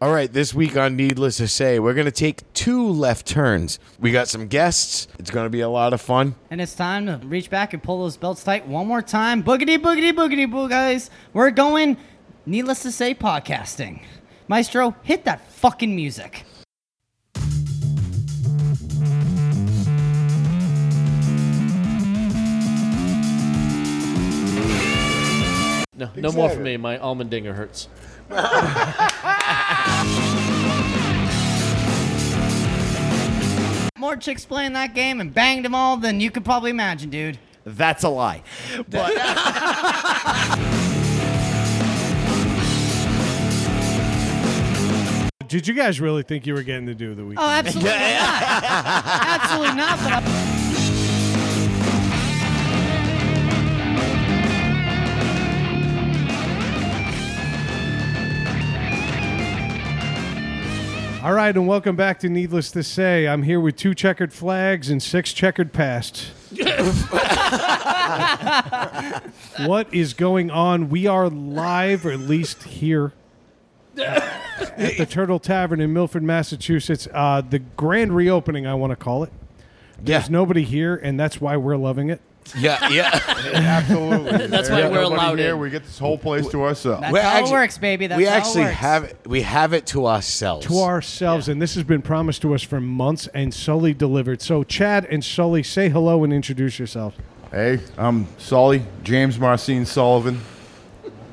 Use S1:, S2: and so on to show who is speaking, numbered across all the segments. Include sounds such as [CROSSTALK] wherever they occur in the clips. S1: All right, this week on Needless to Say, we're going to take two left turns. We got some guests. It's going to be a lot of fun.
S2: And it's time to reach back and pull those belts tight one more time. Boogity, boogity, boogity, boo, guys. We're going, needless to say, podcasting. Maestro, hit that fucking music.
S3: No, no more for me. My almond dinger hurts.
S2: More chicks playing that game and banged them all than you could probably imagine, dude.
S4: That's a lie.
S1: [LAUGHS]
S4: But
S5: Did you guys really think you were getting to do the week?
S2: Oh, absolutely not. absolutely not. But I-
S5: All right, and welcome back to Needless to Say. I'm here with two checkered flags and six checkered pasts. what is going on? We are live, or at least here, at the Turtle Tavern in Milford, Massachusetts. Uh, the grand reopening, I want to call it.
S1: Yeah.
S5: There's nobody here, and that's why we're loving it.
S1: yeah, yeah.
S6: Absolutely.
S3: That's why we're
S6: nobody
S3: allowed
S6: here.
S3: in.
S6: We get this whole place to ourselves.
S2: That's how it works, baby. That's
S1: we
S2: how it
S1: actually
S2: works.
S1: have it. We have it to ourselves.
S5: to ourselves, and this has been promised to us for months, and Sully delivered. So, Chad and Sully, say hello and introduce yourself.
S6: Hey, I'm Sully, James Marcine Sullivan,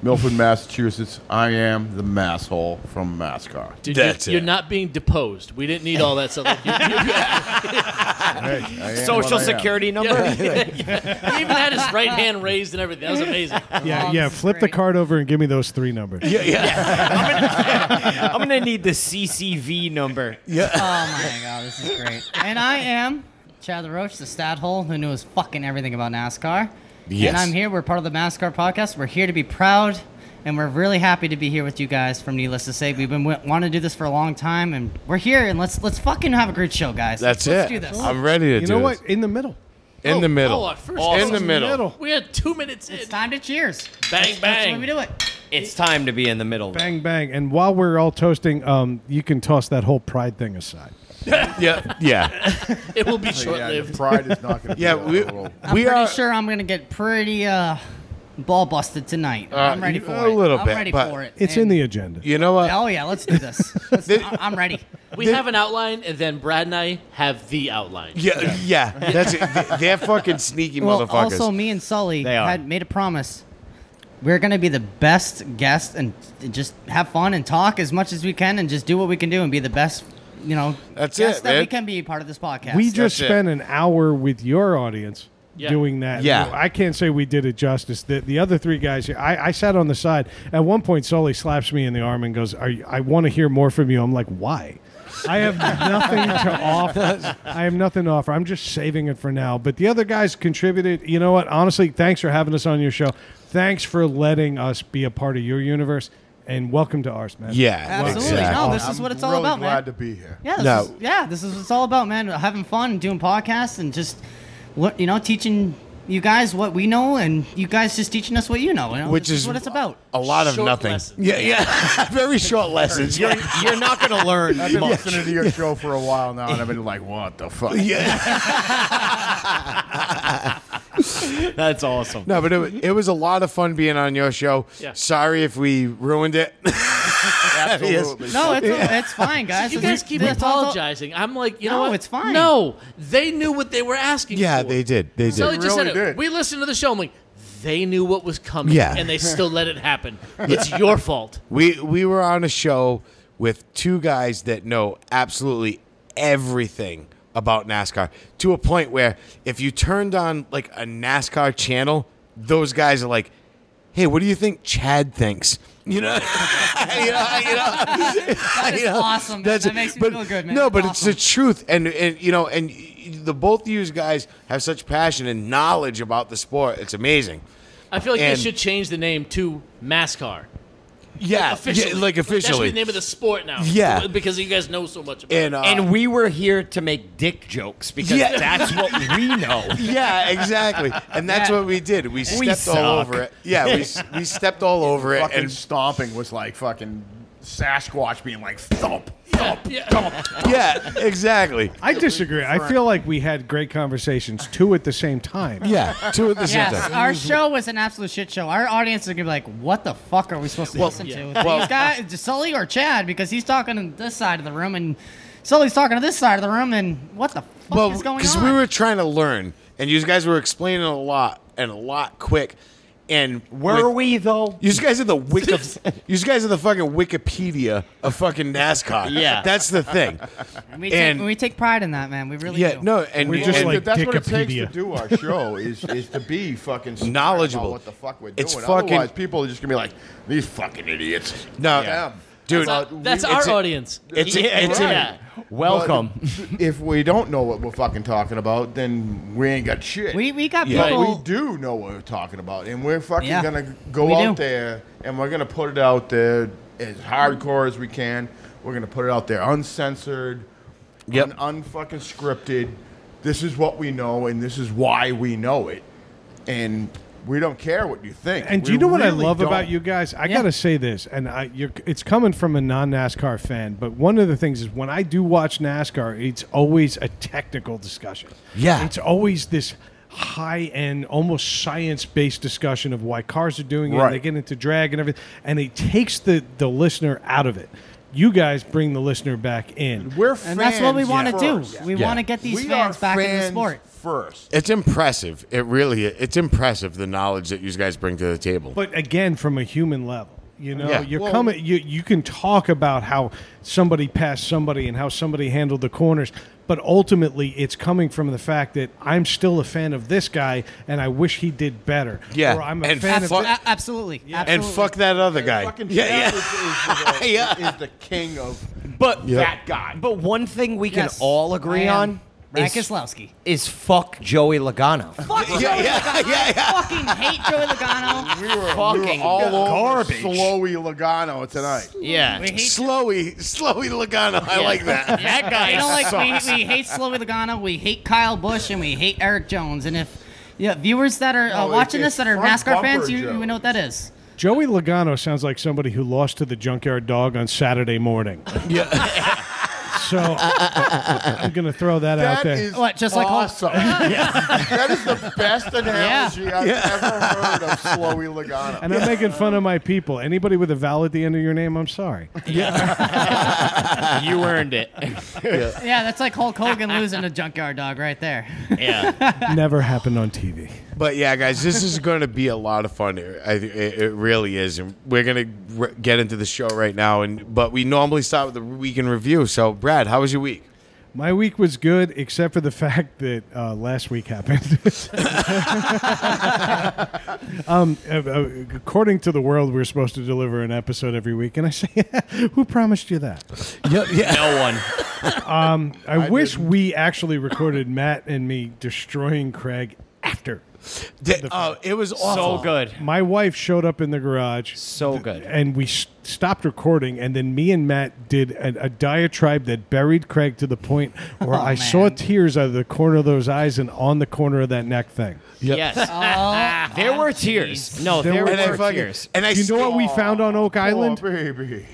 S6: Milford, Massachusetts. I am the masshole from Mascar.
S3: Dude,
S1: That's
S3: you, you're
S1: it.
S3: not being deposed. We didn't need all that stuff. You,
S4: [LAUGHS]
S3: you-
S6: Hey, I am
S4: social
S6: what I am.
S3: [LAUGHS]
S4: security number?
S3: he even had his right hand raised and everything. That was
S4: [LAUGHS]
S3: amazing.
S5: Yeah,
S2: Oh,
S5: yeah.
S2: this is
S5: Flip
S2: great.
S5: the card over and give me those three numbers. Yeah,
S4: I'm gonna need the CCV number.
S2: Oh my god, this is great. and I am Chad the Roach, the stat hole who knows fucking everything about NASCAR.
S1: Yes.
S2: And I'm here. We're part of the NASCAR podcast. We're here to be proud, and we're really happy to be here with you guys from Needless to Say. We've been w- wanting to do this for a long time, and we're here. And let's let's fucking have a great show, guys.
S1: [LAUGHS] That's
S2: let's
S1: it.
S2: Let's do this.
S1: I'm ready to
S5: you
S1: do
S5: know
S1: this.
S5: what? In the middle.
S1: In the middle.
S3: Oh, our first
S1: In the
S3: guest.
S1: middle.
S5: Middle.
S3: We had two minutes in.
S2: it's time to cheers.
S3: Bang,
S2: That's when we
S3: bang.
S2: do it.
S4: It's time to be in the middle.
S5: Bang bang. And while we're all toasting, um, you can toss that whole pride thing aside.
S1: Yeah, yeah,
S3: It
S4: [LAUGHS] Oh,
S3: will be short
S6: Yeah,
S3: lived.
S6: pride is not going to
S1: yeah.
S6: be
S1: We,
S6: that world.
S2: I'm
S1: we
S2: pretty
S1: are.
S2: sure I'm gonna get pretty uh, ball busted tonight. I'm ready
S1: you-
S2: for
S1: Uh, a
S2: it.
S1: little
S2: I'm
S1: bit,
S2: ready
S1: but
S2: for it.
S5: It's in
S2: And-
S5: the agenda.
S1: You know what?
S2: Oh yeah, let's do
S1: [LAUGHS]
S2: this. Let's- I- I'm ready.
S3: We have an outline, and then Brad and I have the outline.
S1: Yeah, uh, yeah. That's it. They- They're fucking sneaky
S2: Well,
S1: motherfuckers.
S2: also me and Sully
S4: They are.
S2: had made a promise. We're gonna be the best guest and and just have fun and talk as much as we can and just do what we can do and be the best. You know,
S1: That's
S2: guest
S1: it,
S2: that we
S1: man.
S2: can be part of this podcast.
S5: we just
S1: that's it.
S5: spent an hour with your audience
S3: Yeah.
S5: doing that.
S1: Yeah.
S5: I can't say we did it justice. The, the other three guys here, I, I sat on the side. At one point, Sully slaps me in the arm and goes, Are you, I want to hear more from you. I'm like, Why? I have nothing
S1: [LAUGHS]
S5: to offer. I have nothing to offer. I'm just saving it for now. But the other guys contributed. You know what? Honestly, thanks for having us on your show. Thanks for letting us be a part of your universe. And welcome to ours, man.
S1: Yeah,
S2: Absolutely.
S1: exactly.
S2: No, this is
S6: I'm
S2: what it's
S6: really
S2: all about,
S6: glad
S2: man.
S6: to be here.
S2: Yeah, this
S1: No.
S2: is, yeah, this is what it's all about, man. Having fun and doing podcasts and just what you know, teaching you guys what we know, and you guys just teaching us what you know. you know?
S1: Which
S2: This
S1: is
S2: what it's about.
S1: A lot of
S3: Short
S1: nothing.
S3: lessons.
S1: Yeah, yeah. [LAUGHS] Very short lessons. Yeah.
S4: You're not gonna
S3: [LAUGHS]
S4: learn.
S6: I've been listening to your show for a while now, and I've been like, what the fuck?
S1: Yeah.
S4: That's awesome.
S1: No, but it, wa- it was a lot of fun being on your show.
S3: Yeah.
S1: Sorry if we ruined
S3: [LAUGHS]
S1: it.
S6: Absolutely.
S1: [LAUGHS]
S2: No, it's, it's fine, guys.
S3: You
S2: It's-
S3: guys keep
S2: it's all-
S3: apologizing. I'm like, you know
S2: No,
S3: what?
S2: it's fine.
S3: No, they knew what they were asking
S1: yeah,
S3: for.
S1: they did. They did.
S3: Sully just
S6: really
S3: said it.
S6: did.
S3: We listened to the show. I'm like, they knew what was coming,
S1: Yeah. [LAUGHS]
S3: and they still let it happen. It's your fault.
S1: We we were on a show with two guys that know absolutely everything about NASCAR to a point where if you turned on like a NASCAR channel, those guys are like, "Hey, what do you think Chad thinks?" You know, [LAUGHS] you know, you know.
S2: That is awesome. Man.
S1: That's
S2: that
S1: it.
S2: makes me
S1: But-
S2: feel good, man.
S1: No, but
S2: That's
S1: it's the truth, and and you know, and y- the both of you guys have such passion and knowledge about the sport. It's amazing.
S3: I feel like
S1: And-
S3: they should change the name to MASCAR.
S1: Yeah,
S3: Officially.
S1: yeah, like
S3: That should be
S1: officially.
S3: the name of the sport now.
S1: Yeah.
S3: Because you guys know so much about
S1: and
S3: it.
S1: uh,
S4: And we were here to make dick jokes because
S1: Yeah.
S4: that's [LAUGHS] what we know.
S1: yeah, exactly. And that's what we did. We stepped [LAUGHS]
S4: suck.
S1: all over it. Yeah, we, s- we stepped all over it.
S6: fucking
S1: And
S6: stomping was like fucking Sasquatch being like thump, thump,
S3: yeah.
S6: thump.
S1: yeah, exactly.
S5: I disagree. I feel like we had great conversations, two at the same time.
S1: Yeah, two at the same
S2: Yes,
S1: time.
S2: our show was an absolute shit show. Our audience is gonna be like, "What the fuck are we supposed to listen to?" These guys, Sully or Chad, because he's talking to this side of the room, and Sully's talking to this side of the room, and what the fuck is going on?
S1: we were trying to learn, and you guys were explaining a lot and a lot quick. And
S4: Were
S1: with-
S4: we though?
S1: You guys are the
S4: [LAUGHS]
S1: wiki. you guys are the fucking Wikipedia of fucking NASCAR.
S3: Yeah.
S1: that's the thing.
S2: And we,
S1: and-
S2: take, we take pride in that, man. We [LAUGHS] really
S1: Yeah,
S2: do.
S1: no, and
S5: We're just
S1: and
S5: like
S6: that's what it takes to
S5: Dickopedia.
S6: do our show is is to be fucking smart
S1: Knowledgeable.
S6: About what the fuck we're doing?
S1: It's fucking-
S6: Otherwise, people are just gonna be like these fucking idiots.
S1: no,
S6: Yeah.
S1: dude.
S6: That's
S1: uh, we-
S3: That's
S1: it's
S3: our
S1: a-
S3: audience.
S1: It's a- it's a-
S3: yeah.
S4: Welcome.
S6: But if we don't know what we're fucking talking about, then we ain't got shit.
S2: we we got
S1: Yeah.
S6: But
S2: people.
S6: we do know what we're talking about, and we're fucking
S2: Yeah.
S6: gonna go
S2: We
S6: out
S2: do.
S6: there and we're gonna put it out there as hardcore as we can. We're gonna put it out there uncensored,
S1: Yep.
S6: un- unfucking scripted. This is what we know, and this is why we know it, and we don't care what you think.
S5: And do
S6: We
S5: you know what
S6: really
S5: I love
S6: don't.
S5: about you guys? I
S2: Yeah.
S5: gotta say this, and I, you're, it's coming from a non NASCAR fan, but one of the things is when I do watch NASCAR, it's always a technical discussion.
S1: Yeah.
S5: it's always this high end, almost science based discussion of why cars are doing it.
S6: Right.
S5: And they get into drag and everything, and it takes the the listener out of it. You guys bring the listener back in.
S6: We're fans
S2: and that's what we want to do.
S6: first.
S2: We
S1: Yeah.
S2: want to get these
S6: We
S2: fans
S6: are
S2: back in the
S6: fans
S2: sport.
S6: first.
S1: It's impressive. It really. It's impressive the knowledge that you guys bring to the table.
S5: but again from a human level you know
S1: Yeah.
S5: you're
S1: Well-
S5: coming you, you can talk about how somebody passed somebody and how somebody handled the corners but ultimately it's coming from the fact that i'm still a fan of this guy and i wish he did better
S1: Yeah,
S5: or i'm a
S1: and fuck-
S5: fan of
S2: Abso-
S5: thi-
S2: a- absolutely.
S1: and
S2: absolutely.
S1: fuck that other guy.
S6: Fucking
S1: Yeah,
S6: Chad
S1: yeah.
S6: Is, is the,
S1: Yeah.
S6: is the king of
S4: but
S6: that guy.
S4: But one thing we
S2: Yes,
S4: can all agree
S2: I am
S4: on
S2: Brad
S4: is,
S2: Keselowski.
S4: is fuck Joey Logano.
S2: Fuck
S1: [LAUGHS]
S2: Joey
S1: yeah,
S2: Logano.
S1: yeah, yeah.
S2: [LAUGHS] I fucking hate Joey Logano.
S6: We were, we were
S4: Fucking
S6: all over
S4: garbage.
S6: Slowy Logano tonight.
S4: yeah.
S2: We hate
S1: Slowy, Slowy Logano. I like that.
S4: That guy
S2: We don't
S1: [LAUGHS]
S3: [LAUGHS]
S2: like
S4: sucks.
S2: we, we hate Slowy Logano, we hate Kyle Bush, and we hate Eric Jones. And if yeah, viewers that are uh,
S6: No,
S2: watching
S6: it's-
S2: this that are
S6: it's front
S2: NASCAR fans,
S6: bumper
S2: you, you
S6: Jones.
S2: know what that is.
S5: joey logano sounds like somebody who lost to the junkyard dog on saturday morning
S1: Yeah.
S5: so i'm gonna throw that, out
S6: That
S5: there
S2: [LAUGHS]
S6: is
S2: What, just like Hulk?
S6: awesome. that is the best analogy I've ever heard of Slowy Logano.
S5: and I'm making fun of my people. Anybody with a vowel at the end of your name, I'm sorry.
S4: you
S1: [LAUGHS]
S4: earned it.
S2: Yeah, that's like Hulk Hogan losing a junkyard dog right there.
S4: Yeah.
S5: Never happened on TV.
S1: But yeah, guys, this is going to be a lot of fun. I, it, it really is, and we're going to re- get into the show right now. And but we normally start with the week in review. So, Brad, how was your week?
S5: My week was good, except for the [LAUGHS] fact that uh, last week happened. [LAUGHS] um, uh, uh, according to the world, we're supposed to deliver an episode every week, and I say, [LAUGHS] "Who promised you that?"
S4: No one.
S5: I, wish we actually recorded [COUGHS] Matt and me destroying Craig after.
S1: Did- oh, it was awful.
S4: So good.
S5: My wife showed up in the garage,
S2: [LAUGHS]
S4: So good.
S5: and we s- stopped recording, and then me and Matt did a, a diatribe that buried Craig to the point where I saw
S2: man.
S5: tears out of the corner of those eyes and on the corner of that neck thing.
S1: [LAUGHS]
S4: Yes.
S2: Oh,
S4: There were tears. No,
S5: There
S4: there,
S5: were
S4: were,
S1: And I fucking,
S4: [LAUGHS] tears.
S1: and I
S5: you know
S1: still-
S5: what we found on Oak Island?
S6: Oh, baby.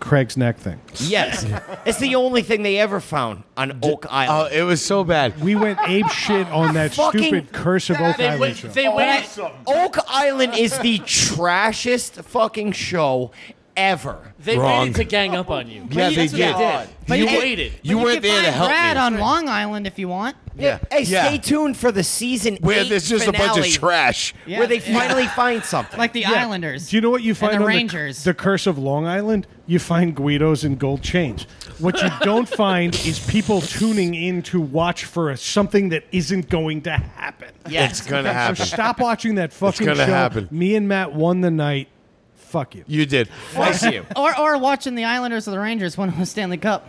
S5: Craig's neck thing.
S4: Yes. it's the only thing they ever found on Oak
S1: Oh,
S4: Island.
S1: it was so bad.
S5: We went ape shit
S1: [LAUGHS]
S5: on that
S4: Fucking-
S5: stupid curse of Oak
S4: They
S5: Island
S4: went-
S5: show.
S4: they went-
S6: Awesome.
S4: Oak Island is the trashest fucking show ever.
S3: They
S1: Wrong.
S3: waited to gang up on you.
S1: Yeah,
S3: That's
S1: they
S3: what
S1: did.
S3: But
S2: You
S3: you,
S2: did.
S3: waited.
S1: You
S2: But
S1: weren't
S2: can
S1: there to
S2: find
S1: help
S2: Brad
S1: me.
S2: on Long Island if you want.
S1: yeah.
S4: Hey,
S1: yeah.
S4: stay tuned for the season
S1: Where
S4: eight
S1: there's just a bunch
S4: finale,
S1: of trash.
S2: Yeah,
S4: Where they
S2: yeah.
S4: finally find something.
S2: like the Islanders.
S5: Do you know what you find
S2: and the
S5: on
S2: Rangers?
S5: The, curse of Long Island? You find Guidos and gold chains. What you
S1: [LAUGHS]
S5: don't find is people tuning in to watch for a, something that isn't going to happen.
S1: It's gonna
S5: So
S1: happen.
S5: stop watching that fucking
S1: gonna
S5: show.
S1: happen.
S5: Me and Matt won the night. Fuck you.
S1: You did.
S4: Fuck you.
S2: or or watching the Islanders or the Rangers win the Stanley Cup.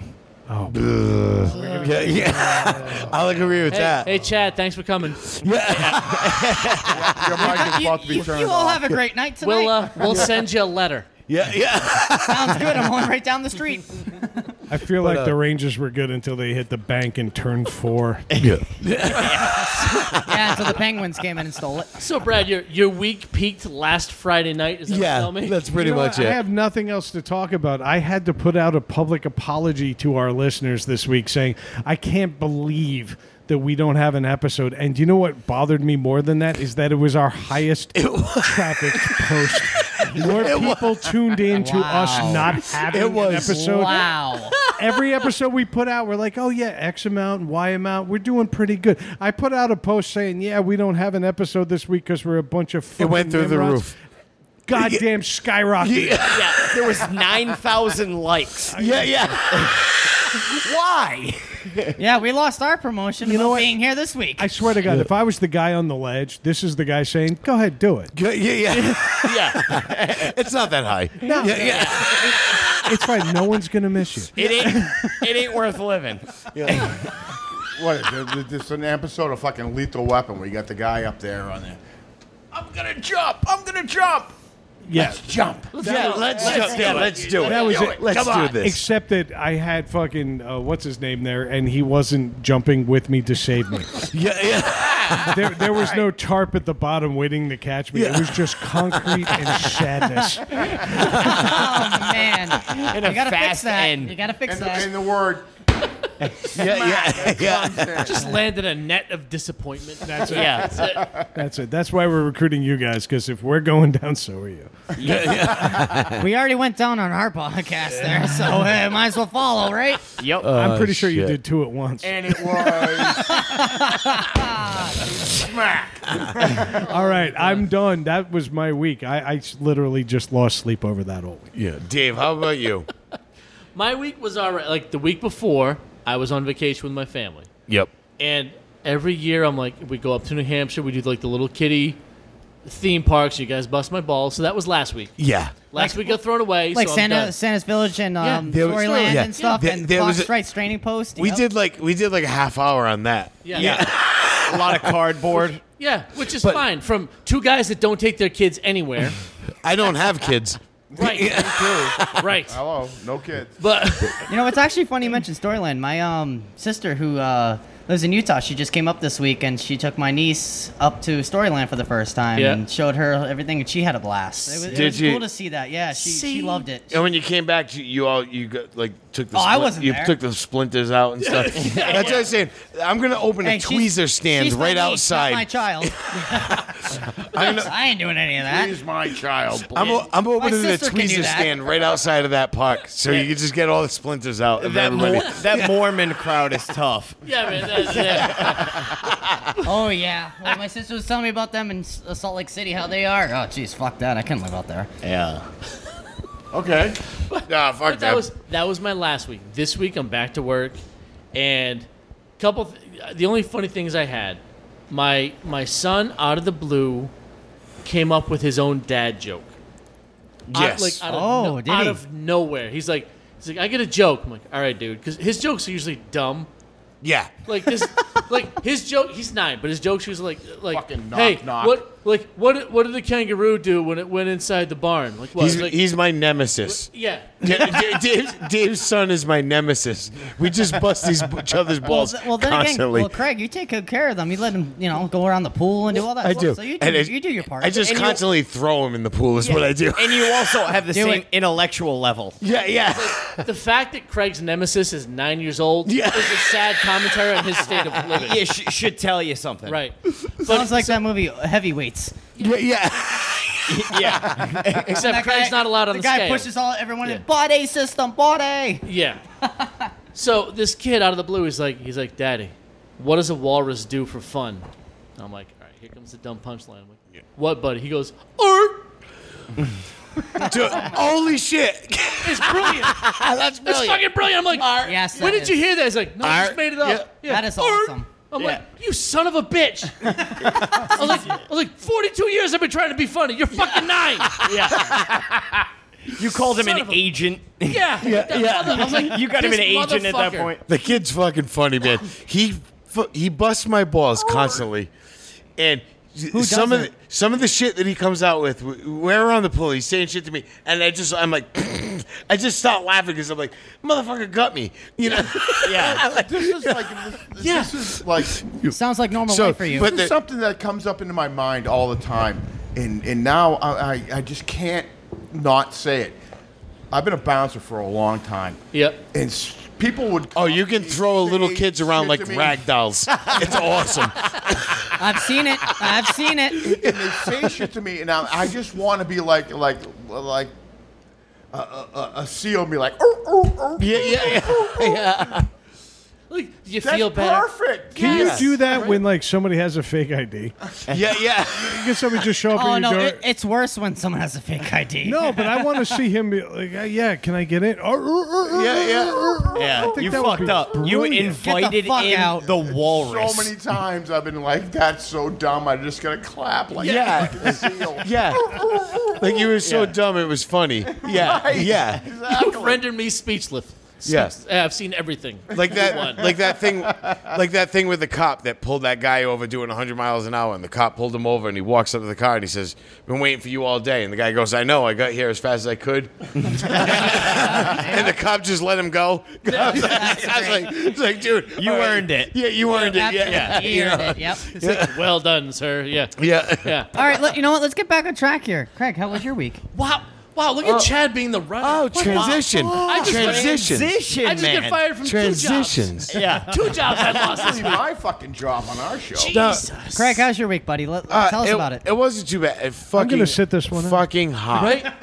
S1: Yeah, yeah. I'll agree with
S3: Hey,
S1: that.
S3: hey, Chad, thanks for coming.
S6: Your mic is
S2: You,
S6: about to be
S2: you-
S6: turned
S2: you all
S6: off.
S2: have a great night tonight.
S3: We'll uh, we'll send you a letter.
S1: Yeah, yeah.
S2: Sounds good. I'm going right down the street.
S5: I feel like
S1: uh,
S5: the Rangers were good until they hit the bank and turned four.
S1: yeah.
S2: yeah, until the Penguins came in and stole it.
S3: So, Brad, your your week peaked last Friday night. Is that what you
S1: yeah,
S3: tell me?
S1: that's pretty
S5: You know,
S1: much
S5: I
S1: it.
S5: have nothing else to talk about. I had to put out a public apology to our listeners this week saying, I can't believe that we don't have an episode. And you know what bothered me more than that is that it was
S1: [LAUGHS]
S5: our highest traffic post. More people tuned in to us
S2: Wow.
S5: not having
S1: It
S5: an
S1: was-
S5: episode.
S1: [LAUGHS]
S2: Wow.
S5: Every episode we put out, we're like, oh, yeah, X amount and Y amount. We're doing pretty good. I put out a post saying, yeah, we don't have an episode this week because we're a bunch of
S1: it went
S5: fucking
S1: through the
S5: nimrods."
S1: roof.
S5: Goddamn skyrocketed.
S4: Yeah, there was 9,000 likes.
S1: Yeah, yeah.
S5: [LAUGHS]
S4: Why?
S2: Yeah, we lost our promotion. You
S5: know
S2: know
S5: what?
S2: being here this week.
S5: I swear to God, if I was the guy on the ledge, this is the guy saying, "Go ahead, do it."
S1: Yeah, yeah, yeah.
S3: yeah.
S1: it's not that high.
S5: No.
S1: Yeah, yeah.
S5: It's fine. No one's gonna miss you.
S4: It ain't, it ain't worth living.
S6: What is it? It's an episode of fucking Lethal Weapon where you got the guy up there on there. I'm gonna jump. I'm gonna jump.
S5: Yeah,
S6: Let's jump.
S1: Yeah, let's, do it. Let's do it.
S5: that was it.
S1: Let's
S6: Come
S1: do
S6: on.
S1: this.
S5: Except that I had fucking uh, what's his name there, and he wasn't jumping with me to save me.
S1: [LAUGHS] Yeah, yeah.
S5: [LAUGHS] There, there was no tarp at the bottom waiting to catch me. It was just concrete
S1: [LAUGHS]
S5: and sadness.
S2: oh [LAUGHS] man,
S4: And
S2: you
S4: a
S2: gotta fix
S4: fast
S2: that. You
S4: end.
S2: gotta fix
S6: And,
S2: that.
S6: and the word.
S1: Yeah, yeah, yeah.
S3: Just landed a net of disappointment. That's
S4: Yeah.
S5: That's it. That's why we're recruiting you guys because if we're going down, so are you.
S2: we already went down on our podcast there, so uh, might as well follow,
S1: [LAUGHS]
S2: right?
S4: Yep.
S1: Uh,
S5: I'm pretty sure you
S1: Oh, shit.
S5: did two at once.
S6: And it was.
S5: All right,
S2: uh,
S5: I'm done. That was my week. I, I s- literally just lost sleep over that all week.
S1: Yeah. Dave, how about you?
S3: My week was all right. Like the week before, I was on vacation with my family.
S1: Yep.
S3: And every year, I'm like, we go up to New Hampshire. We do like the little kitty theme parks. You guys bust my balls. So that was last week.
S1: Yeah.
S3: Last week got thrown away.
S2: Like
S3: so I'm
S2: Santa,
S3: done.
S2: Santa's Village and
S3: Yeah.
S2: um,
S1: There was-
S2: Storyland
S1: yeah.
S2: and stuff,
S1: There-
S2: and
S1: there
S2: Fox
S1: was a-
S2: Strikes Training Post.
S1: We
S2: yep.
S1: did like we did like a half hour on that.
S3: Yeah.
S1: a lot of cardboard.
S3: Yeah, which is
S1: But-
S3: fine from two guys that don't take their kids
S1: [LAUGHS]
S3: anywhere.
S1: I don't have kids.
S2: [LAUGHS]
S3: right. Right.
S6: Hello, no kids.
S3: But [LAUGHS]
S2: You know, it's actually funny you mentioned Storyland. My um, sister who uh, lives in Utah, she just came up this week and she took my niece up to Storyland for the first time
S3: Yeah.
S2: and showed her everything, and she had a blast. It was, it
S1: Did
S2: was
S1: you-
S2: cool to see that. Yeah, she, she loved it.
S1: And when you came back, you, you all you got like took the
S2: Oh, I
S1: splin-
S2: wasn't
S1: you
S2: there.
S1: took the splinters out and
S6: [LAUGHS]
S1: stuff. That's what I'm saying. I'm gonna open a
S2: Hey, she's-
S1: tweezer stand
S2: she's
S1: right
S2: my niece, not
S1: outside. [LAUGHS]
S2: my child. [LAUGHS]
S1: I'm, gonna,
S2: I ain't doing any of that.
S6: Please, my child. Please.
S1: I'm, o- I'm opening a
S2: sister can do
S1: tweezer
S2: that.
S1: stand right outside of that park, so you can just get all the splinters out. Of
S4: That,
S1: everybody.
S4: Mor- that Mormon crowd is tough.
S3: yeah, man. That's, yeah.
S2: Oh yeah. Well, my sister was telling me about them in S- uh, Salt Lake City, how they are. Oh jeez, fuck that. I can't live out there.
S4: Yeah.
S6: okay.
S1: Nah, fuck
S3: That was that was my last week. This week I'm back to work, and couple. Th- the only funny things I had, my my son out of the blue, came up with his own dad joke.
S1: Yes.
S3: Out, like, out of,
S2: Oh,
S3: no-
S2: did
S3: out
S2: he?
S3: of nowhere. He's like, he's like, I get a joke. I'm like, all right, dude, because his jokes are usually dumb.
S1: yeah.
S3: Like
S6: [LAUGHS]
S3: this, like his joke. He's nine, but his jokes was like, like,
S6: Fucking knock,
S3: hey,
S6: knock."
S3: what, like, what, what did the kangaroo do when it went inside the barn? Like, what?
S1: He's,
S3: like,
S1: he's my
S2: [LAUGHS]
S1: nemesis.
S3: yeah.
S6: [LAUGHS]
S1: Da- Dave's, Dave's son is my nemesis. We just bust these each other's balls
S2: th- well, then
S1: constantly.
S2: again, well, Craig, you take good care of them. You let them, you know, go around the pool and do all that.
S1: I
S2: stuff.
S1: do.
S2: So you do,
S1: And it's-
S2: you do your part.
S1: I just
S4: And you-
S1: constantly throw him in the pool. Is what I do.
S4: And you also have the
S2: Do
S4: same
S2: it.
S4: intellectual level.
S1: [LAUGHS] Yeah, yeah.
S3: The fact that Craig's nemesis is nine years old
S1: Yeah.
S3: is a sad commentary on his state of living.
S4: Yeah, sh- should tell you something.
S3: Right.
S2: Sounds like that movie uh, Heavyweights.
S1: Yeah, yeah.
S4: Yeah.
S3: Except
S2: That guy-
S3: Craig's not allowed on the,
S2: the guy
S3: scale.
S2: pushes all everyone in
S3: Yeah.
S2: body system body. [LAUGHS]
S3: Yeah. so this kid out of the blue is like, he's like, Daddy, what does a walrus do for fun? And I'm like, all right, here comes the dumb punchline. I'm like, what, buddy? He goes, art.
S1: Dude, [LAUGHS] holy shit.
S3: It's brilliant.
S1: That's
S3: It's fucking brilliant. I'm like, art.
S2: Yes, that
S3: when did
S2: is.
S3: you hear that? He's like, no, I
S1: Art.
S3: just made it up. Yeah.
S2: That is
S3: Art.
S2: awesome.
S3: I'm like, you son of a bitch. I was like, I was like, 42 years I've been trying to be funny. You're fucking nine.
S4: Yeah. You called him
S3: Son
S4: an
S3: of a-
S4: agent.
S3: Yeah. Yeah. I was like,
S4: You got him
S3: this
S4: an agent at that
S3: motherfucker.
S4: point.
S1: [LAUGHS] The kid's fucking funny, man. He fu- he busts my balls constantly, and
S2: Who
S1: some of the,
S2: doesn't?
S1: some of the shit that he comes out with, w- we're on the pool. He's saying shit to me, and I just I'm like, [CLEARS THROAT] I just start laughing because I'm like, motherfucker got me, you know.
S4: Yeah.
S6: This is like this, this is like
S2: Sounds like normal
S1: So,
S2: life for you.
S1: but-
S6: this is something that comes up into my mind all the time, and and now I, I, I just can't not say it. I've been a bouncer for a long time,
S3: Yep.
S6: and s- people would.
S1: Oh, you can throw
S6: say
S1: little kids around
S6: shit
S1: like
S6: to me.
S1: rag dolls. It's awesome.
S2: I've seen it. I've
S1: [LAUGHS]
S2: seen it.
S6: and they say shit to me, and I, I just want to be like like like a, a, a seal and be like, oh, oh, oh,
S1: Yeah, yeah, yeah.
S3: Look, you
S6: that's
S3: feel better.
S6: perfect.
S5: Can
S6: yes.
S5: you do that when like somebody has a fake ID?
S1: [LAUGHS] Yeah, yeah.
S5: Can somebody just show up
S2: Oh
S5: and you
S2: no,
S5: don't?
S2: it, it's worse when someone has a fake ID.
S5: no, but I want to see him be like, uh, yeah, can I get in? Uh, uh, uh,
S1: Yeah, yeah.
S5: uh, uh, uh. I
S4: Yeah,
S5: think
S4: you
S5: that would
S4: fucked
S5: be
S4: up. You
S5: brilliant.
S4: invited
S2: fuck
S4: in
S2: out.
S4: the
S6: So
S4: walrus. [LAUGHS]
S6: many [LAUGHS] times I've been like, that's so dumb. I just gotta clap like
S1: Yeah.
S6: a
S1: [LAUGHS]
S6: fucking seal.
S1: Yeah. Like you were so dumb it was funny. Yeah. [LAUGHS] Yeah.
S6: Exactly.
S3: Rendered me speechless.
S1: Yeah.
S3: Yeah, I've seen everything.
S1: Like that
S3: One.
S1: like that [LAUGHS] thing like that thing with the cop that pulled that guy over doing 100 miles an hour and the cop pulled him over and he walks up to the car and he says, "Been waiting for you all day." And the guy goes, "I know. I got here as fast as I [LAUGHS] could." and the cop just let him [LAUGHS] go. I was like, I was like, it's like, dude,
S4: You
S1: all right.
S4: earned it.
S1: Yeah, you earned it. Yeah. Yeah.
S2: That's- you earned it, Yep.
S3: well done, sir. Yeah.
S1: Yeah.
S3: Yeah.
S2: [LAUGHS] All right, let, you know what? Let's get back on track here. Craig, how was your week?
S3: Wow. Wow, look at Chad being the
S1: [LAUGHS]
S3: runner.
S1: Oh,
S3: What the-
S1: transition.
S3: I just-
S1: Transition.
S4: Transition,
S3: I just
S4: man.
S3: get fired from
S1: Transitions.
S3: two jobs.
S4: Yeah.
S3: Two jobs I lost
S6: [LAUGHS]
S3: this
S6: This is
S3: week.
S6: my fucking job on our show.
S3: Jesus.
S2: Craig, how's your week, buddy? Let,
S1: Uh,
S2: tell us about it.
S1: It wasn't too bad. It fucking,
S5: gonna sit this one out.
S1: Fucking hot.
S3: Right?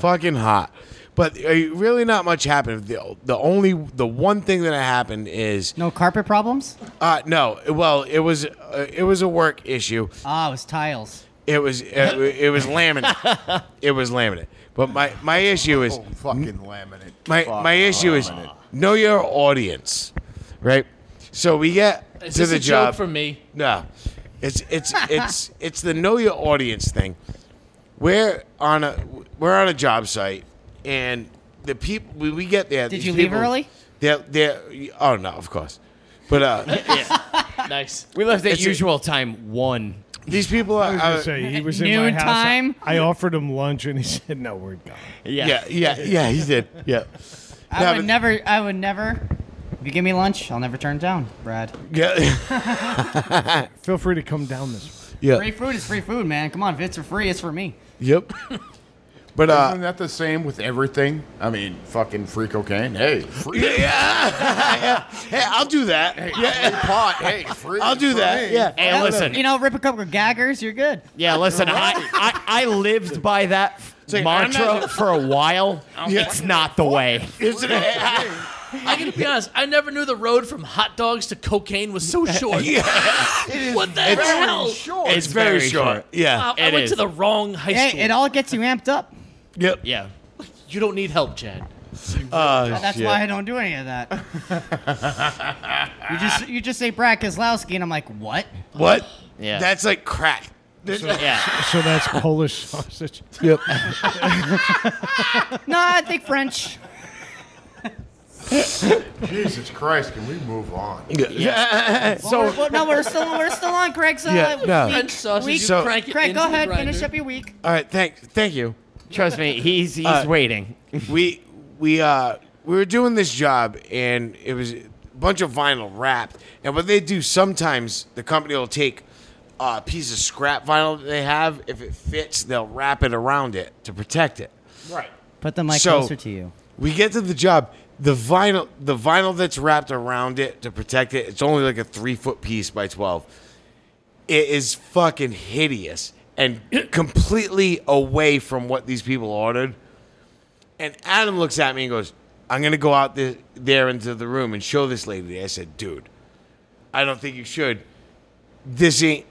S1: [LAUGHS] Fucking hot. But uh, really, not much happened. The, the only, the one thing that happened is
S2: No carpet problems?
S1: uh, no. Well, it was uh, it was a work issue.
S2: Ah, it was tiles.
S1: It was uh, it was
S3: [LAUGHS]
S1: laminate. it was laminate. But my my issue is
S6: Oh, fucking laminate.
S1: my
S6: Fuck
S1: my issue is
S6: laminate.
S1: know your audience, right? So we get
S3: Is
S1: to
S3: [LAUGHS] this
S1: the
S3: a
S1: job
S3: joke from me?
S1: No, it's it's it's
S2: [LAUGHS]
S1: it's the know your audience thing. We're on a we're on a job site, and the people we, we get there.
S2: Did
S1: these
S2: you leave
S1: people-
S2: early?
S1: They're they're oh no, of course, but
S2: [LAUGHS]
S1: uh,
S3: Nice.
S4: We left at
S1: It's a-
S4: usual time one.
S1: these people are.
S5: was gonna
S1: are-
S5: say, he was in my
S2: Uh, noon
S5: house.
S2: time?
S5: I offered him lunch and he [LAUGHS] said, no, we're gone.
S1: yeah, yeah, yeah. He did. Yeah.
S2: I
S1: No,
S2: would
S1: but-
S2: never, I would never. If you give me lunch, I'll never turn it down, Brad.
S1: Yeah. [LAUGHS]
S5: Feel free to come down this way.
S2: Free
S1: Yeah.
S2: food is free food, man. Come on, if it's for free, it's for me.
S1: Yep. But
S6: Isn't
S1: uh,
S6: that the same with everything? I mean, fucking free cocaine. Hey, free
S1: yeah, [LAUGHS] yeah. [LAUGHS] Hey, I'll do that. Yeah.
S6: pot.
S1: [LAUGHS]
S6: Hey, free.
S1: I'll do
S6: for
S1: that.
S6: me.
S1: Yeah.
S4: Hey, listen.
S2: You know, rip a couple of gaggers, you're good.
S4: Yeah, listen. I, I, I lived by that f-
S1: like, I'm
S4: mantra
S1: not-
S4: for a while.
S1: Yeah.
S4: It's not the way.
S1: Isn't it?
S3: I gotta be honest. I never knew the road from hot dogs to cocaine was
S2: [LAUGHS]
S3: so short. [LAUGHS] What the hell?
S6: Sure.
S1: It's very short. Yeah.
S3: Wow, I
S4: It
S3: went
S4: is.
S3: to the wrong high school.
S2: Hey, it all gets you amped [LAUGHS] up.
S1: Yep.
S4: Yeah.
S3: you don't need help, Chad.
S1: Uh,
S2: That's
S1: shit.
S2: why I don't do any of that. you just, you just say Brad Keselowski, and I'm like, what?
S1: What?
S4: Yeah.
S1: That's like crack.
S4: Yeah.
S5: So that's Polish [LAUGHS] sausage.
S1: Yep.
S2: No, I think French.
S6: Jesus Christ, can we move on?
S1: yeah.
S2: So we're, well, no, we're still we're still on Craig's. Uh,
S1: Yeah, no.
S2: week-
S3: French sausage,
S2: week.
S3: you
S1: So-
S3: crank it
S2: Craig,
S3: into
S2: go
S3: the
S2: ahead,
S3: grinder.
S2: finish up your week.
S1: [LAUGHS] All right. Thank. Thank you.
S4: Trust me, he's he's
S1: Uh,
S4: waiting.
S1: [LAUGHS] We we uh we were doing this job and it was a bunch of vinyl wrapped. And what they do sometimes, the company will take a piece of scrap vinyl that they have. If it fits, they'll wrap it around it to protect it.
S2: Put the mic
S1: So-
S2: closer to you.
S1: We get to the job. The vinyl, the vinyl that's wrapped around it to protect it, it's only like a three foot piece by twelve. It is fucking hideous and
S3: [COUGHS]
S1: completely away from what these people ordered. And Adam looks at me and goes, "I'm gonna go out there, there into the room and show this lady." I said, "Dude, I don't think you should. This ain't."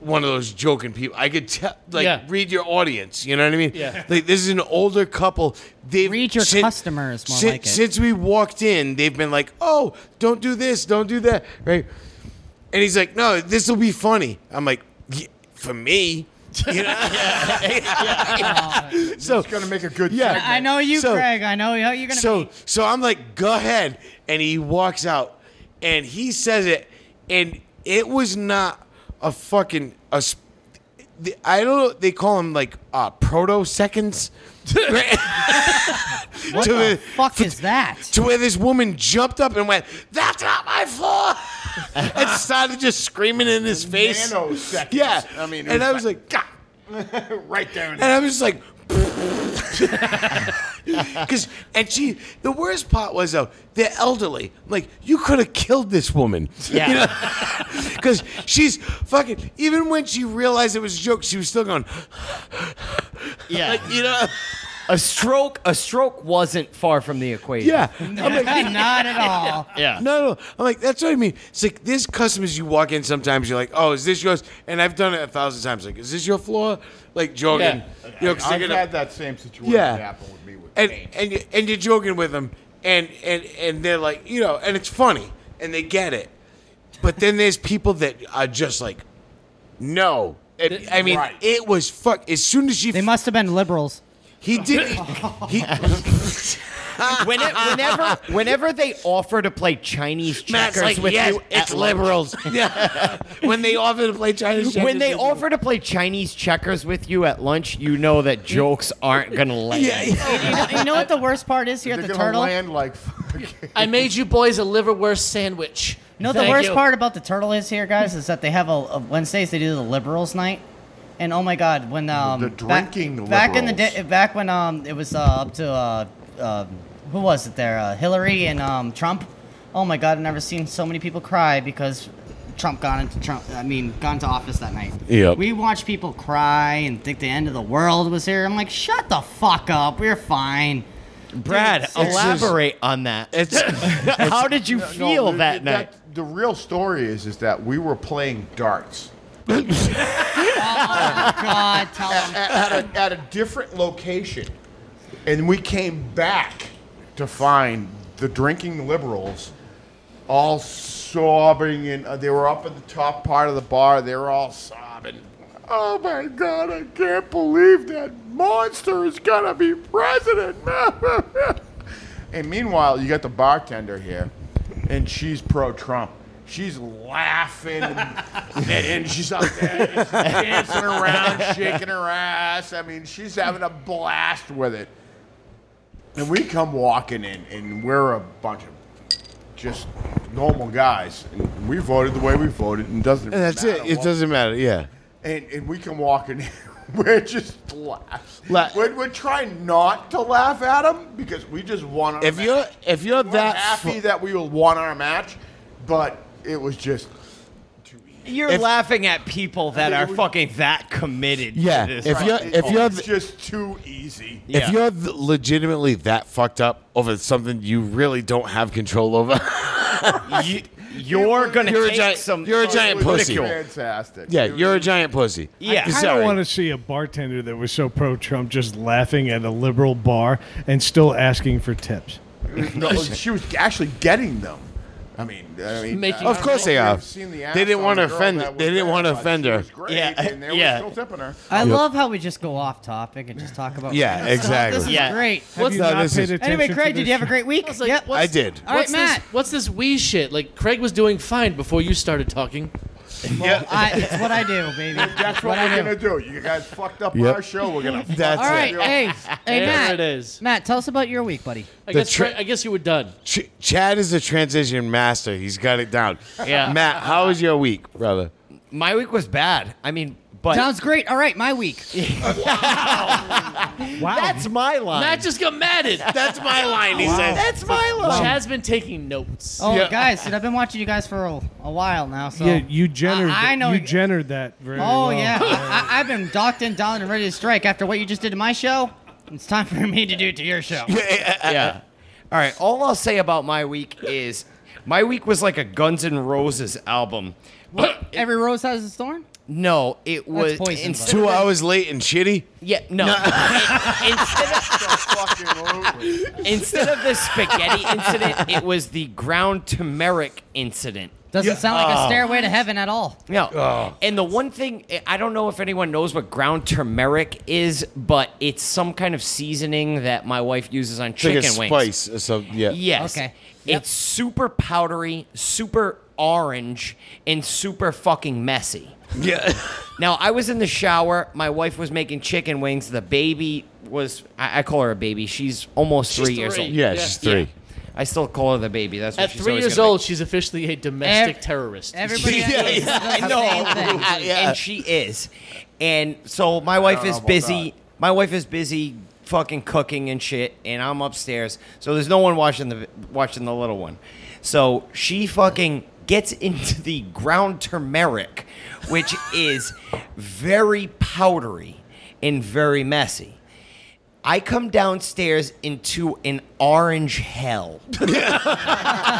S1: One of those joking people. I could tell, like,
S3: Yeah.
S1: read your audience. You know what I mean?
S3: Yeah.
S1: Like, this is an older couple. They've
S2: Read your
S1: sin-
S2: customers more
S1: sin-
S2: like it.
S1: Since we walked in, they've been like, "Oh, don't do this, don't do that," right? And he's like, "No, this will be funny." I'm like, "Y- "For me." You know? [LAUGHS] so
S6: It's gonna make a good
S1: Yeah.
S6: segment.
S2: I know you,
S1: So-
S2: Craig. I know how you're gonna.
S1: so
S2: be.
S1: so I'm like, go ahead. And he walks out and he says it. And it was not a fucking a, s- the, I don't know. They call them like uh, proto seconds.
S3: [LAUGHS]
S1: Right?
S2: What
S1: to
S2: the
S1: the-
S2: fuck is that?
S1: [LAUGHS] to where this woman jumped up and went, "That's not my fault," [LAUGHS] and started just screaming in his face.
S6: Nanoseconds.
S1: Yeah,
S6: oh, I mean, it
S1: and I
S6: was
S1: was like, "God,"
S6: [LAUGHS] right there. In
S1: and I was just like, [LAUGHS] because and she. The worst part was though, they're elderly. Like you could have killed this woman.
S4: Yeah.
S1: [LAUGHS] Because she's fucking. Even when she realized it was a joke, she was still going.
S4: Yeah.
S1: [LAUGHS] Like, you know.
S4: a stroke. A stroke wasn't far from the equation.
S1: Yeah.
S2: Not at all.
S4: Yeah.
S1: No, no. I'm like, that's what I mean. It's like there's customers you walk in sometimes, you're like, oh, is this yours? And I've done it a thousand times. Like, is this your floor? Like, joking.
S3: Yeah.
S1: You know, 'cause they're
S6: I've
S1: gonna-
S6: had that same situation
S1: Yeah.
S6: happen with me with
S1: and,
S6: pain.
S1: and, you- and you're joking with them. And, and, and they're like, you know, and it's funny. And they get it. But then there's people that are just like, no. And, I mean,
S6: Right.
S1: it was fuck. As soon as she,
S2: They must have been liberals.
S1: he did, he,
S4: When it- [LAUGHS] whenever, whenever they offer to play Chinese
S1: Matt's
S4: checkers
S1: like,
S4: with
S1: yes,
S4: you,
S1: it's
S4: at
S1: liberals. yeah. When they offer to play Chinese,
S4: lunch- when
S1: checkers,
S4: they
S1: it's-
S4: offer to play Chinese checkers with you at lunch, you know that jokes aren't gonna land.
S1: yeah, yeah.
S2: You know, you know what the worst part is here
S6: They're
S2: at the
S6: gonna
S2: turtle? You
S6: land
S1: [LAUGHS]
S6: like fucking-
S3: I made you boys a liverwurst sandwich.
S2: know what the
S3: Thank
S2: worst
S3: you.
S2: part about the turtle is here, guys, is that they have a, a Wednesdays they do the liberals night. And oh my god, when um
S6: The
S2: back-
S6: drinking
S2: back, in the
S6: liberals.
S2: day, back when um it was uh, up to uh, uh who was it there? Uh, Hillary and um Trump. Oh my god, I've never seen so many people cry because Trump got into Trump. I mean, got into office that night.
S1: Yep.
S2: We watched people cry and think the end of the world was here. I'm like, shut the fuck up. We're fine.
S4: Brad,
S2: It's
S1: just-
S4: elaborate on that. How did you
S6: No, [LAUGHS]
S4: feel
S6: the-
S4: that night?
S6: The real story is is that we were playing darts
S2: God,
S3: [LAUGHS]
S2: tell them.
S6: at, at a, at a different location, and we came back to find the drinking liberals all sobbing, and uh, they were up at the top part of the bar. They were all sobbing. Oh my God! I can't believe that monster is gonna be president. [LAUGHS] and meanwhile, you got the bartender here, and she's pro-Trump. She's laughing, and, and she's up there just dancing around, shaking her ass. I mean, she's having a blast with it. And we come walking in, and we're a bunch of just normal guys, and we voted the way we voted, and doesn't.
S1: And that's it.
S6: matter
S1: It
S6: what-
S1: doesn't matter. Yeah.
S6: And, and we come walking in. [LAUGHS] We're just laughing.
S1: La-
S6: we're, we're trying not to laugh at them because we just won our
S1: If
S6: match.
S1: you're if you're
S6: We're
S1: that
S6: happy
S1: fu-
S6: that we won our match, but it was just
S4: You're
S1: If-
S4: laughing at people that
S6: It
S4: are
S6: would-
S4: fucking that committed.
S1: Yeah,
S4: to this.
S1: if you're if you're
S6: it's just too easy.
S4: Yeah.
S1: if you're th- legitimately that fucked up over something you really don't have control over. [LAUGHS]
S4: you, you're gonna
S1: You're a
S4: take
S1: giant-
S4: some. uh,
S1: you're a
S6: It
S1: giant
S6: was
S1: pussy.
S6: Fantastic.
S1: yeah,
S6: It was-
S1: you're a giant pussy.
S4: Yeah. I
S5: I
S1: Sorry.
S5: don't want to see a bartender that was so pro Trump just laughing at a liberal bar and still asking for tips.
S6: No, she was actually getting them. I mean, I mean,
S3: Making-
S6: I don't
S3: Of course
S6: know
S1: they
S6: if you've
S1: are.
S6: seen the
S1: They
S6: ass
S1: didn't
S6: on
S1: wanna
S6: a girl
S1: offend
S6: that
S1: her.
S6: was
S1: They didn't
S6: there,
S1: wanna
S6: but
S1: offend
S6: she
S1: her.
S6: was great,
S4: Yeah,
S6: and they
S4: yeah.
S6: were still tipping her.
S2: I love how we just go off topic and just talk about [LAUGHS]
S1: Yeah,
S2: This is-
S1: exactly.
S2: This is
S4: Yeah.
S2: great.
S5: Have you
S1: No,
S5: not
S1: this
S5: paid
S1: is-
S5: attention
S2: Anyway,
S5: to
S2: Craig, did
S5: this
S2: you have a great week?
S3: was like,
S2: yep.
S3: what-
S1: I did.
S2: All right,
S3: What's
S2: Matt.
S3: This, what's this we shit? Like Craig was doing fine before you started talking.
S2: I, it's what I do, baby.
S6: That's what, we're gonna do. You guys fucked up
S1: Yep.
S6: our show. We're gonna. fuck
S1: That's
S2: All right,
S1: it.
S2: hey, hey,
S3: There
S2: Matt.
S3: it is.
S2: Matt, tell us about your week, buddy.
S3: I
S1: The
S3: guess
S1: tri-
S3: Craig- I guess you were done.
S1: Ch- Chad is a transition master. He's got it down.
S3: Yeah.
S1: Matt, how was your week, brother?
S4: My week was bad. I mean, but
S2: Sounds great. All right, my week.
S5: Wow.
S4: that's my line.
S3: Matt just got mad at.
S1: That's my line. He says.
S4: that's my line.
S3: Chad's been taking notes.
S2: Oh,
S1: Yeah.
S2: guys, dude, I've been watching you guys for a, a while now. So
S5: yeah, you Jennered.
S2: I- I know-
S5: You Jennered that very
S2: Oh
S5: well.
S2: yeah, I, I, I've been docked in, down, and ready to strike after what you just did to my show. It's time for me to do it to your show.
S4: yeah. All right. All I'll say about my week is my week was like a Guns N' Roses album.
S2: What? Every rose has its thorn.
S4: No, it was
S2: poison,
S4: instead
S1: Two
S4: of-
S1: hours late and shitty.
S4: Yeah, no. In- [LAUGHS] instead,
S6: fucking
S4: of,
S6: over.
S4: [LAUGHS] instead of the spaghetti incident, it was the ground turmeric incident.
S2: Doesn't sound like a stairway to heaven at all.
S4: No. And the one thing I don't know if anyone knows what ground turmeric is, but it's some kind of seasoning that my wife uses on
S1: It's like
S4: chicken
S1: a
S4: wings.
S1: spice or something. Yeah.
S4: Yes.
S2: Okay.
S4: It's super powdery, super orange and super fucking messy.
S1: Yeah. [LAUGHS]
S4: Now I was in the shower. My wife was making chicken wings. The baby was—I I call her a baby. She's almost
S3: She's
S4: three years
S3: three.
S4: old.
S1: yeah,
S3: Yeah.
S1: she's three.
S4: I still call her the baby. That's what
S3: At
S4: she's
S3: three
S4: always
S3: years
S4: gonna be.
S3: old, she's officially a domestic
S2: Ev-
S3: terrorist.
S2: Everybody
S1: [LAUGHS] Yeah,
S2: else is
S1: yeah,
S2: the same thing.
S1: Uh, [LAUGHS] yeah.
S4: and she is. And so my wife
S6: don't know
S4: is
S6: about
S4: busy. My wife is busy fucking cooking and shit, and I'm upstairs. So there's no one watching the watching the little one. So she fucking gets into the ground turmeric, which is very powdery and very messy. I come downstairs into an
S1: [LAUGHS]
S4: orange hell.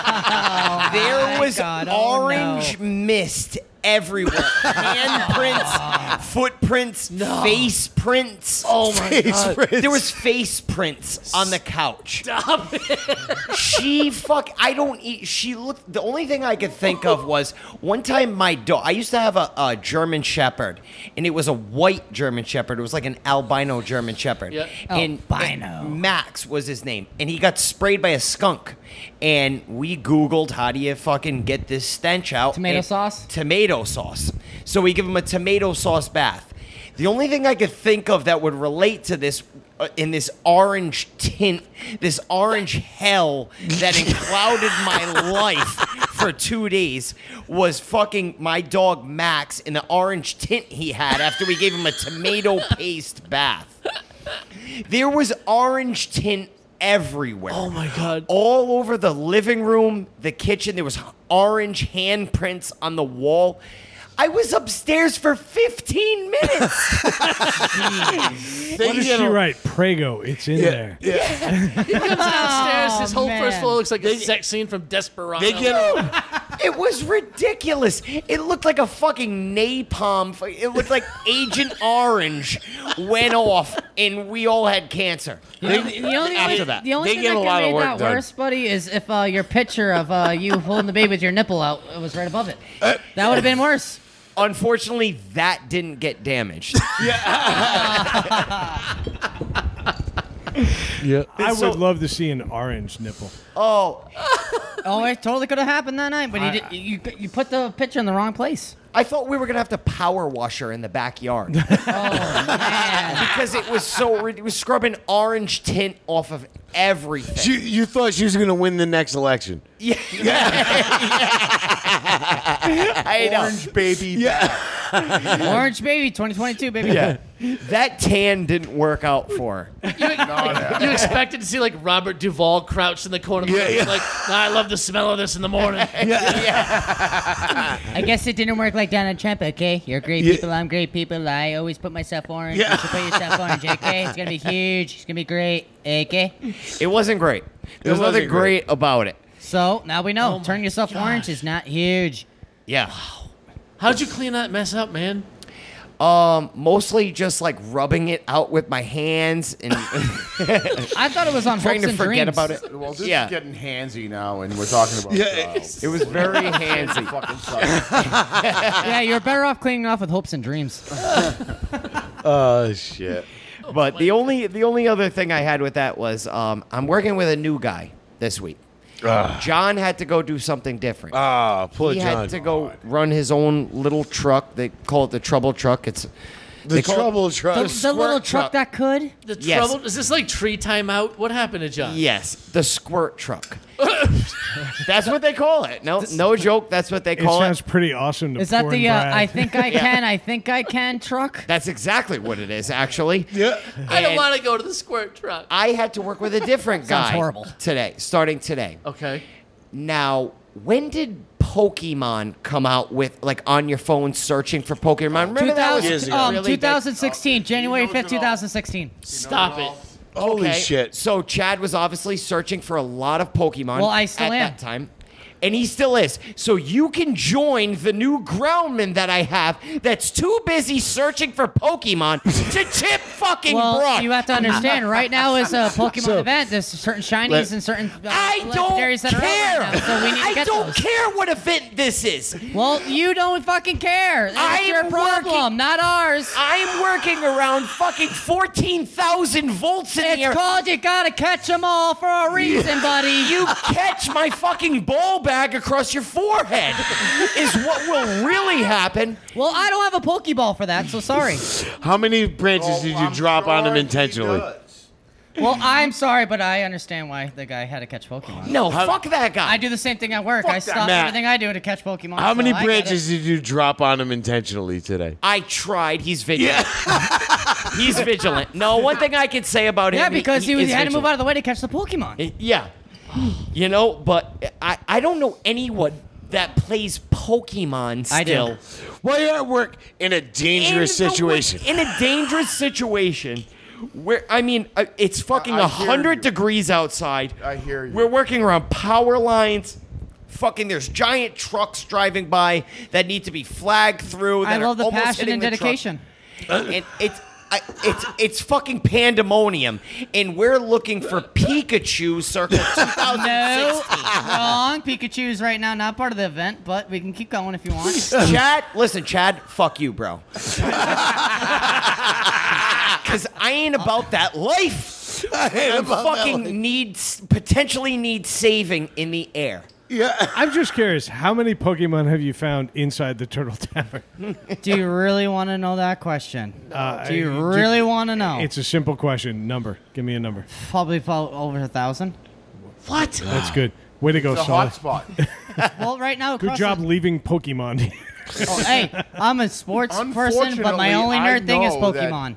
S4: there was
S2: God. Oh,
S4: orange mist everywhere. Handprints, footprints, face prints. Oh my
S1: Face prints.
S4: There was face prints on the couch. Stop it. she fuck I don't eat she looked the only thing I could think of was one time my dog I used to have a, a German shepherd and it was a white German shepherd. It was like an albino German shepherd.
S3: Yep.
S4: And
S2: Albino.
S4: and Max was his name, and he got sprayed by a skunk. And we Googled how do you fucking get this stench out?
S2: Tomato
S4: And-
S2: sauce?
S4: Tomato sauce. So we give him a tomato sauce bath. The only thing I could think of that would relate to this uh, in this orange tint, this orange hell that clouded my life for two days was fucking my dog Max in the orange tint he had after we gave him a tomato paste bath. There was orange tint everywhere.
S3: oh my god.
S4: All over the living room, the kitchen, there was orange handprints on the wall. I was upstairs for 15 minutes.
S3: [LAUGHS]
S5: What does she write? Prego. It's in there.
S3: Downstairs, his
S2: Oh,
S3: whole
S2: man.
S3: first floor looks like a sex scene from Desperado.
S1: They get
S4: it was ridiculous. It looked like a fucking napalm. fi- It looked like Agent Orange went off and we all had cancer.
S2: The only
S4: After
S2: way,
S4: that.
S2: the only
S1: They
S2: thing
S1: get
S2: that
S1: a
S2: could
S1: lot of
S2: make
S1: work
S2: that
S1: done.
S2: worse, buddy, is if uh, your picture of uh, you holding the baby with your nipple out it was right above it.
S1: Uh,
S2: that would have been worse.
S4: Unfortunately, that didn't get damaged.
S5: I would love to see an orange nipple.
S4: Oh,
S2: Oh, it totally could have happened that night, but you, did, you you put the picture in the wrong place.
S4: I thought we were going to have to power wash her in the backyard. because it was so rid- it was scrubbing orange tint off of everything.
S1: She, you thought she was going to win the next election.
S4: yeah. I know.
S6: Orange baby. Yeah.
S2: Orange baby, 2022 baby. Yeah.
S4: That tan didn't work out for
S3: [LAUGHS]
S4: her.
S3: You, you [LAUGHS] expected to see like Robert Duvall crouched in the corner, of the
S1: Yeah,
S3: room,
S1: yeah.
S3: like "Nah, I love the smell of this in the morning.
S2: I guess it didn't work like down in Champa. Okay, you're great
S1: Yeah.
S2: people. I'm great people. I always put myself orange. You should put yourself orange. Okay, it's
S1: [LAUGHS]
S2: gonna be huge. It's gonna be great. Okay.
S4: It wasn't great. There was
S1: wasn't
S4: nothing great. about it.
S2: So now we know.
S3: my
S4: Oh
S2: Turn yourself
S3: God.
S2: orange is not huge.
S4: Yeah.
S3: How'd you clean that mess up, man?
S4: Um, mostly just like rubbing it out with my hands and [LAUGHS]
S2: I thought it was on
S4: trying
S2: hopes
S4: to
S2: and
S4: forget
S2: dreams.
S4: about it.
S6: Well, this
S4: Yeah.
S6: is getting handsy now, and we're talking about. uh,
S1: Yeah. [LAUGHS]
S6: Yeah.
S4: It was very handsy.
S6: Fucking sucks.
S2: yeah, you're better off cleaning off with hopes and dreams.
S1: Oh, shit.
S4: But the only the only other thing I had with that was um, I'm working with a new guy this week. John had to go do something different.
S1: Ah, poor
S4: he
S1: John.
S4: had to go run his own little truck. They call it the trouble truck. It's
S1: The trouble truck.
S2: The,
S1: The
S2: the little
S4: squirt
S2: truck
S4: truck.
S2: that could.
S3: The
S4: Yes.
S3: trouble is this like tree timeout? What happened to John?
S4: yes, the squirt truck. that's what they call it. No, no joke. That's what they
S5: It
S4: call
S5: sounds
S4: it.
S5: pretty awesome to
S2: Is that
S5: pour in
S2: the uh,
S5: Brad.
S2: I think I can, I think I can truck?
S4: That's exactly what it is, actually.
S1: yeah.
S3: I don't
S4: And
S3: want to go to the squirt truck.
S4: I had to work with a different
S2: [LAUGHS]
S4: guy
S2: Sounds horrible.
S4: today, starting today.
S1: Oh.
S3: Okay.
S4: Now, when did Pokemon come out with like on your phone searching for Pokemon? [LAUGHS] Remember that was
S2: 2000,
S1: ago.
S2: um,
S4: really big-
S2: 2016, January
S6: you know
S2: 5th,
S6: it's an all-
S2: 2016.
S3: Stop it.
S1: Holy
S4: Okay,
S1: shit.
S4: So Chad was obviously searching for a lot of Pokemon
S2: Well, I still
S4: at
S2: am.
S4: that time. And he still is. So you can join
S1: [LAUGHS]
S4: the new groundman that I have that's too busy searching for Pokemon to tip fucking
S2: well,
S4: brook.
S2: you have to understand. Right now is
S4: [LAUGHS]
S2: a Pokemon
S1: So-
S2: event. There's certain shinies
S1: Let-
S2: and certain uh,
S4: I don't
S2: legendaries that
S4: care.
S2: are out right now, so we need to
S4: I
S2: get
S4: don't
S2: those.
S4: care what event this is.
S2: Well, you don't fucking care. That's
S4: I'm
S2: your problem,
S4: working-
S2: not ours.
S4: I'm working around fucking 14,000 volts in here.
S2: It's called you gotta catch them all for a
S4: [LAUGHS]
S2: reason, buddy.
S4: you catch my fucking ball bag across your forehead is what will really happen.
S2: well, I don't have a Pokeball for that, so sorry.
S1: How many branches
S6: Oh,
S1: did you
S6: I'm
S1: drop on him
S6: sure he
S1: intentionally?
S6: does.
S2: well, I'm sorry, but I understand why the guy had to catch Pokemon.
S4: No, fuck that guy.
S2: I do the same thing at work. I stop
S1: Matt.
S2: everything I do to catch Pokemon.
S1: How
S2: so
S1: many
S2: I get
S1: branches
S2: it.
S1: did you drop on him intentionally today?
S4: I tried. He's vigilant. [LAUGHS] He's vigilant. No, one thing I can say about him.
S2: Yeah, because he, was,
S4: is
S2: he had to
S4: vigilant.
S2: move out of the way to catch the Pokemon.
S4: Yeah. You know, but I, I don't know anyone that plays Pokemon still.
S2: I do.
S1: Well, you're at work in a dangerous
S4: In the-
S1: situation.
S4: in a dangerous situation. Where I mean, uh, it's fucking
S6: I- I
S4: a
S6: hear
S4: hundred
S6: you.
S4: degrees outside.
S6: I hear you.
S4: We're working around power lines. Fucking, there's giant trucks driving by that need to be flagged through.
S2: I
S4: that are
S2: love the
S4: almost
S2: passion
S4: hitting
S2: and
S4: the truck.
S2: dedication.
S4: and it's I, it's it's fucking pandemonium, and we're looking for Pikachu circa 2016.
S2: No, wrong. Pikachu's right now not part of the event, but we can keep going if you
S4: [LAUGHS]
S2: want.
S4: Chad, listen, Chad, fuck you, bro. [LAUGHS] Because I ain't about that life. I fucking need potentially need saving in the air.
S5: I'm just curious, how many Pokemon have you found inside the Turtle Tavern? [LAUGHS]
S2: Do you really want to know that question?
S5: Uh,
S2: Do you
S5: I-
S2: really want to know?
S5: It's a simple question. Number. Give me a number.
S2: probably fo- over a thousand.
S4: What?
S5: That's good. Way to go,
S6: It's a
S5: Solid.
S6: hot spot.
S2: Well, right now,
S5: Good
S2: across
S5: job
S2: the-
S5: leaving Pokemon.
S2: Oh, hey, I'm a sports person, but my
S6: Unfortunately,
S2: only
S6: I
S2: nerd thing is
S6: know that-
S2: Pokemon.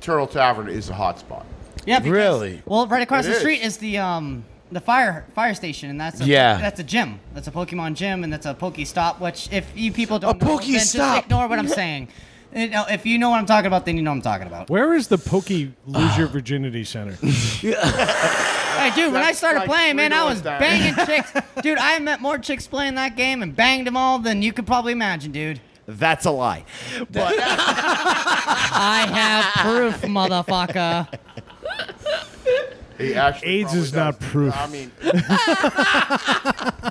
S6: Turtle Tavern is a hot spot.
S2: Yeah, because,
S1: Really?
S2: Well, right across
S6: It
S2: the
S6: is.
S2: street is the um the fire fire station, and that's a,
S1: Yeah.
S2: that's a gym. That's a Pokemon gym, and that's a Pokestop. Which, if you people don't
S1: A
S2: know, then
S1: Pokestop.
S2: just ignore what I'm saying. You know, if you know what I'm talking about, then you know what I'm talking about.
S5: Where is the [LAUGHS] Poke Ah. Lose Your Virginity Center?
S2: Hey, dude, when I
S6: That's
S2: started
S6: like
S2: playing,
S6: three
S2: man, I
S6: doors
S2: was
S6: down. [LAUGHS]
S2: banging chicks. Dude, I met more chicks playing that game and banged them all than you could probably imagine, dude.
S4: That's a lie. But
S2: I have [LAUGHS]
S1: [LAUGHS]
S2: proof, motherfucker.
S6: He actually
S5: AIDS
S6: probably
S5: is not
S6: does.
S5: proof.
S6: I mean,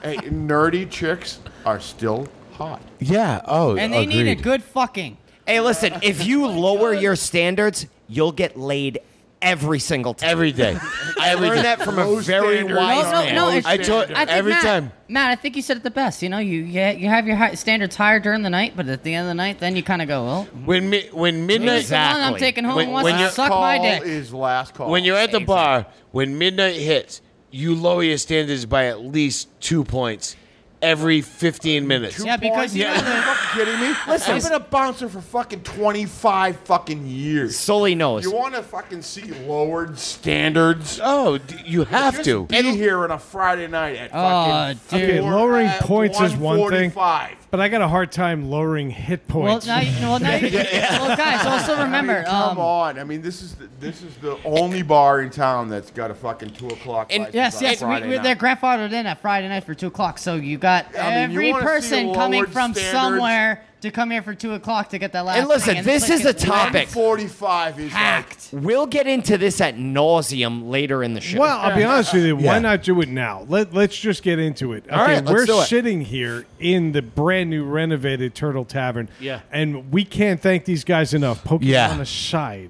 S6: hey, nerdy chicks are still hot.
S1: yeah. Oh,
S2: And they
S1: agreed.
S2: need a good fucking.
S4: hey, listen, if you lower your standards, you'll get laid every single time.
S1: every
S2: [LAUGHS]
S1: day.
S4: I learned that from a
S6: Low
S4: very
S6: standards.
S4: wise
S2: No, no,
S4: man.
S2: no, it's-
S1: I told
S2: I think
S1: every
S2: Matt,
S1: time.
S2: Matt, I think you said it the best. You know, you yeah, you have your high, standards higher during the night, but at the end of the night, then you kind of go, well,
S1: When mi- when midnight
S2: here's the one I'm
S4: Exactly.
S2: taking home
S1: When-
S2: wants
S1: when
S2: to
S1: you're-
S2: suck
S6: call
S2: my dick.
S6: is last call.
S1: when you're at the bar, when midnight hits, you lower your standards by at least two points every
S4: Uh,
S1: 15 minutes.
S6: Two
S2: Yeah, because
S6: points?
S2: you know
S6: Are you fucking
S2: [LAUGHS]
S6: kidding me?
S4: Listen.
S6: I've been a bouncer for fucking 25 fucking years.
S4: Sully knows.
S6: You want to fucking see lowered standards?
S1: Oh, d- you have
S6: Just
S1: to.
S6: be here on a Friday night at
S2: Oh,
S6: fucking.
S2: dude.
S5: Okay,
S6: four-
S5: lowering
S6: at
S5: points is one thing.
S6: 145.
S5: But I got a hard time lowering hit
S2: Well,
S5: points.
S2: now, you, well, now you, well, guys, also
S6: I mean,
S2: remember, um,
S6: come on! I mean, this is the, this is the only bar in town that's got a fucking two o'clock.
S4: And-
S6: license
S2: Yes,
S6: on
S2: yes, we,
S6: Friday
S2: we,
S6: night.
S2: they're grandfathered in at Friday night for two o'clock. So you got
S6: I mean, you
S2: every
S6: wanna see
S2: person coming
S6: lowered
S2: from
S6: standards.
S2: somewhere to come here for two o'clock to get that last.
S4: And listen,
S2: thing,
S4: this
S2: place
S4: is a
S2: gets
S4: topic.
S6: 45 is
S2: packed.
S4: We'll get into this at nauseum later in the show.
S5: Well, I'll be honest with you. Why
S1: Yeah.
S5: not do it now? Let Let's just get into it. Okay,
S4: All right, let's
S5: we're
S4: do it.
S5: sitting here in the brand new renovated Turtle Tavern.
S3: Yeah.
S5: and we can't thank these guys enough. Pokemon
S1: Yeah.
S5: aside,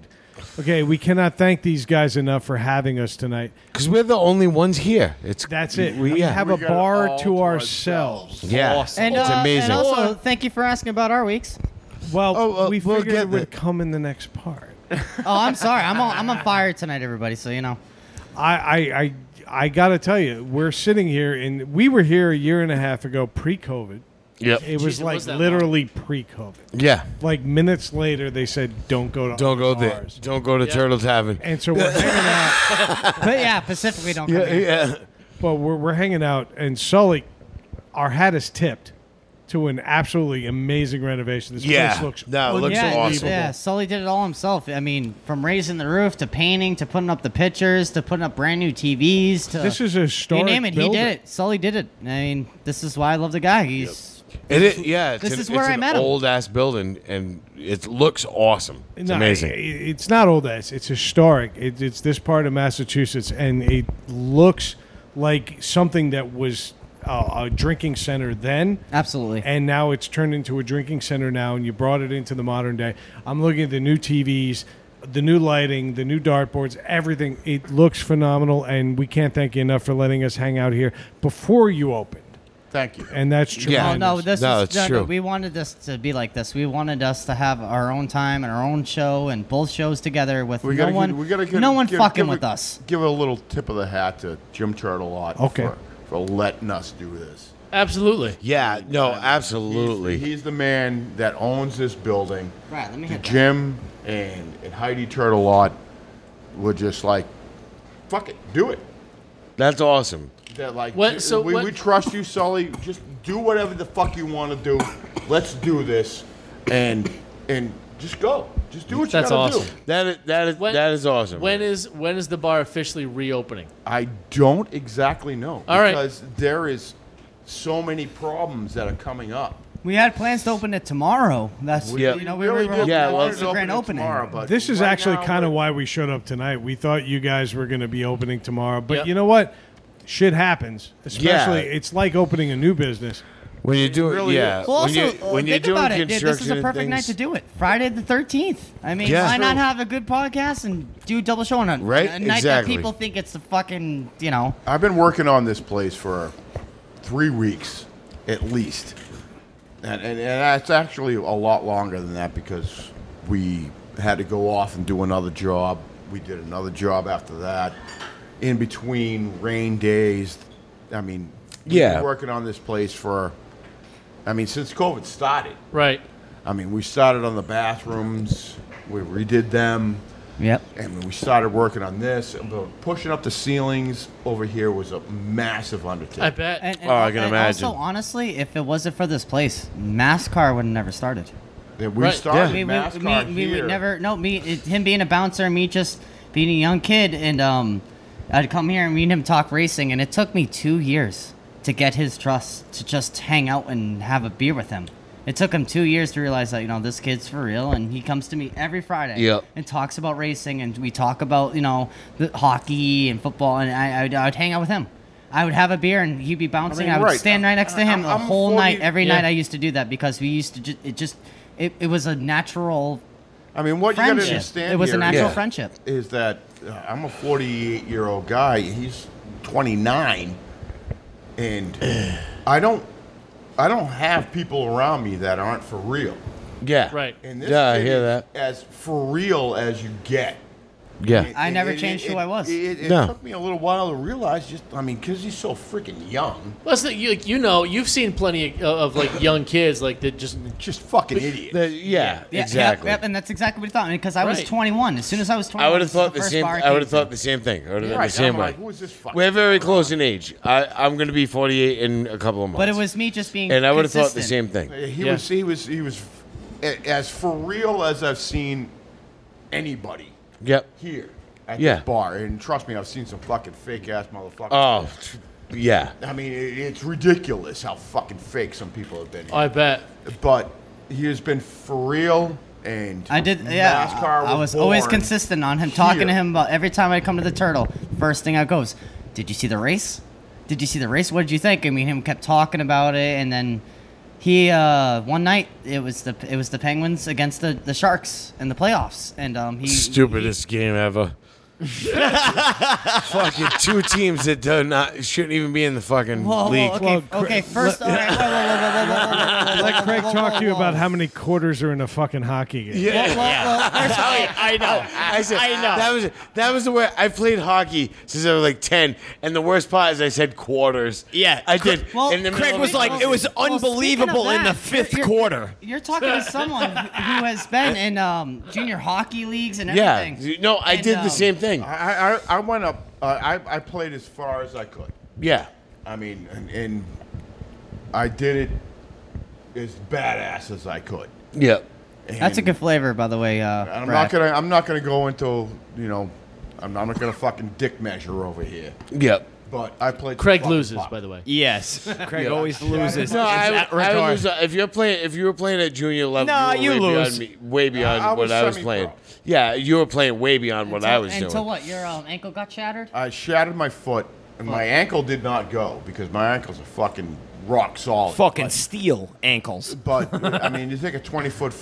S5: okay, we cannot thank these guys enough for having us tonight.
S1: Because we're the only ones here. It's
S5: That's it.
S1: We, yeah.
S5: have
S6: We
S5: a
S6: got it
S5: bar
S6: all
S5: to,
S6: to
S5: ourselves.
S1: yeah.
S4: Awesome.
S2: And, uh,
S1: it's amazing.
S2: and also, thank you for asking about our weeks.
S5: Well,
S1: Oh, uh,
S5: we
S1: we'll
S5: figured
S1: get
S5: it would
S1: there.
S5: come in the next part.
S2: Oh, I'm sorry. I'm on, I'm on fire tonight, everybody. So you know.
S5: I, I, I, I gotta tell you, we're sitting here, and we were here a year and a half ago, pre-COVID.
S1: Yep.
S5: It was
S3: Jeez, it
S5: like
S3: was that long.
S5: literally pre-COVID.
S1: yeah.
S5: Like minutes later, they said, "Don't go to
S1: Don't go there.
S5: ours."
S1: Don't go to Turtle Tavern.
S5: And
S1: [LAUGHS]
S5: so we're hanging out,
S2: But yeah, Pacifically don't. Come
S1: Yeah, [LAUGHS]
S2: here.
S1: yeah.
S5: but we're, we're hanging out, and Sully, our hat is tipped to an absolutely amazing renovation. This
S1: Yeah.
S5: place looks
S1: No, it looks
S2: Yeah,
S1: awesome.
S2: yeah, Sully did it all himself. I mean, from raising the roof to painting to putting up the pictures to putting up brand new TVs to
S5: This is a historic
S2: You name it, he
S5: building.
S2: did it. Sully did it. I mean, this is why I love the guy. He's
S1: It is, yeah. It's
S2: This
S1: an,
S2: is where
S1: it's
S2: I
S1: an
S2: met him.
S1: old ass building, and it looks awesome. It's
S5: No,
S1: amazing.
S5: it- It's not old ass. It's historic. It, it's this part of Massachusetts, and it looks like something that was uh, a drinking center then.
S2: Absolutely.
S5: And now it's turned into a drinking center now, and you brought it into the modern day. I'm looking at the new TVs, the new lighting, the new dartboards, everything. It looks phenomenal, and we can't thank you enough for letting us hang out here before you opened.
S6: Thank you.
S5: And that's true.
S1: Yeah.
S2: Oh no, this
S1: No,
S2: is,
S1: it's
S2: no, no,
S1: true.
S2: we wanted this to be like this. We wanted us to have our own time and our own show and both shows together with
S6: We
S2: no
S6: gotta,
S2: one,
S6: give, we gotta give,
S2: no one
S6: give-
S2: fucking
S6: give a-
S2: with us.
S6: Give a little tip of the hat to Jim Turtelot
S5: Okay.
S6: for, for letting us do this.
S3: Absolutely.
S1: yeah, no,
S6: He's-
S1: absolutely.
S6: he's the man that owns this building.
S2: Right, let me hit that.
S6: Jim and, and Heidi Turtelot were just like, fuck it, do it.
S1: That's awesome.
S6: They're like,
S3: What-
S6: "D-
S3: so
S6: we,
S3: what-
S6: we trust you, Sully. Just do whatever the fuck you want to do. Let's do this, and and just go. Just do what you
S3: That's
S6: gotta do.
S3: awesome.
S1: That is that is
S3: When-
S1: that is awesome.
S3: When is when is the bar officially reopening?
S6: I don't exactly know.
S3: All right.
S6: Because there is so many problems that are coming up.
S2: We had plans to open it tomorrow. That's
S1: Yeah.
S2: you know we
S6: really
S2: were
S6: did
S1: Yeah,
S6: want
S1: well,
S6: it
S2: it's a grand
S6: open
S2: opening.
S6: tomorrow, but
S5: This is
S6: right
S5: actually
S6: now,
S5: kind of
S6: we're-
S5: why we showed up tonight. We thought you guys were going to be opening tomorrow, but
S3: Yep.
S5: you know what? Shit happens. Especially,
S1: Yeah.
S5: it's like opening a
S1: [LAUGHS]
S5: new business.
S1: when you do
S6: really
S1: yeah.
S6: is.
S2: Well,
S1: when
S2: also,
S1: you
S2: uh,
S1: when you're
S2: think
S1: doing
S2: about it, dude.
S1: construction
S2: This is a
S1: and
S2: perfect night to
S1: things-
S2: do it. Friday the 13th. I mean,
S1: Yeah.
S2: why not
S1: True.
S2: have a good podcast and do a double show on a,
S1: Right?
S2: a night
S1: Exactly.
S2: that people think it's the fucking, you know.
S6: I've been working on this place for three weeks at least. And, and, and that's actually a lot longer than that because we had to go off and do another job. We did another job after that. In between rain days, I mean, we've been
S1: Yeah.
S6: working on this place for, I mean, since COVID started.
S3: Right.
S6: I mean, we started on the bathrooms, we redid them.
S2: Yep.
S6: And when we started working on this, but pushing up the ceilings over here was a massive undertaking.
S3: I bet.
S2: And, and,
S1: Oh, I can
S2: and
S1: imagine.
S2: Also, honestly, if it wasn't for this place, NASCAR would have never started.
S6: And we
S3: Right.
S6: started
S2: We, we,
S6: NASCAR
S2: we, we
S6: here.
S2: would never. No, me, it, him being a bouncer, and me just being a young kid, and um, I'd come here and meet him talk racing, and it took me two years to get his trust to just hang out and have a beer with him. It took him two years to realize that you know this kid's for real, and he comes to me every Friday
S1: Yep.
S2: and talks about racing, and we talk about you know the hockey and football, and I I would, I would hang out with him. I would have a beer and he'd be bouncing. I,
S6: mean,
S2: would
S6: right.
S2: stand right next to him
S6: I'm-
S2: the
S6: I'm
S2: whole
S6: 40
S2: night, every night.
S3: Yeah.
S2: I used to do that because we used to just it just it, it was a natural
S6: I mean, what you got to
S2: friendship.
S6: understand
S2: it was a
S6: here
S2: natural
S1: yeah.
S2: friendship.
S6: is that uh, I'm a 48 year old guy. He's 29, and I don't, I don't have people around me that aren't for real.
S1: Yeah.
S3: Right.
S6: And this
S1: Yeah, I
S6: kid
S1: hear
S6: is
S1: that.
S6: As for real as you get.
S1: Yeah.
S2: I
S6: And-
S2: never
S6: and
S2: changed
S6: it-
S2: who I was.
S6: It, it- it
S1: No.
S6: took me a little while to realize. Just I mean, because he's so freaking young,
S3: Listen, you, like, you know, you've seen plenty of, of like young kids like that just
S6: just fucking idiot.
S1: The- yeah,
S2: Yeah, yep,
S1: Exactly.
S2: Yep, and that's exactly what he thought. Because I was
S3: Right.
S2: 21. As soon as I was 21,
S1: I would have
S2: this was
S1: thought the
S2: first
S1: same.
S2: bar
S1: I would
S2: came
S1: have
S2: to.
S1: thought the same thing. I would have done
S6: Right,
S1: the same
S6: I'm
S1: way.
S6: like, who is this fucking
S1: We're very
S6: moron?
S1: close in age. I, I'm going to be 48 in a couple of months.
S2: But it was me just being.
S1: and I would have thought the
S2: consistent.
S1: same thing.
S6: He
S3: Yeah.
S6: was he was he was a- as for real as I've seen anybody
S1: Yep.
S6: here at
S1: Yeah.
S6: this bar. And trust me, I've seen some fucking fake ass motherfuckers.
S1: Oh, yeah.
S6: I mean, it, it's ridiculous how fucking fake some people have been.
S3: I bet.
S6: But he has been for real, and
S2: I did, yeah.
S6: NASCAR
S2: I was always
S6: born.
S2: consistent on him, talking to
S6: here.
S2: him about every time I come to the turtle. First thing I goes, did you see the race? Did you see the race? What did you think? I mean, him kept talking about it, and then he uh, one night it was the it was the Penguins against the, the Sharks in the playoffs, and um, he [LAUGHS]
S1: Stupidest game [LAUGHS] ever. fucking two teams that do not shouldn't even be in the fucking
S2: Whoa, whoa,
S1: league.
S2: Oh, okay,
S5: Well, Cra-
S2: okay. First, all right, whoa, whoa, whoa, whoa, whoa, whoa, whoa, whoa, whoa,
S5: Let Craig
S2: whoa,
S5: talk
S2: whoa,
S5: to you
S2: whoa.
S5: about how many quarters are in a fucking hockey game.
S1: Yeah. [LAUGHS] Oh,
S2: Well, well, well, first of all,
S3: I know.
S1: I said
S3: I know.
S1: that was that was the way I played hockey since I was like ten, and the worst part is I said quarters.
S4: Yeah.
S1: I did.
S2: Well,
S1: in the
S4: Craig
S1: middle
S4: was
S1: of-
S4: like, it was
S2: Well, speaking of
S4: unbelievable in the
S2: that,
S4: 5th
S2: you're- you're-
S4: quarter.
S2: You're talking to someone who has been in um, junior hockey leagues and
S1: yeah.
S2: everything.
S1: No, I
S2: And,
S1: did
S2: um,
S1: the same thing.
S6: I, I, I went up. Uh, I, I played as far as I could.
S1: Yeah.
S6: I mean, and, and I did it as badass as I could.
S1: Yeah.
S2: That's a
S6: And-
S2: good flavor, by the way. Uh,
S6: And I'm
S2: Brad.
S6: not gonna. I'm not gonna go into. You know, I'm, I'm not gonna fucking dick measure over here.
S1: Yep.
S6: But I played. the
S3: Craig
S6: fucking
S3: loses,
S6: pop.
S3: by the way.
S4: Yes, [LAUGHS] Craig always loses.
S1: No, I,
S4: It's at
S1: I uh, would
S4: retard.
S1: lose. If you're playing, if you were playing at junior level,
S4: No,
S1: you, were
S4: you
S1: way
S4: lose.
S1: Beyond me, way beyond
S6: I- I
S1: what
S6: was
S1: I was
S6: semi-pro.
S1: playing. Yeah, you were playing way beyond what
S2: until,
S1: I was
S2: until
S1: doing.
S2: what? Your um, ankle got shattered?
S6: I shattered my foot, and my ankle did not go because my ankles are fucking rock solid.
S4: fucking steel ankles.
S6: But
S3: [LAUGHS]
S6: I mean, you take a twenty foot,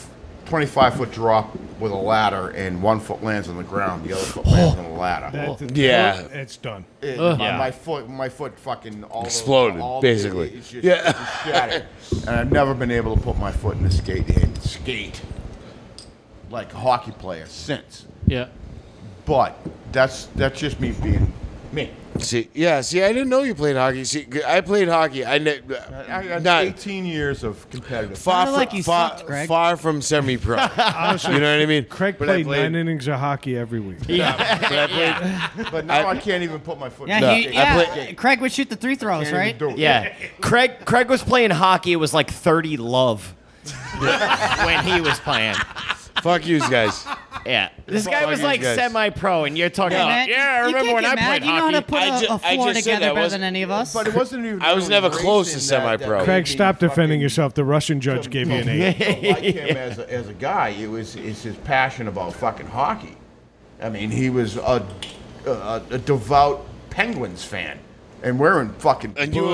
S6: twenty-five foot drop with a ladder, and one foot lands on the ground, the other foot lands on the ladder.
S5: That-
S1: Yeah.
S5: It's done.
S6: It- my, my foot, my foot fucking all those-
S1: Exploded,
S6: all-
S1: basically.
S6: it's just-
S1: Yeah.
S6: it's just shattered. and I've never been able to put my foot in a skate and skate like a hockey player since.
S3: Yeah.
S6: But that's that's just me being me.
S1: See, yeah, see, I didn't know you played hockey. See, g- I played hockey. I, ne- uh,
S6: I got
S1: not
S6: 18 years of competitive.
S1: far
S2: Sounded
S1: from
S2: like you
S1: far,
S2: sucked, Greg.
S1: far from semi-pro. you know what I mean?
S5: Craig
S1: But I
S5: played, nine innings of hockey every week.
S1: but I played-
S6: But now I, can't even put my foot.
S2: Yeah,
S6: in the
S2: he,
S6: skate.
S2: yeah. uh,
S1: play-
S2: Craig would shoot the three throws,
S6: Can't
S2: right?
S6: even do it.
S4: Yeah, Craig. Craig was playing hockey. It was like thirty love when he was playing.
S1: Fuck you guys.
S4: Yeah, this
S1: Fuck
S4: guy was
S1: you
S4: like
S1: guys.
S4: semi-pro, and you're talking.
S2: Hey,
S4: about,
S2: Matt,
S4: yeah, I
S2: you
S4: remember
S2: can't
S4: when
S2: get
S4: I
S2: mad.
S4: played
S2: You know how to
S4: hockey.
S2: put
S1: I
S2: a
S1: ju-
S2: a
S1: I
S2: floor
S1: just said that
S2: together better
S1: wasn't-
S2: than any of us.
S6: But it wasn't even.
S1: I was never close to semi-pro.
S5: Craig, stop defending yourself. The Russian judge gave you an eight.
S4: [LAUGHS]
S6: [LAUGHS] like him as a, as a guy, it was it's his passion about fucking hockey. I mean, he was a a, a devout Penguins fan, and we're in fucking.
S1: And you didn't,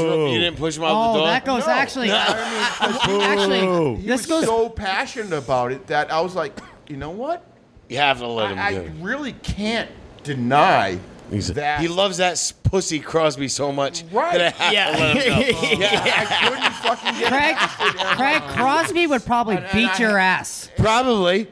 S1: throw, you didn't push him out the
S2: Oh,
S1: door.
S2: that goes
S6: No.
S2: actually.
S6: No.
S2: I- I- actually,
S6: he
S2: this
S6: was
S2: goes.
S6: so passionate about it that I was like, you know what?
S1: you have to let him
S6: I, I
S1: do.
S6: really can't deny
S1: He's-
S6: that.
S1: He loves that s- pussy Crosby so much
S6: Right.
S1: that I have
S4: [LAUGHS] Yeah.
S1: to let him know.
S6: I couldn't fucking get
S2: Craig, Craig Crosby would probably beat your ass.
S1: Probably.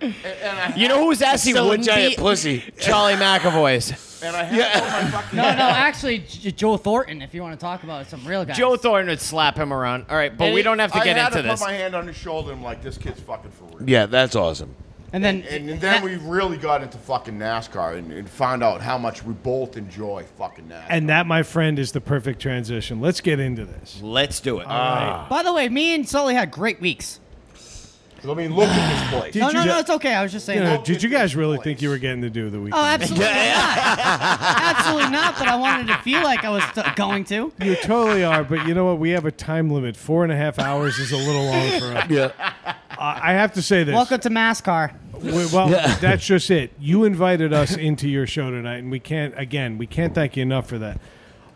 S4: you know whose ass he
S1: Still a
S4: wouldn't
S1: giant
S4: beat?
S1: pussy.
S4: Charlie McAvoy's.
S6: And I had to put my fucking.
S2: No, [LAUGHS] no, actually, J- Joe Thornton, if you want to talk about some real guys.
S4: Joe Thornton would slap him around. All right, but
S3: And
S4: we
S3: he-
S4: don't have to
S6: I
S4: get
S6: had
S4: into
S6: to
S4: this.
S6: put my hand on his shoulder. and I'm like, this kid's fucking for real.
S1: Yeah, that's awesome.
S2: and then,
S6: And then we really got into fucking NASCAR and, and found out how much we both enjoy fucking NASCAR.
S5: And that, my friend, is the perfect transition. Let's get into this.
S4: Let's do it.
S5: Oh,
S2: By the way, me and Sully had great weeks.
S6: 'Cause, I mean, look at this place.
S5: Did
S2: No,
S5: you
S2: no,
S5: ju-
S2: no, it's okay. I was just saying.
S5: You know,
S2: that.
S6: Look
S5: did you
S6: at
S5: guys
S6: this
S5: really
S6: place.
S5: think you were getting to do the weekend?
S2: Oh, absolutely not. absolutely not. But I wanted to feel like I was t- going to.
S5: you totally are, but you know what? We have a time limit. Four and a half hours is a little long for us.
S1: Yeah.
S5: I I have to say this.
S2: Welcome to NASCAR.
S5: We- well, that's just it. You invited us into your show tonight, and we can't. Again, we can't thank you enough for that.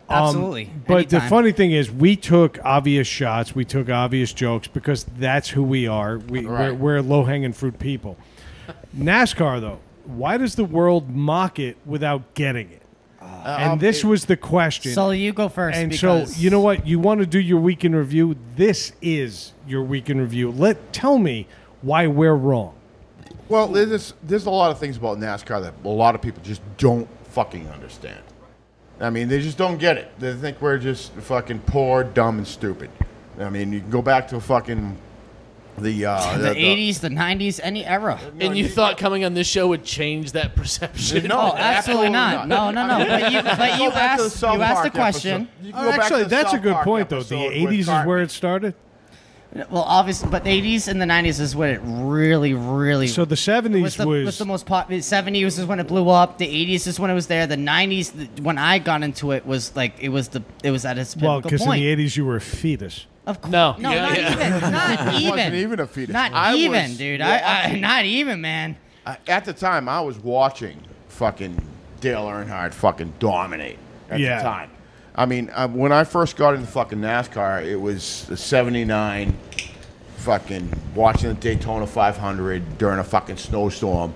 S5: Um,
S2: Absolutely.
S5: but the
S2: Anytime.
S5: funny thing is, we took obvious shots, we took obvious jokes because that's who we are. We, We're,
S6: Right.
S5: we're low hanging fruit people. NASCAR, though, why does the world mock it without getting it?
S6: Uh, um,
S5: and this was the question.
S2: Sully, you go first.
S5: and so,
S2: because
S5: you know what? You want to do your weekend review. This is your weekend review. Let tell me why we're wrong.
S6: Well, there's there's a lot of things about NASCAR that a lot of people just don't fucking understand. I mean, they just don't get it. They think we're just fucking poor, dumb, and stupid. I mean, you can go back to fucking the
S2: [LAUGHS]
S6: uh,
S2: The 80s, the 90s, any era.
S3: and you thought coming on this show would change that perception.
S6: No,
S2: Oh, absolutely not. No, no, no. But you, but you
S6: Go back to
S2: asked,
S6: South
S2: you asked the
S6: Park
S2: question.
S6: episode. You can
S5: Oh,
S6: go back to
S5: actually,
S6: the
S5: that's a
S6: South
S5: good
S6: Park
S5: point, though. The
S6: episode with
S5: 80s is
S6: Cartman.
S5: where it started.
S2: Well, obviously, but the 80s and the 90s is when it really, really.
S5: So the 70s
S2: was the,
S5: was.
S2: was the most popular. 70s is when it blew up. The 80s is when it was there. The 90s, th- when I got into it, was like it was the it was at its
S5: well,
S2: pinnacle
S5: because in
S2: point.
S5: the 80s, you were a fetus.
S2: of course,
S3: No.
S2: no,
S3: Yeah,
S2: not even,
S6: [LAUGHS]
S2: not even,
S6: wasn't even a fetus.
S2: not
S6: I was
S2: even, dude. I, I,
S6: watching.
S2: not even, man.
S6: I- at the time, I was watching fucking Dale Earnhardt fucking dominate at
S5: Yeah.
S6: the time. I mean, uh, when I first got into fucking NASCAR, it was the 79 fucking watching the Daytona 500 during a fucking snowstorm.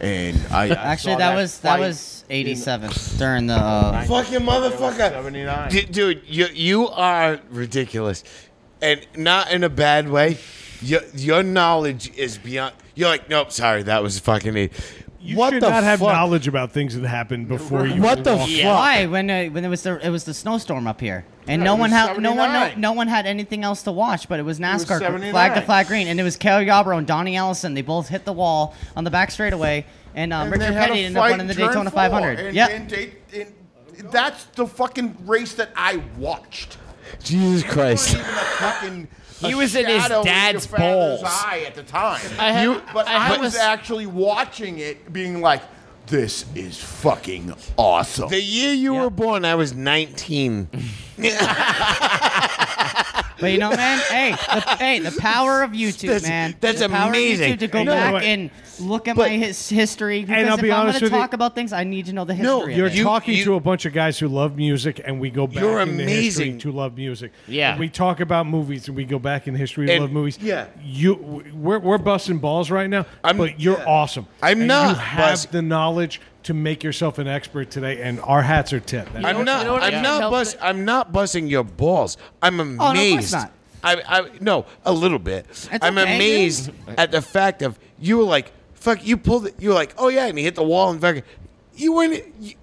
S6: And I I
S2: Actually,
S6: saw
S2: that was that
S6: fight
S2: was
S6: in-
S2: 87 during the.
S6: [LAUGHS]
S2: Uh,
S1: Fucking motherfucker.
S6: 79.
S1: D- dude, you you are ridiculous, and not in a bad way. Your your knowledge is beyond. You're like, nope, sorry, that was fucking it.
S5: You
S1: what
S5: should
S1: the
S5: not have
S1: fuck?
S5: knowledge about things that happened before you.
S1: What
S5: were
S1: the
S4: Oh,
S5: walking.
S2: Why? When uh, when it was the it was the snowstorm up here, and
S6: Yeah,
S2: no
S6: it
S2: one
S6: was
S2: had no one no,
S6: 79.
S2: no one had anything else to watch, but it was NASCAR gr-
S6: 79.
S2: flag to flag green, and it was Cal Yarbrough and Donnie Allison. They both hit the wall on the back straightaway, and, um,
S6: And they
S2: Richard
S6: had a
S2: Petty ended up
S6: fight
S2: winning the
S6: during
S2: Daytona
S6: four,
S2: 500.
S6: And,
S2: Yeah,
S6: and they- and that's the fucking race that I watched.
S1: Jesus Christ.
S6: Not even a fucking-
S4: He
S6: a
S4: was in his
S6: shadow your
S4: dad's
S6: father's
S4: balls.
S6: Eye at the time.
S3: I had,
S1: You-
S6: But I,
S3: had
S6: was
S3: a s-
S6: actually watching it, being like, this is fucking awesome.
S1: The year you were born, I was 19.
S2: But you know,
S6: [LAUGHS]
S2: man, hey, the, hey, the power of YouTube,
S1: That's-
S2: man.
S1: that's
S2: the power
S1: amazing.
S2: Of YouTube to go
S5: No,
S2: back
S5: but-
S2: and look at
S1: but-
S2: my his, history. Because
S5: I'll
S2: if
S5: be
S2: I'm
S5: honest
S2: gonna
S5: with you-
S2: talk about things, I need to know the history.
S1: No,
S2: of
S5: You're
S2: it.
S1: You-
S5: talking
S1: you-
S5: to a bunch of guys who love music, and we go back
S1: You're
S5: into
S1: amazing.
S5: history to love music.
S3: Yeah.
S5: And we talk about movies, and we go back in history to
S1: And-
S5: love movies.
S1: yeah.
S5: you we're, we're busting balls right now,
S1: I'm-
S5: but you're
S1: yeah.
S5: awesome.
S1: I'm
S5: And
S1: not
S5: You have
S1: bust-
S5: the knowledge to make yourself an expert today, and our hats are tipped. That's-
S3: know
S1: I'm
S3: what-
S1: not.
S3: you know what I
S1: I'm
S3: can
S1: not
S3: help
S1: bus-
S3: it-
S1: I'm not buzzing your balls. I'm
S2: Oh, no, of course
S1: amazed.
S2: not.
S1: I, I no a little bit. I'm
S2: okay, dude.
S1: amazed at the fact of you were like fuck. You pulled. it. You were like oh yeah, and he hit the wall and fucking. You weren't. You,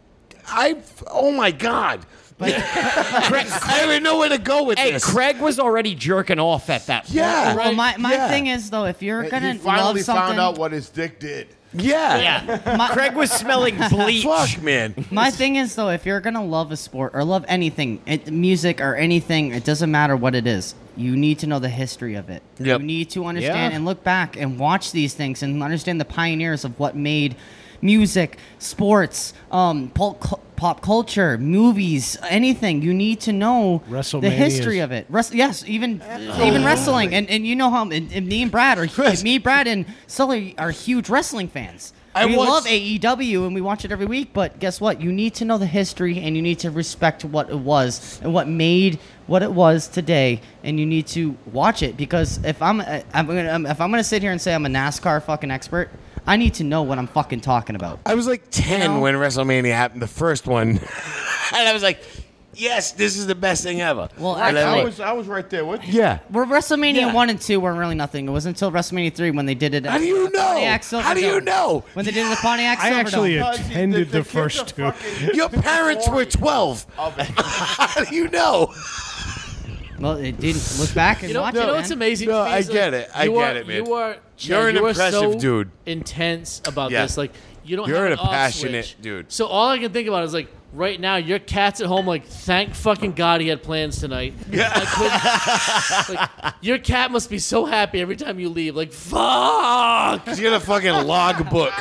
S1: I oh my god. [LAUGHS] I didn't know where to go with
S4: Hey,
S1: this.
S4: Craig was already jerking off at that. point.
S1: yeah.
S2: Well, my, my
S1: Yeah.
S2: thing is though, if you're
S6: He
S2: gonna
S6: finally
S2: love something,
S6: found out what his dick did.
S1: Yeah.
S4: Yeah.
S2: my,
S4: Craig was smelling bleach. [LAUGHS]
S1: Fuck man.
S2: My thing is though, if you're gonna love a sport or love anything, it, music or anything, it doesn't matter what it is. You need to know the history of it.
S1: Yep.
S2: You need to understand
S4: Yeah.
S2: and look back and watch these things and understand the pioneers of what made music, sports, um, pop, cu- pop culture, movies, anything. You need to know the
S5: WrestleMania
S2: history
S5: is-
S2: of it. Wrest- yes, even even wrestling. And, and you know how and, and me and Brad are
S1: Chris.
S2: me, Brad, and Sully are huge wrestling fans
S1: I
S2: we
S1: watched-
S2: love AEW and we watch it every week, but guess what? You need to know the history and you need to respect what it was and what made what it was today, and you need to watch it because if I'm uh, I'm gonna um, if I'm gonna sit here and say I'm a NASCAR fucking expert, I need to know what I'm fucking talking about.
S1: I was like 10
S2: know?
S1: when WrestleMania happened, the first one. [LAUGHS] and I was like, yes, this is the best thing ever.
S2: Well,
S1: And I
S6: I
S2: actually-
S1: was-
S6: was I was right there with you.
S1: yeah.
S2: Where WrestleMania
S1: Yeah.
S2: one and two weren't really nothing. It wasn't until WrestleMania three when they did it.
S1: How do you know?
S2: Pontiac
S1: How do you
S2: Silverdome.
S1: know?
S2: When they did it with Pontiac
S5: I
S2: Silverdome.
S5: actually
S6: No, see,
S5: attended the,
S6: kids are
S5: first two.
S6: [LAUGHS] fucking
S1: Your parents were
S6: boring
S1: 12.
S6: of it.
S1: How do [LAUGHS] you know?
S2: well, it didn't look back and
S3: [LAUGHS] You know,
S2: watch
S3: you
S2: it.
S3: know
S2: man.
S3: what's amazing?
S1: No,
S3: to me
S1: I
S3: is, like,
S1: get it. I
S3: you
S1: get
S3: are-
S1: it, man.
S3: You are, Chad,
S1: You're an
S3: you are
S1: impressive
S3: so
S1: dude.
S3: Intense about
S1: Yeah.
S3: this. Like you don't.
S1: You're
S3: have
S1: a
S3: an off
S1: passionate
S3: switch.
S1: dude.
S3: So all I can think about is like right now, your cat's at home. Like, thank fucking God he had
S1: [LAUGHS]
S3: plans tonight. Yeah. like, your cat must be so happy every time you leave. Like, fuck.
S1: He's got a fucking log book.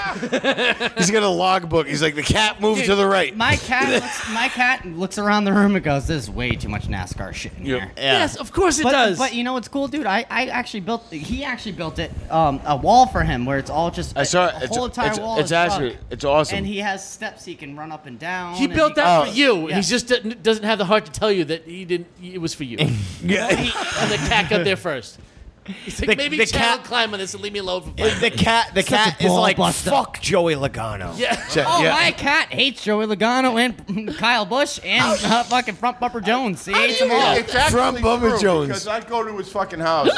S1: He's got a log book. He's like, the cat moved to the right.
S2: My cat, looks, my cat looks around the room and goes, "This is way too much NASCAR shit in
S1: Yep.
S2: here."
S3: Yes, of course it
S2: But,
S3: does.
S2: but you know what's cool, dude? I, I actually built. He actually built it um, a wall for him where it's all just
S1: I saw
S2: a,
S1: it. It's-
S2: whole entire
S1: it's-
S2: wall.
S1: it's
S2: is rock.
S1: actually- it's awesome.
S2: And he has steps he can run up and down.
S3: he
S2: and
S3: built that for you.
S2: Oh, yeah.
S3: He just doesn't, doesn't have the heart to tell you that he didn't. It was
S2: [LAUGHS]
S3: for you. and
S1: Yeah.
S3: the cat got there first. He's like,
S4: The-
S3: maybe
S4: the
S3: Chad
S4: cat-
S3: will climb on this and leave me alone for five
S4: The cat, the
S2: Such a
S4: cat is
S2: ball
S4: like
S2: buster.
S4: fuck Joey Logano.
S3: Yeah.
S2: Oh,
S1: Yeah.
S2: my cat hates Joey Logano and [LAUGHS] Kyle Bush and uh, fucking front bumper Jones. He hates them all.
S6: It's actually
S1: From Bubba
S6: true,
S1: Jones.
S6: Because I'd go to his
S2: [LAUGHS]
S6: fucking house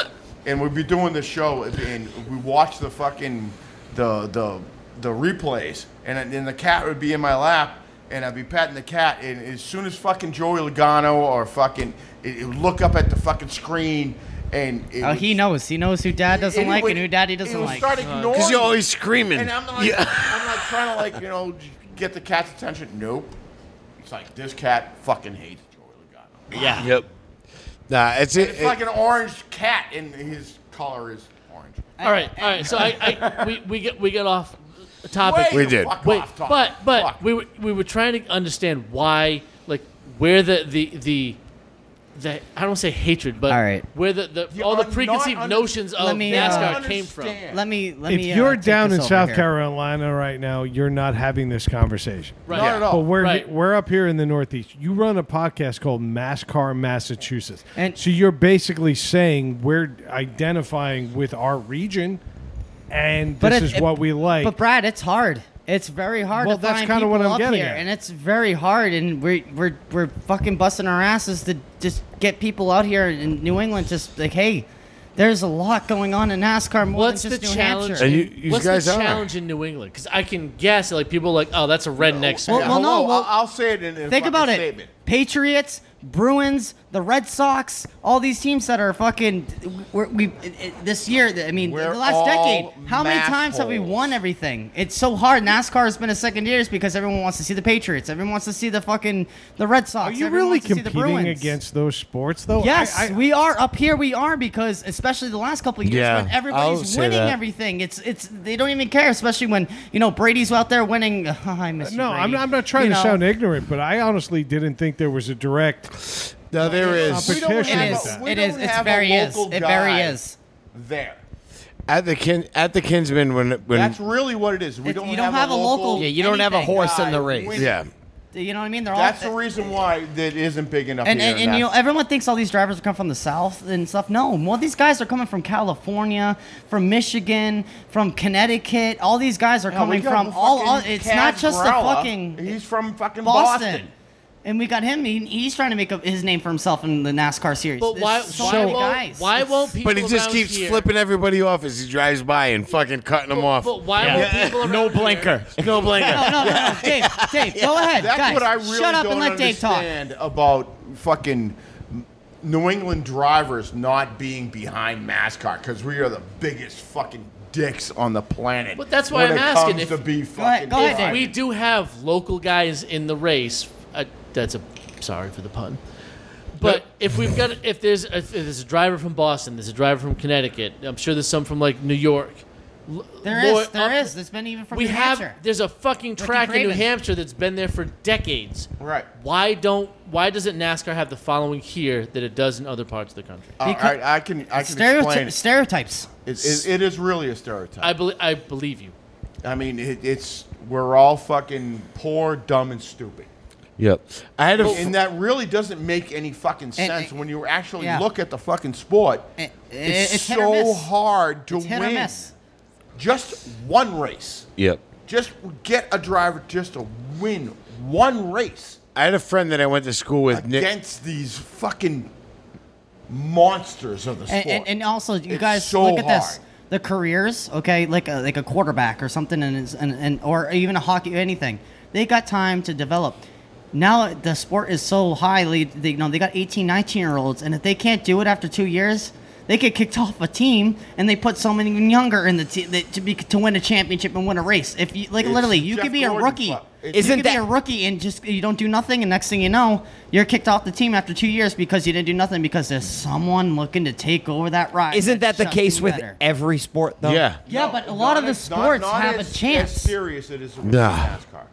S6: and we'd be doing the show and we watch the fucking the the the replays and then the cat would be in my lap and I'd be patting the cat and as soon as fucking Joey Logano or fucking it, it would look up at the fucking screen and it
S2: Oh,
S6: would-
S2: he knows. He knows who dad doesn't
S6: it
S2: like
S6: would-
S2: and who daddy
S6: it
S2: doesn't
S6: would
S2: like.
S6: Start ignoring
S1: Because you're
S6: me.
S1: always screaming.
S6: And I'm like,
S1: yeah.
S6: I'm like trying to like you know j- get the cat's attention. Nope. It's like this cat fucking hates Joey Logano.
S4: Yeah.
S1: Yep. Nah, it's it.
S6: It's
S1: it-
S6: like an orange cat, and his collar is orange.
S3: All right, all right. So I, I we, we get we get off topic.
S6: Way
S1: We
S6: the
S1: did.
S6: fuck
S3: Wait,
S6: off topic.
S3: but but
S6: Fuck.
S3: we were we were trying to understand why, like, where the the the, the I don't want to say hatred, but
S2: All right.
S3: where the, the
S6: You
S3: all the
S6: are not
S3: preconceived
S6: under-
S3: notions of
S2: Let me, uh,
S3: NASCAR
S6: Understand.
S3: came from.
S2: Let me. Let
S5: If
S2: me. uh,
S5: you're
S2: take
S5: down
S2: this
S5: in
S2: over
S5: South
S2: here.
S5: Carolina right now, you're not having this conversation.
S3: Right.
S6: Not at
S5: But
S2: Oh,
S6: all.
S5: we're
S3: Right.
S5: we're up here in the Northeast. You run a podcast called MassCar Massachusetts,
S2: And-
S5: so you're basically saying we're identifying with our region, and
S2: But
S5: this
S2: it-
S5: is
S2: it-
S5: what we like.
S2: But Brad, it's hard. It's very hard
S5: Well,
S2: to
S5: that's
S2: find
S5: kinda
S2: people
S5: what I'm
S2: up
S5: getting
S2: here,
S5: at.
S2: and it's very hard. And we're we're we're fucking busting our asses to just get people out here in New England. Just like, hey, there's a lot going on in NASCAR more
S3: What's
S2: than
S3: the
S2: just New
S3: challenge?
S2: Hampshire.
S1: And you-
S3: in-
S1: you
S3: what's
S1: guys
S3: the
S1: are.
S3: challenge in New England? Because I can guess, like people are like, oh, that's a redneck.
S6: Yeah,
S3: sport.
S2: well, no,
S6: hello,
S2: well-
S6: I'll, I'll say it in. in a
S2: Think
S6: fucking
S2: about it.
S6: Statement.
S2: Patriots, Bruins, the Red Sox, all these teams that are fucking. We're, we it- it- this year, I mean,
S6: We're
S2: the last
S6: all
S2: decade. How many times have we
S6: massholes.
S2: won everything? It's so hard. NASCAR has been a second years because everyone wants to see the Patriots. Everyone wants to see the fucking the Red Sox.
S5: Are you
S2: everyone
S5: really
S2: wants to see the
S5: competing
S2: Bruins.
S5: against those sports, though? I-
S2: Yes,
S5: I-
S2: we are up here. We are because especially the last couple of years
S1: Yeah,
S2: when
S1: I'll
S2: everybody's
S1: say
S2: winning
S1: that.
S2: everything. It's it's they don't even care, especially when you know Brady's out there winning. [LAUGHS] I miss you,
S5: No, I'm
S2: Brady.
S5: not, I'm not trying
S2: You
S5: to
S2: know?
S5: sound ignorant, but I honestly didn't think there was a direct.
S1: No, there
S5: We
S1: is
S5: don't- competition
S2: It
S5: with
S2: is.
S5: that.
S6: We
S2: It is.
S6: don't
S2: It's
S6: have a
S2: very is.
S6: local
S2: It very
S6: guy
S2: is.
S6: there.
S1: at the kin at the Kinsman when when
S6: That's really what it is. We
S2: It-
S6: don't,
S2: you don't have a local-
S4: Yeah, you don't have a
S2: Anything,
S4: horse in
S6: guy.
S4: the race.
S6: We-
S1: yeah.
S2: You know what I mean? They're
S6: That's
S2: all.
S6: the reason why that isn't big enough.
S2: and,
S6: here
S2: and, and you know
S6: that's-
S2: everyone thinks all these drivers come from the south and stuff. No, more these guys are coming from California, from Michigan, from Connecticut. All these guys are
S6: Yeah, we
S2: coming
S6: got
S2: from
S6: the
S2: all.
S6: fucking
S2: all it's
S6: Kaz
S2: not just
S6: Gralla.
S2: the fucking.
S6: He's from fucking
S2: Boston.
S6: Boston.
S2: And we got him. He, he's trying to make up his name for himself in the NASCAR series.
S3: But
S2: There's
S3: why?
S2: so
S3: why,
S2: many
S3: won't,
S2: guys.
S3: why won't people?
S1: But he just
S3: around
S1: keeps
S3: here-
S1: flipping everybody off as he drives by and fucking cutting them off.
S3: But why
S4: Yeah.
S3: won't people? Around
S4: No
S3: here-
S4: blinker.
S1: [LAUGHS] no blanket.
S2: [LAUGHS] No, no, no, no. Dave, Dave, go ahead,
S6: [LAUGHS] That's
S2: guys.
S6: what I really
S2: shut up
S6: don't
S2: and let Dave talk.
S6: understand about fucking New England drivers not being behind NASCAR because we are the biggest fucking dicks on the planet.
S3: But that's why
S6: when
S3: I'm
S6: it
S3: asking
S6: comes
S3: if-
S6: to be
S2: Go ahead,
S6: fucking
S2: go ahead,
S6: driving.
S2: Dave.
S3: [LAUGHS] We do have local guys in the race. Uh, that's a sorry for the pun. But if we've got if there's if there's a driver from Boston, there's a driver from Connecticut. I'm sure there's some from like New York.
S2: There is,
S3: Lord,
S2: there
S3: uh,
S2: is. There's been even from
S3: we
S2: New
S3: have
S2: Hampshire.
S3: there's a fucking
S2: Ricky
S3: track in New
S2: Craven.
S3: Hampshire that's been there for decades.
S6: Right.
S3: Why don't why doesn't NASCAR have the following here that it does in other parts of the country?
S6: All
S2: Because-
S6: right, I can I can
S2: Stereoty-
S6: explain it.
S2: stereotypes.
S6: It, it. it is really a stereotype.
S3: I believe I believe you.
S6: I mean, it, it's we're all fucking poor, dumb, and stupid.
S1: Yep. I had a f-
S6: And that really doesn't make any fucking
S2: Oh. And-
S6: sense when you actually
S2: yeah.
S6: look at the fucking sport.
S2: It-
S6: it's,
S2: it's hit or
S6: so
S2: miss.
S6: hard to
S2: It's hit or
S6: win.
S2: miss.
S6: Just one race.
S1: yep.
S6: Just get a driver just to win one race
S1: I had a friend that I went to school with, Nick.
S6: against these fucking monsters of the sport.
S2: And, and, and uh, also, you
S6: It's
S2: guys
S6: so
S2: look at this.
S6: hard.
S2: The careers, okay, like a, like a quarterback or something, and, it's- and and or even a hockey, anything. They got time to develop. Now the sport is so highly, they, you know, they got 18, 19 year olds, and if they can't do it after two years, they get kicked [LAUGHS] off a team, and they put someone even younger in the team that- to be to win a championship and win a race. If you like,
S6: It's
S2: literally, you
S6: Jeff
S2: could be
S6: Gordon
S2: a rookie.
S6: fuck. It's-
S2: you
S4: Isn't
S2: could be
S4: that-
S2: a rookie and just you don't do nothing, and next thing you know, you're kicked off the team after two years because you didn't do nothing because there's someone looking to take over that ride.
S4: Isn't that the
S2: Just
S4: case
S2: do
S4: with
S2: better.
S4: every sport, though?
S1: Yeah.
S2: Yeah,
S6: No,
S2: but a
S6: not
S2: lot of the
S6: as- not-
S2: sports
S6: not
S2: have
S6: as-
S2: a chance.
S6: As serious it is with
S1: Nah.
S6: NASCAR.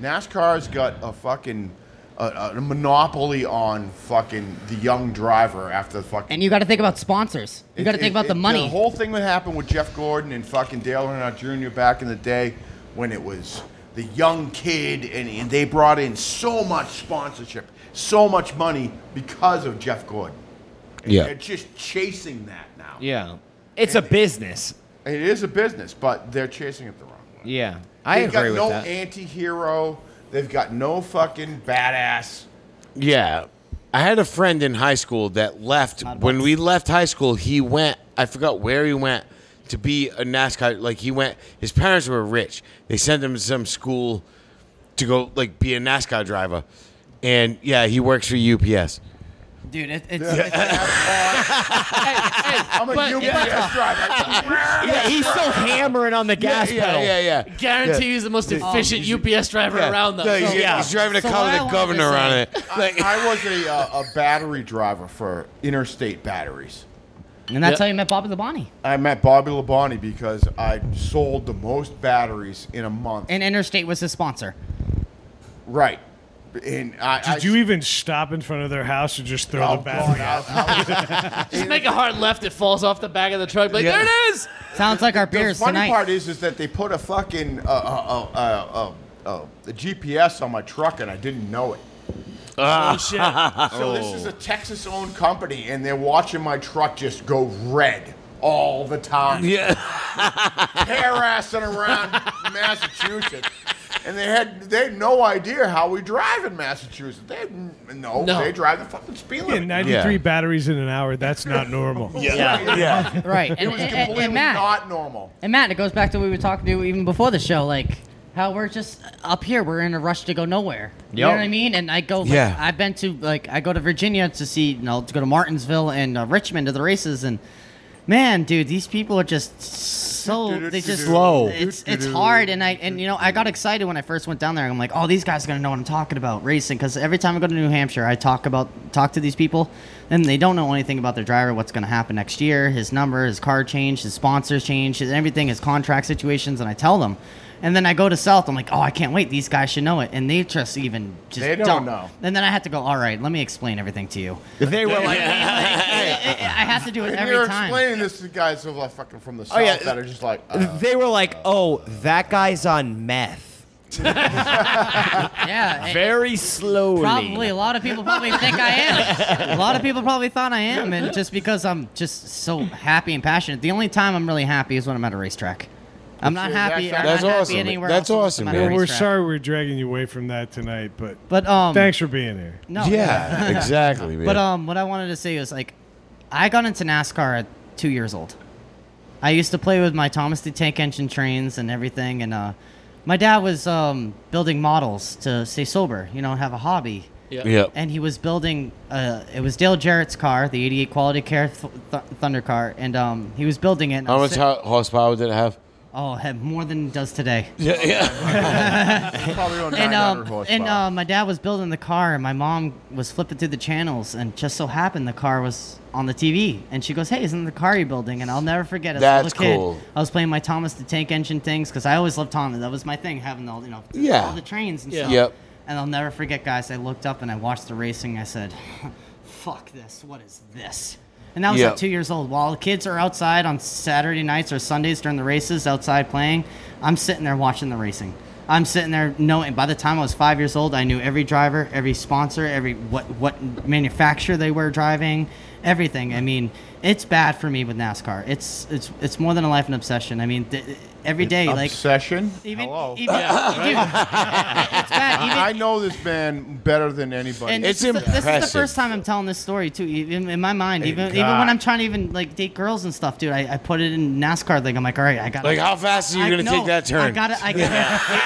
S6: NASCAR's got a fucking a, a monopoly on fucking the young driver after the fucking.
S2: and you got to think about sponsors. You
S6: It-
S2: got to
S6: it-
S2: think about
S6: it-
S2: the money.
S6: The whole thing that happened with Jeff Gordon and fucking Dale Earnhardt Jr. back in the day when it was the young kid and, and they brought in so much sponsorship, so much money because of Jeff Gordon. And
S1: Yeah.
S6: They're just chasing that now.
S4: Yeah. It's a business.
S6: It is a business, but they're chasing it the wrong way.
S4: Yeah. I
S6: They've got
S4: agree with
S6: no
S4: that.
S6: anti-hero. They've got no fucking badass.
S1: Yeah. I had a friend in high school that left. When we left high school, he went, I forgot where he went to be a NASCAR. Like, he went, his parents were rich. They sent him to some school to go, like, be a NASCAR driver. And yeah, he works for UPS.
S2: Dude, it, it's, it's-
S3: [LAUGHS]
S6: I'm a
S3: But-
S2: [LAUGHS]
S6: UPS driver.
S4: Yeah, he's still hammering on the gas pedal.
S1: yeah, yeah. yeah.
S3: Guarantee he's the most efficient UPS driver around though.
S1: No, he's,
S4: Yeah.
S1: he's driving a
S2: So
S1: car
S2: what I
S1: with a
S2: wanted to
S1: governor
S2: say-
S1: on it. [LAUGHS] Like,
S6: I was a, uh, a battery driver for interstate batteries.
S2: and that's
S3: Yep.
S2: how you met Bobby Labonte
S6: I met Bobby Labonte because I sold the most batteries in a month.
S2: And Interstate was his sponsor.
S6: right. And I, I,
S5: Did you even stop in front of their house and just throw
S6: Oh,
S5: the battery?
S6: God,
S5: out?
S6: I- I was-
S3: Just make a hard left, it falls off the back of the truck. Like, there it is.
S2: Sounds like our
S6: the
S2: beers
S6: funny
S2: tonight.
S6: part is, is that they put a fucking uh, uh, uh, uh, uh, uh, the GPS on my truck, and I didn't know it.
S3: Oh, shit.
S1: Ah. [LAUGHS]
S6: So this
S1: Oh.
S6: is a Texas-owned company, and they're watching my truck just go red all the time. [LAUGHS]
S1: yeah.
S6: Harassing around
S1: [LAUGHS]
S6: Massachusetts, and they had they had no idea how we drive in Massachusetts. They had, n- no,
S3: No.
S6: they drive the fucking
S5: [LAUGHS]
S6: speed
S5: Yeah,
S6: limit.
S5: 93
S1: Yeah.
S5: batteries in an hour. That's not normal.
S2: [LAUGHS]
S1: Yeah. Yeah.
S2: right.
S6: it
S2: And,
S6: was
S2: and- and-
S6: completely
S2: and Matt,
S6: not normal.
S2: and Matt, it goes back to what we were talking to even before the show. Like, how we're just up here. We're in a rush to go nowhere. You know
S4: Yep.
S2: what I mean? And I go. Like,
S1: Yeah.
S2: I've been to like I go to Virginia to see you know to go to Martinsville and uh, Richmond to the races and. Man, dude, these people are just so they just
S1: Slow.
S2: It's it's hard, and I and you know I got excited when I first went down there. I'm like, oh, these guys are gonna know what I'm talking about racing, because every time I go to New Hampshire, I talk about talk to these people, and they don't know anything about their driver, what's gonna happen next year, his number, his car change, his sponsors change, his everything, his contract situations, and I tell them, and then I go to South, I'm like, oh, I can't wait, these guys should know it, and they just even just
S6: They don't know.
S2: and then I have to go, all right, let me explain everything to you.
S4: They were like,
S2: I, I have to do it
S6: And
S2: every
S6: you're
S2: time. Oh,
S6: explaining this to guys who are like fucking from the south
S4: yeah.
S6: that are just like,
S2: [LAUGHS]
S6: uh,
S4: they were like, oh, that guy's on meth.
S2: Yeah, and-
S4: Very slowly.
S2: Probably a lot of people probably think I am. a lot of people probably thought I am, and just because I'm just so happy and passionate. The only time I'm really happy is when I'm at a racetrack. I'm not
S6: That's
S2: happy. I'm
S1: That's
S2: not happy
S1: awesome.
S2: anywhere
S1: That's
S2: else
S1: awesome,
S2: unless I'm at
S1: man.
S2: a
S5: Well, we're
S2: racetrack.
S5: sorry we're dragging you away from that tonight, but
S2: But um,
S5: thanks for being here.
S2: No,
S1: Yeah, exactly, man.
S2: But um, what I wanted to say was like, I got into NASCAR at two years old. I used to play with my Thomas the Tank Engine trains and everything, and uh, my dad was um, building models to stay sober, you know, have a hobby.
S3: Yeah.
S1: yeah.
S2: And he was building. Uh, it was Dale Jarrett's car, the '88 Quality Care th- th- Thunder car, and um, he was building it. and I
S1: How
S2: was
S1: much
S2: sit-
S1: ho- horsepower did it have?
S2: oh, it had more than it does today.
S1: Yeah, yeah.
S6: probably on 900
S2: and um,
S6: horsepower.
S2: and uh, my dad was building the car, and my mom was flipping through the channels, and just so happened the car was on the TV, and she goes, "Hey, isn't the car you're building?" And I'll never forget. As a
S1: That's
S2: little kid,
S1: cool.
S2: I was playing my Thomas the Tank Engine things because I always loved Thomas. That was my thing, having all you know,
S1: Yeah.
S2: all the trains and
S3: Yeah.
S2: stuff.
S1: Yep.
S2: And I'll never forget, guys. I looked up and I watched the racing. I said, [LAUGHS] "Fuck this! What is this?" And that was
S1: Yep.
S2: at two years old. While the kids are outside on Saturday nights or Sundays during the races, outside playing, I'm sitting there watching the racing. I'm sitting there knowing. By the time I was five years old, I knew every driver, every sponsor, every what what manufacturer they were driving, everything. I mean, it's bad for me with NASCAR. It's it's it's more than a life and obsession. I mean, th- every day, um, like
S6: obsession.
S2: even,
S6: Hello.
S2: even dude, it's bad. Even,
S6: I know this band better than anybody.
S2: and
S1: It's
S2: this Is the, this
S1: impressive.
S2: is the first time I'm telling this story too. Even in my mind, even even
S6: God.
S2: when I'm trying to even like date girls and stuff, dude, I, I put it in NASCAR. Like I'm like, all right, I got.
S1: [LAUGHS] Like, how fast are you
S2: I-
S1: going to
S2: no,
S1: take that turn?
S2: I got to I got.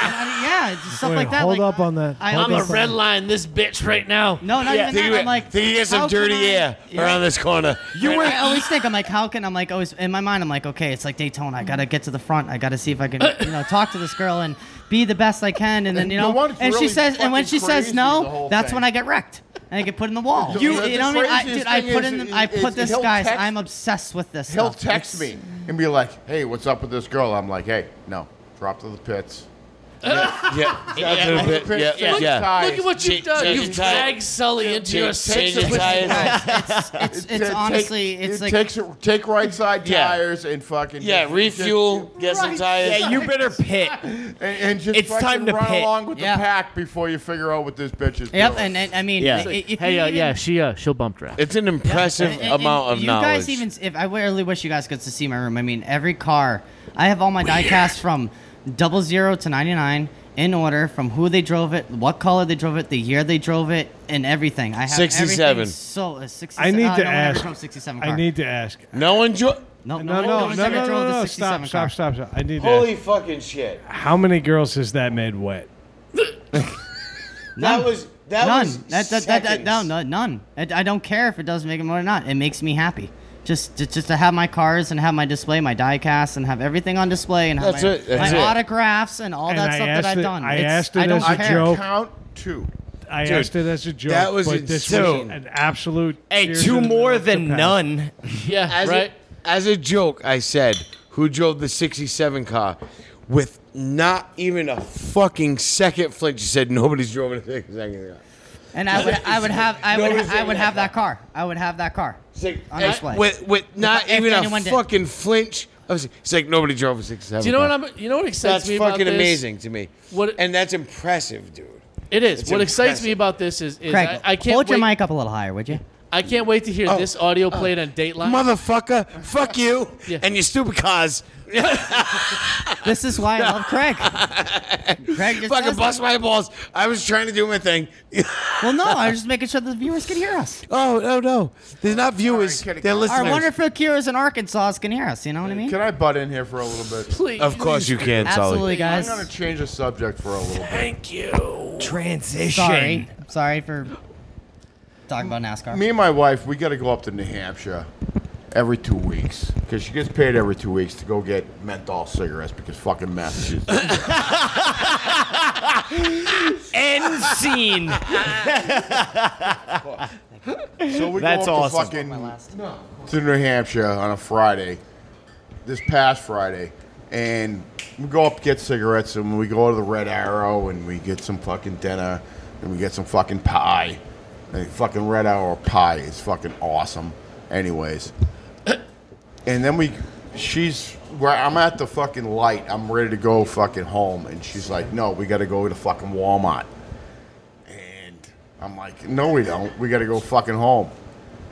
S2: yeah, it's just stuff
S5: Wait,
S2: like that.
S5: hold
S2: like,
S5: up on that.
S2: I,
S3: I'm
S5: Hold
S3: a
S5: up on
S3: red
S5: that.
S3: line this bitch right now.
S2: No, not even
S1: Think
S2: that.
S1: you,
S2: I'm like,
S1: think you get some
S2: how can
S1: dirty
S2: I-
S1: air
S2: Yeah.
S1: around this corner. You
S2: I always think I'm like, how can I'm like always in my mind I'm like, okay, it's like Daytona. I gotta get to the front. I gotta see if I can, you know, talk to this girl and be the best I can. And then you
S6: The
S2: know,
S6: one's
S2: and
S6: really
S2: she says, and when she
S6: fucking
S2: says
S6: crazy, the
S2: no,
S6: whole
S2: that's
S6: thing.
S2: when I get wrecked and I get put in the wall.
S6: The-
S2: You,
S6: the-
S2: you know what I mean? I,
S6: craziest
S2: dude, I
S6: thing
S2: put
S6: is-
S2: in, the, I
S6: is-
S2: put
S6: is
S2: this
S6: he'll
S2: guys.
S6: text-
S2: I'm obsessed with this.
S6: He'll
S2: stuff.
S6: text
S2: It's-
S6: me and be like, "Hey, what's up with this girl?" I'm like, "Hey, no, drop to the pits." [LAUGHS]
S1: yeah. yeah.
S6: Pits,
S1: yeah.
S6: change
S1: yeah.
S6: the
S3: Look
S6: tires.
S3: at what you've done.
S1: change
S3: You've
S1: the tire.
S3: dragged Sully into your
S1: Change the
S3: six.
S1: tires.
S2: It's, it's,
S6: [LAUGHS] It
S2: it's
S6: ta-
S2: honestly,
S6: take-
S2: it's
S6: it
S2: like
S6: takes it, take right side
S1: Yeah.
S6: tires and fucking
S1: Yeah,
S6: just-
S1: refuel, get some tires.
S4: Yeah, you better pit.
S6: just- and, and just
S4: It's
S6: fucking
S4: time to
S6: run
S4: pit.
S6: along with
S2: Yeah.
S6: the pack before you figure out what this bitch is
S2: Yep,
S6: doing.
S2: and, and I mean,
S4: Yeah.
S2: i-
S4: It's
S2: if
S3: Hey,
S2: you
S3: uh,
S2: even-
S3: yeah, she uh, she'll bump draft.
S1: It's an impressive
S2: And- and
S1: amount of
S2: you
S1: knowledge.
S2: guys even, if I really wish you guys could see my room. I mean, every car, I have all my diecast from double zero to ninety nine in order from who they drove it, what color they drove it, the year they drove it, and everything. I have
S1: 67.
S2: everything So uh, sixty
S5: I
S2: seven.
S5: need
S2: uh,
S5: to
S2: no, I never
S5: ask.
S2: drove sixty seven car.
S5: I need to ask.
S1: no one jo-
S2: no,
S5: No,
S2: one-
S5: no,
S2: one
S5: no, no,
S2: ever
S5: no,
S2: drove the
S5: no,
S2: 67
S5: Stop,
S2: car.
S5: stop, stop, stop. I need to
S1: Holy
S5: ask.
S1: fucking shit.
S5: How many girls has that made wet?
S1: That was that
S2: None.
S1: was
S2: That, that, that, that,
S1: seconds.
S2: no, no, none. I, I don't care if it doesn't make it money or not. It makes me happy. Just, just, just to have my cars and have my display, my diecast, and have everything on display, and have
S1: That's
S2: my,
S1: it, that's
S2: my
S1: it.
S2: autographs and all
S5: And
S2: that
S5: I
S2: stuff
S5: asked
S2: that I've
S5: it-
S2: done.
S5: I
S2: It's-
S5: asked it
S2: I don't
S5: as a
S2: care.
S5: joke.
S6: count two.
S5: I
S1: Dude,
S5: asked it as a joke.
S1: that was
S5: but this
S1: insane.
S5: was an absolute.
S4: Hey,
S5: tears
S4: two
S5: in the
S4: more
S5: middle
S4: than
S5: to pass.
S4: none.
S3: Yeah,
S1: As
S3: right.
S1: A, as a joke, I said, "Who drove the '67 car?" With not even a fucking second flinch, she said, "Nobody's drove a '67 car."
S2: And I would, I would have, I would,
S1: Nobody's
S2: I would
S1: in
S2: have
S1: that
S2: that car. I would have that car.
S1: It's like,
S2: On
S1: eh,
S2: display.
S1: with with not
S2: If- if
S1: even a
S2: anyone did.
S1: fucking flinch. I was, it's like nobody drove a '67.
S3: Do you know what I'm? You know what excites
S1: That's
S3: me about
S1: fucking
S3: this?
S1: amazing to me.
S3: What-
S1: and that's impressive, dude.
S3: It is. What excites
S1: impressive.
S3: me about this is, is
S2: Craig,
S3: I, I can't
S2: hold
S3: wait.
S2: your mic up a little higher, would you?
S3: I can't wait to hear
S1: Oh.
S3: this audio played on Dateline.
S1: Motherfucker, fuck you
S3: Yeah.
S1: and your stupid cars.
S2: This is why I love Craig. Craig just
S1: Fucking
S2: says
S1: bust
S2: that.
S1: my balls. I was trying to do my thing. [LAUGHS]
S2: Well, no, I was just making sure the viewers could hear us.
S1: Oh no no, they're not viewers.
S6: All right, can I-
S1: they're listeners.
S2: Our wonderful viewers in Arkansas can hear us. You know what I mean?
S6: Can I butt in here for a little bit?
S3: Please.
S1: of course you can, Sully.
S2: Absolutely,
S6: I'm going to
S2: guys.
S6: change the subject for a little bit.
S3: Thank you.
S4: Transition.
S2: Sorry, sorry for talking about NASCAR.
S6: Me and my wife, we got to go up to New Hampshire every two weeks because she gets paid every two weeks to go get menthol cigarettes because fucking Massachusetts.
S4: End scene.
S6: so we
S4: That's
S6: go up
S4: awesome.
S6: to fucking to New Hampshire on a Friday, this past Friday, and we go up get cigarettes and we go to the Red Arrow and we get some fucking dinner and we get some fucking pie. And fucking Red Arrow pie is fucking awesome. Anyways, [COUGHS] and then we she's where i'm at the fucking light i'm ready to go fucking home and she's like no we gotta go to fucking walmart and i'm like no we don't we gotta go fucking home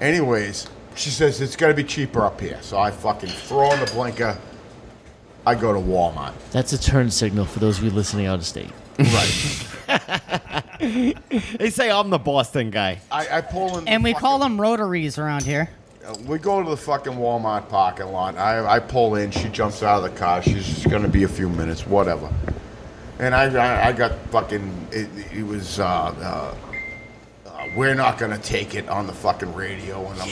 S6: anyways she says it's gotta be cheaper up here so i fucking throw on the blinker i go to walmart
S3: That's a turn signal for those of you listening out of state.
S4: [LAUGHS] They say I'm the Boston guy.
S6: i, I pull in the
S2: And we call
S6: fucking-
S2: them rotaries around here.
S6: Uh, we go to the fucking Walmart parking lot. I, I pull in. She jumps out of the car. She's just gonna be a few minutes, whatever. And I I, I got fucking. It, it was. Uh, uh, uh, we're not gonna take it on the fucking radio, and I'm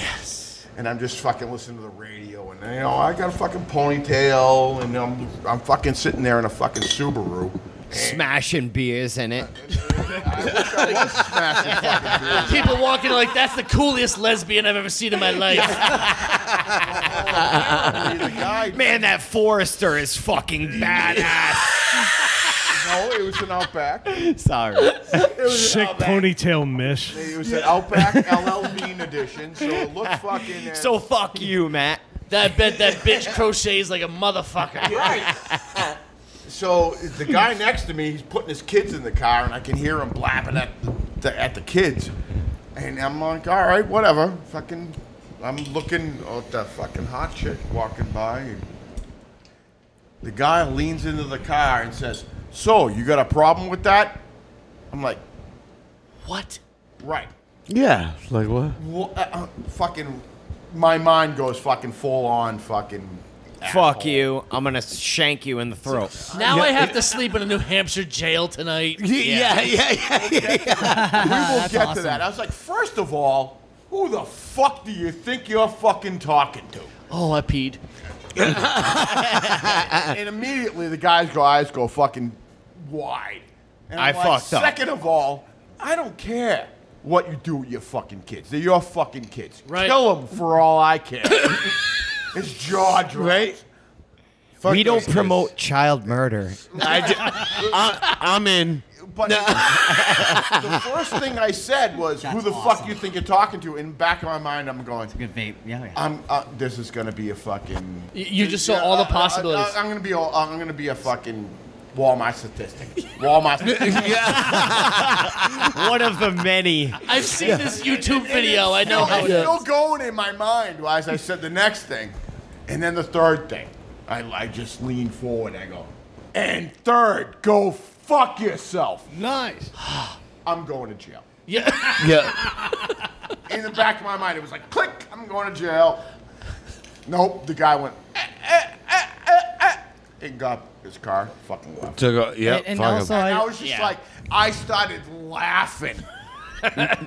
S6: and I'm just fucking listening to the radio, and you know I got a fucking ponytail, and I'm I'm fucking sitting there in a fucking Subaru.
S4: Smashing beers in it.
S6: Smashing fucking beers.
S3: People walking like that's the coolest lesbian I've ever seen
S1: [LAUGHS]
S3: in my life.
S6: The guy,
S4: Man, that Forester is fucking badass.
S6: no, it was an Outback. It
S4: Sorry.
S6: was an
S5: Sick ponytail miss.
S6: It was an Outback LL Bean edition, so it looked fucking. uh,
S4: So fuck you, Matt.
S3: I bet that bitch crochets like a motherfucker.
S6: so
S1: [LAUGHS]
S6: the guy next to me, he's putting his kids in the car, and I can hear him blabbing at the, at the kids, and I'm like, all right, whatever, fucking. I'm looking at that fucking hot chick walking by, and the guy leans into the car and says, "So you got a problem with that?" I'm like,
S3: What?
S6: right.
S1: Yeah, like what?
S6: Wha- uh, uh, fucking, my mind goes fucking full on fucking.
S4: Fuck you. I'm gonna shank you in the throat.
S3: Now I have to sleep in a New Hampshire jail tonight.
S1: Yeah, yeah, yeah. yeah,
S6: We will get to that. I was like, first of all, who the fuck do you think you're fucking talking
S4: [LAUGHS]
S6: to?
S3: Oh, I peed.
S6: and immediately the guy's go- eyes go fucking wide. And
S4: I
S6: I'm like,
S4: fucked up.
S6: Second of all, I don't care what you do with your fucking kids. They're your fucking kids.
S3: Right.
S6: Kill them for all I
S4: [COUGHS]
S6: care. His jaw drops. Right?
S4: We don't promote child murder.
S1: I ju- I, am in.
S6: But the first thing I said was, "Who
S2: [LAUGHS] That's
S6: the
S2: awesome.
S6: fuck you think you're talking to?" In the back of my mind, I'm going,
S2: Good vape. Yeah, yeah.
S6: "I'm uh, this is gonna be a fucking."
S3: You- you just saw all the
S6: Uh, uh, uh,
S3: possibilities.
S6: I, am gonna be all, I'm gonna be a fucking Walmart statistic.
S3: [LAUGHS]
S6: Walmart. statistic.
S4: [LAUGHS] One of the many.
S3: I've seen this YouTube video. I know
S6: No,
S3: how
S6: it's
S3: it is.
S6: still going in my mind as I said the next thing, and then the third thing. I, I just lean forward. and I go, and third, go fuck yourself.
S5: Nice.
S6: I'm going to jail.
S3: Yeah.
S1: Yeah.
S6: in the back of my mind, it was like, click, I'm going to jail. Nope, the guy went, eh, eh, eh, eh, eh, and got his car, fucking left.
S1: So go, yeah.
S2: And- and
S1: fuck 'em.
S2: also,
S6: And I
S2: I,
S6: was just like, I started laughing.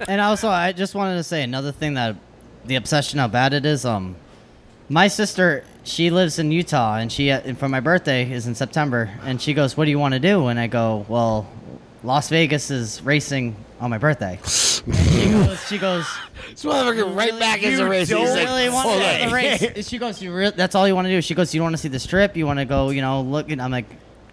S2: and also, I just wanted to say another thing that the obsession how bad it is. Um, my sister, she lives in Utah, and she uh, and for my birthday is in September, and she goes, "What do you want to do?" And I go, "Well, Las Vegas is racing on my birthday." And she goes, she goes
S1: this motherfucker right
S2: really-
S1: back in the
S2: you
S1: race.
S2: don't
S1: He's like,
S2: really want
S1: "Fuck
S2: to
S1: it."
S2: go to the race. She goes, you real that's all you want to do. She goes, you want to see the strip? You want to go, you know, look? And I'm like,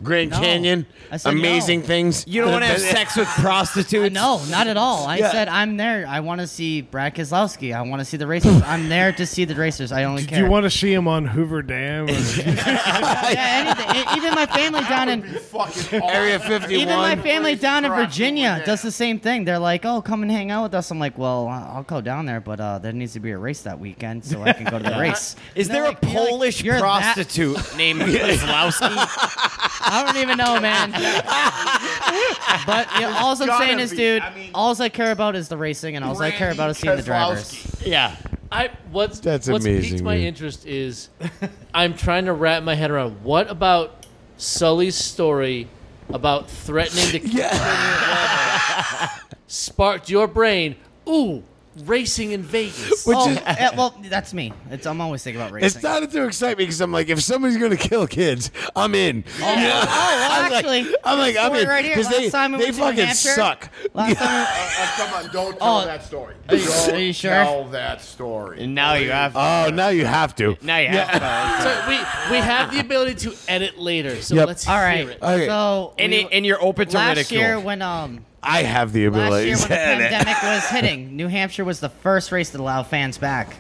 S1: Grand
S2: No.
S1: Canyon,
S2: I said
S1: amazing
S2: no.
S1: things.
S4: You don't want to have sex with prostitutes.
S2: No, not at all. I
S1: Yeah.
S2: said I'm there. I want to see Brad Keselowski. I want to see the racers. I'm there to see the racers. I only
S5: Did
S2: care.
S5: you want to see him on
S1: [LAUGHS]
S5: Hoover Dam? Or,
S2: yeah, anything. E- Even my family down
S6: [LAUGHS]
S2: in
S6: Fucking
S2: [LAUGHS]
S1: Area 51.
S2: even my family down in
S6: Christ,
S2: Virginia
S6: yeah.
S2: does the same thing. They're like, "Oh, come and hang out with us." I'm like, "Well, I'll go down there, but uh, there needs to be a race that weekend, so I can go to the race."
S4: Is
S2: And they're
S4: there a
S2: like- you're like,
S4: Polish
S2: "You're that-
S4: prostitute named Kozlowski?
S2: I don't even
S1: [LAUGHS]
S2: know, man. but you know, all I'm
S6: gotta
S2: saying is,
S6: be.
S2: dude,
S6: I mean-
S2: all I care about is the racing, and all I care about is seeing the drivers.
S3: Yeah. I what's
S1: That's
S3: what's piqued
S1: amazing,
S3: my
S1: dude. [LAUGHS]
S3: interest is I'm trying to wrap my head around what about Sully's story about threatening to kill sparked your brain. Ooh, racing in Vegas.
S1: Which
S2: oh,
S1: is,
S2: eh, well, that's me. It's, I'm always thinking about racing.
S1: it started to excite me because I'm like, if somebody's going to kill kids, I'm in.
S2: Oh,
S1: You know? [LAUGHS]
S2: well,
S1: I'm like-
S2: actually,
S1: I'm like, I'm
S2: story
S1: in.
S2: right here.
S1: Because they,
S2: Last time we
S1: they
S2: went to New
S1: fucking
S2: Hampshire,
S1: suck.
S2: Last time,
S1: [LAUGHS]
S6: Uh, uh, come on, don't tell
S2: Oh.
S6: that story.
S2: Are you-
S6: Don't
S2: are you sure?
S6: Tell that story.
S4: and now you have.
S1: Oh, now you have to.
S4: now you
S3: [LAUGHS]
S4: have.
S3: so we we have the ability to edit later. So
S1: Yep.
S3: let's
S2: all
S3: hear
S2: right.
S3: it.
S1: Okay.
S2: So
S4: And,
S2: we-
S4: it- and you're open to
S2: last
S4: ridicule.
S2: year when um
S1: I have the
S2: last
S1: ability.
S2: year when the
S1: to [LAUGHS] edit.
S2: pandemic was hitting, New Hampshire was the first race to allow fans back.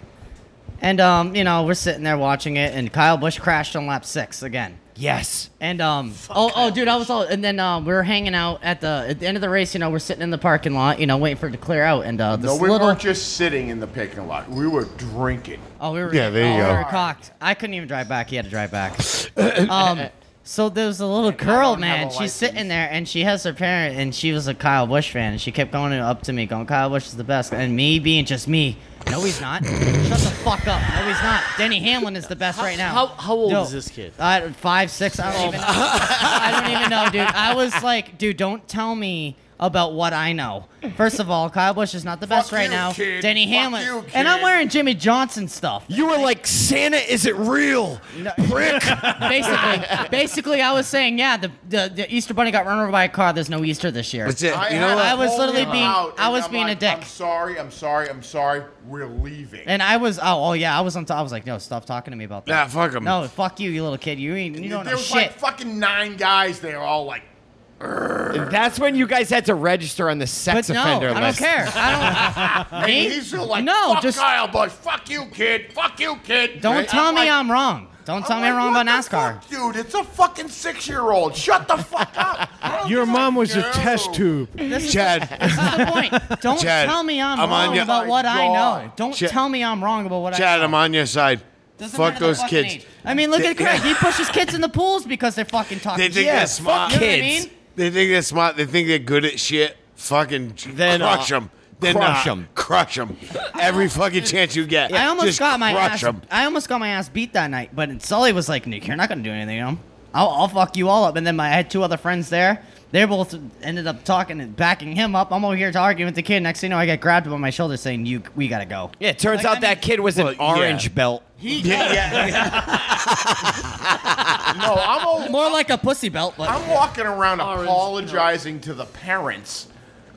S2: And um, you know, we're sitting there watching it, and Kyle Busch crashed on lap six again.
S4: yes.
S2: And um, oh, oh, dude, I was all, and then um, we were hanging out at the at the end of the race. You know, we're sitting in the parking lot, you know, waiting for it to clear out. And uh, this
S6: No, we
S2: little,
S6: weren't just sitting in the parking lot. We were drinking.
S2: oh, we were,
S1: Yeah, there you
S2: oh,
S1: go. Uh,
S2: We were cocked. I couldn't even drive back. He had to
S1: [COUGHS]
S2: drive back. um, so there was a little girl,
S6: don't have
S2: man.
S6: a
S2: She's sitting there, and she has her parent, and she was a Kyle Busch fan, and she kept going up to me, going, "Kyle Busch is the best," and me being just me. No,
S1: [COUGHS]
S2: he's not. Shut the fuck up. No, he's not. Denny Hamlin is the best right now.
S3: How how old
S2: No.
S3: is this kid? Oh
S2: I, five, six. I don't even. Know. I don't even know, dude. I was like, dude, don't tell me about what I know. First of all, Kyle Bush is not the best
S6: Fuck
S2: right
S6: you,
S2: now.
S6: kid.
S2: Denny
S6: Fuck
S2: Hamlin,
S6: you,
S2: and I'm
S6: kid.
S2: wearing Jimmy Johnson stuff.
S4: You were like, Santa isn't real. Prick.
S2: Basically,
S6: [LAUGHS]
S2: basically, I was saying, yeah, the, the the Easter Bunny got run over by a car. There's no Easter this year.
S1: That's it.
S6: I,
S1: you know
S6: had
S1: what?
S2: I was
S6: pulled
S2: literally
S6: him
S2: being-
S6: out,
S2: I
S6: and
S2: was
S6: I'm
S2: being a
S6: like,
S2: dick.
S6: I'm sorry. I'm sorry. I'm sorry. We're leaving.
S2: And I was, oh, oh yeah, I was on. T- I was like, no, stop talking to me about that.
S1: Nah, fuck 'em.
S2: No, fuck you, you little kid. You ain't, you don't
S6: there
S2: know
S6: was
S2: shit.
S6: like fucking nine guys there, all like
S4: [LAUGHS] That's when you guys had to register on the sex
S2: but no, I
S4: offender
S2: don't
S4: list.
S2: care.
S6: [LAUGHS]
S2: I don't. me?
S6: And he's like,
S2: no,
S6: fuck
S2: just
S6: Kyle Busch, fuck you, kid, fuck you, kid.
S2: don't
S6: Right?
S2: tell
S6: I'm
S2: me
S6: like-
S2: I'm wrong. Don't tell me
S6: like,
S2: I'm wrong
S6: what
S2: about
S6: the
S2: NASCAR.
S6: fuck, dude, it's a fucking six-year-old. Shut the fuck
S1: [LAUGHS]
S6: up. I don't
S5: your
S6: give
S5: mom was a
S6: no.
S5: test tube.
S2: This is
S1: Chad,
S2: That's the
S1: [LAUGHS]
S2: point. Don't
S1: Chad,
S2: tell me I'm,
S1: I'm on
S2: wrong
S1: ya-
S2: about
S6: My
S2: what I
S6: God.
S2: know. Don't
S1: Chad-
S2: tell me I'm wrong about what I
S1: Chad,
S2: know.
S1: I'm on your side.
S2: Doesn't
S1: Fuck
S2: matter the
S1: those
S2: fucking
S1: kids.
S2: age. I mean, look
S1: They- [LAUGHS]
S2: at Craig. He pushes kids in the pools because they're fucking talking
S1: They think
S2: shit.
S1: they're smart.
S2: You know what I
S4: kids.
S2: mean?
S1: They think they're smart. They think they're good at shit. Fucking
S4: They're
S2: uh,
S4: not.
S1: crush them. Then
S4: Crush
S1: crush
S4: 'em.
S1: them. Crush them. Every fucking chance you get.
S2: I almost
S1: Just
S2: got my
S1: crush
S2: ass.
S1: 'em.
S2: I almost got my ass beat that night, but Sully was like, "Nick, you're not gonna do anything to him. I'll, I'll fuck you all up." And then my, I had two other friends there. They both ended up talking and backing him up. I'm over here to argue with the kid. Next thing you know, I get grabbed by my shoulder, saying, "You, we gotta go."
S4: Yeah, it turns
S2: Like,
S4: out
S2: I
S4: that
S2: mean-
S4: kid was an
S1: Well, yeah.
S4: orange belt.
S1: [LAUGHS]
S6: No, I'm all,
S2: More like a pussy belt, but
S6: I'm walking around
S3: Orange,
S6: apologizing to the parents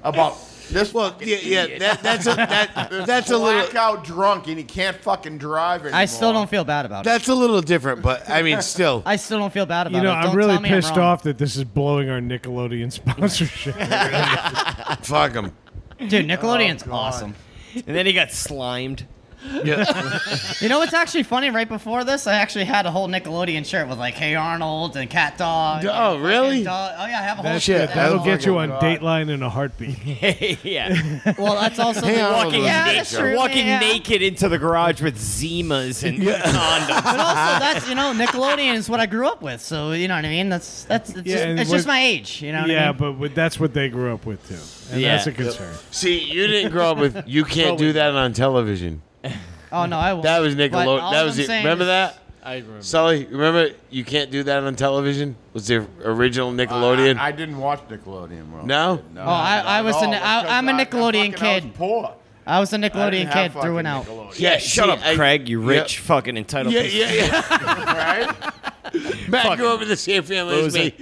S6: about this.
S1: Well,
S6: fucking
S1: yeah, yeah.
S6: idiot.
S1: That, that's a that, that's a
S2: [LAUGHS]
S1: little
S6: blackout drunk, and he can't fucking drive anymore.
S2: I still don't feel bad about it.
S1: that's a little different, but I mean, still.
S2: I still don't feel bad about
S5: You know,
S2: it. Don't
S5: I'm really
S2: tell me I'm
S5: pissed
S2: wrong.
S5: off that this is blowing our
S2: [LAUGHS]
S5: Nickelodeon [LAUGHS] sponsorship.
S1: fuck them.
S2: Dude, Nickelodeon's awesome.
S4: And then he got slimed. [LAUGHS]
S1: Yeah.
S2: You know what's actually funny? Right before this, I actually had a whole Nickelodeon shirt with like "Hey Arnold" and "Cat Dog."
S1: Oh,
S2: and fucking
S1: really?
S2: Dog. Oh yeah, I have a whole
S5: That's
S2: shirt.
S1: shit,
S5: it. That'll
S1: Oh
S5: get
S1: my
S5: you on
S1: God.
S5: Dateline in a heartbeat.
S4: yeah.
S2: Well, that's also
S1: Hey
S2: the
S1: Arnold
S2: walking.
S1: was a
S2: Yeah,
S1: big
S2: that's
S1: show.
S2: true. man,
S4: Walking
S2: yeah.
S4: naked into the garage with Zimas and [LAUGHS] condoms.
S2: But
S6: [LAUGHS]
S2: also, that's you know, Nickelodeon is what I grew up with. So you know what I mean. That's that's it's,
S5: Yeah,
S2: just,
S5: and
S2: it's just
S5: what-
S2: my age. You know what I
S5: Yeah,
S2: mean?
S5: but with- that's what they grew up with too, and
S4: Yeah.
S5: that's a concern.
S1: See, you didn't grow up
S2: [LAUGHS]
S1: with. You can't do that on television.
S2: oh no, I won't.
S1: That was
S2: But all
S1: Nickelodeon. That was
S2: I'm
S1: it.
S2: saying
S1: Remember
S2: is-
S1: that?
S3: I remember.
S1: Sully, remember you can't do that on television? Was the original Nickelodeon?
S6: I, I didn't watch Nickelodeon. Bro.
S1: No?
S2: Oh, I-
S6: not
S2: I
S6: at
S2: was a-
S6: all,
S2: I-
S6: because
S2: I'm a
S6: I- I
S2: Nickelodeon
S6: fucking- I was
S2: kid.
S6: poor.
S2: I was a
S6: I didn't
S2: Nickelodeon
S6: have
S2: kid through
S6: fucking
S2: and out.
S6: Nickelodeon.
S1: yeah,
S4: Shut
S1: see,
S4: up,
S1: I-
S4: Craig. You
S1: yeah.
S4: rich fucking entitled.
S1: Yeah,
S2: [LAUGHS]
S4: piece of-
S1: yeah, yeah.
S6: Right?
S1: Matt grew up in the same family as me.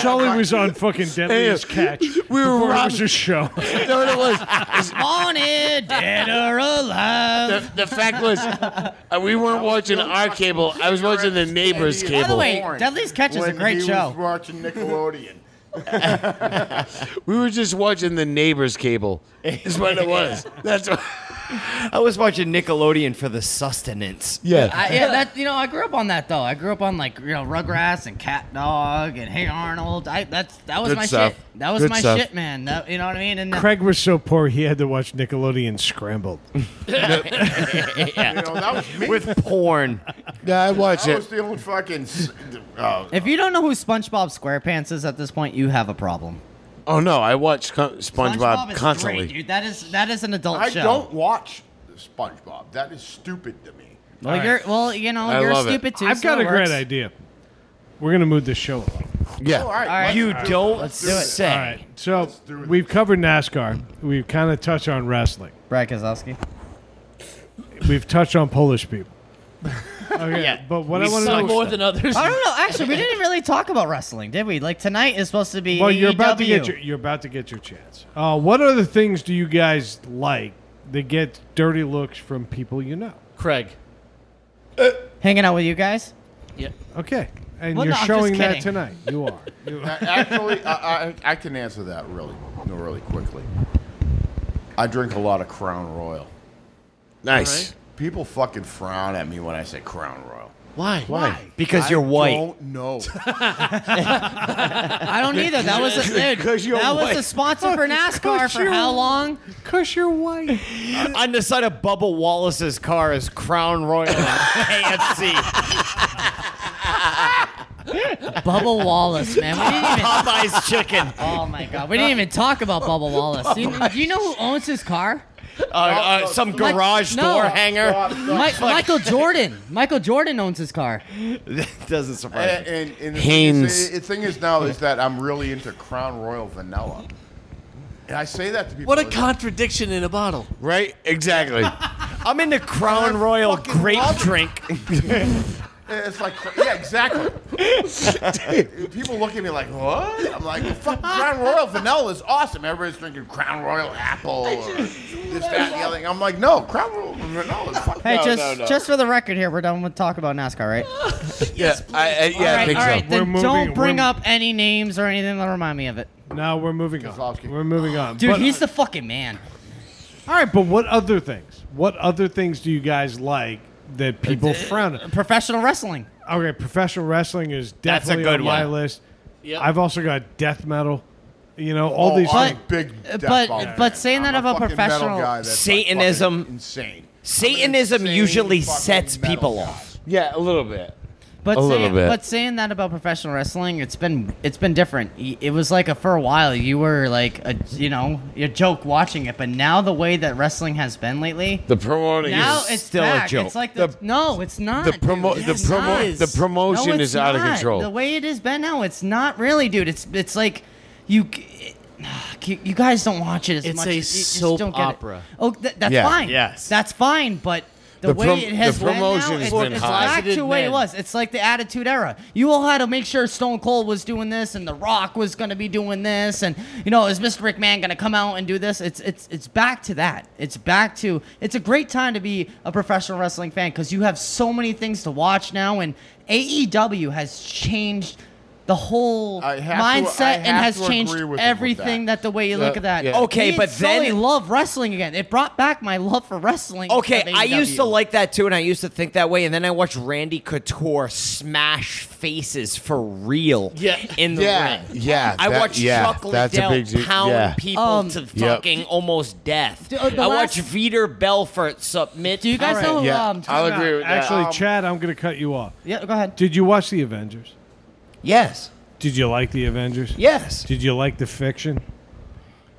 S5: Sully was on fucking Deadliest Catch. We
S1: were
S5: before it
S1: robbed-
S5: was a show.
S1: You know what it was?
S2: Wanted, dead or alive.
S1: The, the fact was, uh, we weren't watching our cable. I was watching the neighbor's
S6: By
S1: cable.
S6: the
S2: By the way,
S6: Born
S2: Dudley's Catch is a
S6: when he
S2: great show.
S6: Was
S1: [LAUGHS]
S6: watching Nickelodeon.
S1: We were just watching the neighbor's [LAUGHS] cable. Is what it was. That's what.
S4: I was watching Nickelodeon for the sustenance.
S1: Yeah.
S2: I, yeah, that you know, I grew up on that though. I grew up on like you know Rugrats and Cat Dog and Hey Arnold. I that's that was
S1: Good
S2: my
S1: stuff.
S2: shit. That was
S1: Good
S2: my
S1: stuff.
S2: shit, man. That, you know what I mean? And uh,
S5: Craig was so poor he had to watch Nickelodeon Scrambled.
S6: You know, that was me.
S4: With porn.
S1: [LAUGHS] yeah, I watch
S6: I was
S1: it.
S6: stealing fucking. s- Uh,
S2: if you don't know who SpongeBob SquarePants is at this point, you have a problem.
S1: [LAUGHS] Oh no, I watch Con- SpongeBob,
S2: is
S1: constantly.
S2: great, dude. That is that is an adult
S6: I
S2: show.
S6: don't watch SpongeBob. That is stupid to me.
S2: Well,
S5: All
S2: you're well, you know,
S1: I
S2: you're
S1: love it.
S2: stupid too.
S5: I've
S2: so
S5: got a
S2: it works.
S5: great idea. We're gonna move this show along.
S1: yeah.
S6: All right.
S2: All right.
S4: You don't
S6: do it.
S4: say.
S5: All right. So
S6: do it.
S5: we've covered NASCAR. We've kind of touched on wrestling.
S2: Brad Kozlowski.
S5: We've touched on
S2: [LAUGHS]
S5: Polish people. Okay. But what
S3: we
S5: I want to
S3: suck
S5: know [LAUGHS]
S3: more than others.
S2: I don't know. Actually, we didn't really talk about wrestling, did we? Like tonight is supposed to be. E
S5: Well, you're about to get
S2: AEW.
S5: your you're about to get your chance. Uh, what other things do you guys like that get dirty looks from people you know?
S3: Craig.
S2: hanging out with you guys.
S3: Yeah.
S5: Okay, and
S2: Well,
S5: you're
S2: no, I'm just
S5: showing that
S2: kidding.
S5: tonight. You
S2: [LAUGHS]
S5: are. You are.
S6: Actually, I, I, I can answer that really, no, really quickly. I drink a lot of Crown Royal.
S1: Nice.
S3: All
S6: People fucking frown at me when I say Crown Royal.
S3: Why? Why?
S4: Because you're
S6: I
S4: white.
S6: don't
S1: [LAUGHS]
S6: know.
S2: I don't either. That was
S1: [LAUGHS]
S2: a, dude, that was a sponsor
S5: [LAUGHS]
S2: for NASCAR for how long?
S5: Cause you're [LAUGHS] white.
S4: On the side of Bubba Wallace's car is Crown Royal and [LAUGHS] KFC.
S2: Bubba Wallace, man. We didn't even.
S4: [LAUGHS] Popeye's chicken.
S2: Oh my god, we didn't even talk about Bubba Wallace. You- do you know who owns his car?
S4: Uh, uh, some garage
S2: no.
S4: door hanger.
S2: Mi- Michael Jordan. Michael Jordan owns his car.
S4: [LAUGHS] That doesn't surprise
S6: and,
S4: me.
S6: and, and the
S1: Haynes.
S6: thing is- the thing is now is that I'm really into Crown Royal vanilla. And I say that to people.
S3: What a
S6: It's-
S3: contradiction in a bottle.
S1: Right? Exactly.
S4: [LAUGHS] I'm into Crown Royal
S6: fucking
S4: grape
S6: love it. [LAUGHS]
S4: drink.
S6: It's like, yeah, exactly. People look at me like, what? I'm like, fuck, Crown Royal vanilla is awesome. Everybody's drinking Crown Royal apple or this, that, and the other thing. I'm like, no, Crown Royal vanilla is fucking
S2: Hey,
S6: no,
S2: just
S6: no, no.
S2: just for the record here, we're done with talk about NASCAR, right?
S1: yeah. I, I, yeah, I think
S2: all right.
S1: so.
S2: Then
S5: We're
S2: don't
S5: moving-
S2: bring
S5: we're-
S2: up any names or anything that remind me of it,
S5: No, we're moving on.
S6: Kozlowski.
S5: We're moving on.
S2: dude.
S5: But- uh,
S2: he's the fucking man.
S5: all right. But what other things? What other things do you guys like that people frown at?
S2: Professional wrestling.
S5: Okay, professional wrestling is
S4: That's a
S5: definitely
S4: good
S5: on my
S4: one.
S5: list.
S3: Yep.
S5: I've also got death metal. You know, all
S6: Oh,
S5: these
S6: I'm
S5: things.
S6: a big
S2: but-
S6: death metal
S2: but
S6: fan.
S2: saying
S6: I'm
S2: that
S6: a
S2: about
S6: fucking metal
S2: professional-
S6: guy that's, like,
S4: Satanism-
S6: fucking insane.
S4: Satanism
S6: Insane
S4: usually
S6: fucking
S4: sets
S6: metal
S4: people
S6: guy.
S4: off.
S1: Yeah, a little bit.
S2: But
S1: A
S2: saying,
S1: little bit.
S2: But saying that about professional wrestling, it's been it's been different. Y- It was like a for a while you were like a you know a joke watching it, but now the way that wrestling has been lately,
S1: The promoting
S2: now
S1: is
S2: it's
S4: still a
S2: back.
S4: joke.
S2: It's like the,
S1: The-
S2: no, it's not.
S1: the promo
S2: dude.
S1: the
S2: It's
S1: promo
S2: not.
S1: the promotion
S2: No, it's
S1: is out of
S2: not.
S1: control.
S2: The way it has been now, it's not really, dude. It's it's like you. c- You you guys don't watch it as
S3: It's
S2: much.
S3: a
S2: You just
S3: soap
S2: don't get it.
S3: opera.
S2: Oh, th- that's
S1: Yeah.
S2: fine.
S4: Yes.
S2: that's fine. But the,
S1: The
S2: way
S1: prom-
S2: it has
S1: the
S2: went
S1: promotion
S2: now,
S1: has
S2: it's-
S1: been
S2: it's
S1: high.
S2: back to the way it
S3: Posited
S2: was. It's like the Attitude Era. You all had to make sure Stone Cold was doing this, and The Rock was going to be doing this, and you know, is Mr. McMahon going to come out and do this? It's it's it's back to that. It's back to. It's a great time to be a professional wrestling fan because you have so many things to watch now, and AEW has changed the whole
S6: I have to-
S2: mindset
S6: I
S2: and
S6: have
S2: has
S6: to agree
S2: changed
S6: with him with
S2: everything
S6: that.
S2: that. the way you look at that.
S1: yeah.
S4: Okay,
S2: Me and
S4: but then-
S2: Sully love wrestling again. It brought back my love for wrestling.
S4: Okay,
S2: of E
S4: I used to
S2: AEW.
S4: like that too, and I used to think that way, and then I watched Randy Couture smash faces for real
S3: Yeah.
S4: in the
S1: yeah,
S4: ring.
S1: yeah.
S4: I
S1: that-
S4: watched
S1: yeah,
S4: Chuck
S1: that's a
S4: Liddell
S1: big, ju-
S4: pound
S1: yeah.
S4: people
S2: Um,
S4: to
S1: Yep.
S4: fucking almost death.
S2: Dude, uh, the
S4: I
S2: last-
S4: watched Vitor Belfort submit.
S2: Do you guys
S4: power-
S2: know who?
S1: Yeah,
S2: Um,
S1: I'll agree with that.
S4: Um,
S5: Actually, Chad, I'm going to cut you off.
S2: yeah, go ahead.
S5: Did you watch the Avengers?
S4: Yes.
S5: Did you like the Avengers?
S4: Yes.
S5: Did you like the fiction?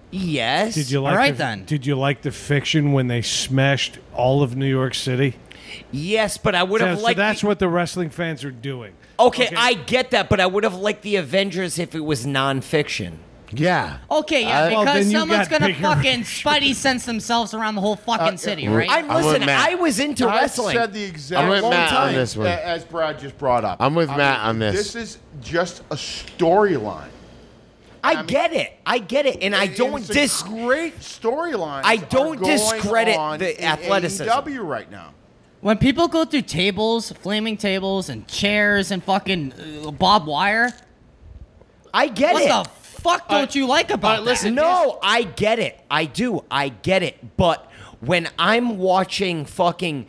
S4: Yes.
S5: Did you like
S2: right
S5: the,
S2: then.
S5: Did you like the fiction when they smashed all of New York City?
S4: Yes, but I would
S5: So,
S4: have
S5: so
S4: liked.
S5: that's
S4: the-
S5: what the wrestling fans are doing.
S4: okay, I get that, but I would have liked the Avengers if it was nonfiction.
S1: Yeah.
S2: Okay, yeah,
S1: I-
S5: Well,
S2: because
S5: then you
S2: someone's
S5: got
S2: gonna
S5: bigger-
S2: fucking Spidey sense themselves around the whole fucking city, right?
S4: I'm
S1: I'm with
S4: listen.
S1: Matt.
S4: I was into
S6: I
S4: wrestling.
S6: said the exact
S1: I'm with
S6: long
S1: Matt on
S6: time
S1: this one.
S6: a- as Brad just brought up.
S1: I'm with Matt on this.
S6: This is just a storyline.
S4: I get it. I get it, and I don't
S6: it's a
S4: dis.
S6: great storyline.
S4: I don't discredit the athleticism.
S6: AEW E right now.
S2: When people go through tables, flaming tables, and chairs, and fucking uh, barbed wire,
S4: I get
S2: what
S4: it.
S2: the fuck don't you like about
S3: all right, listen.
S2: that?
S4: No, I get it. I do. I get it. But when I'm watching fucking.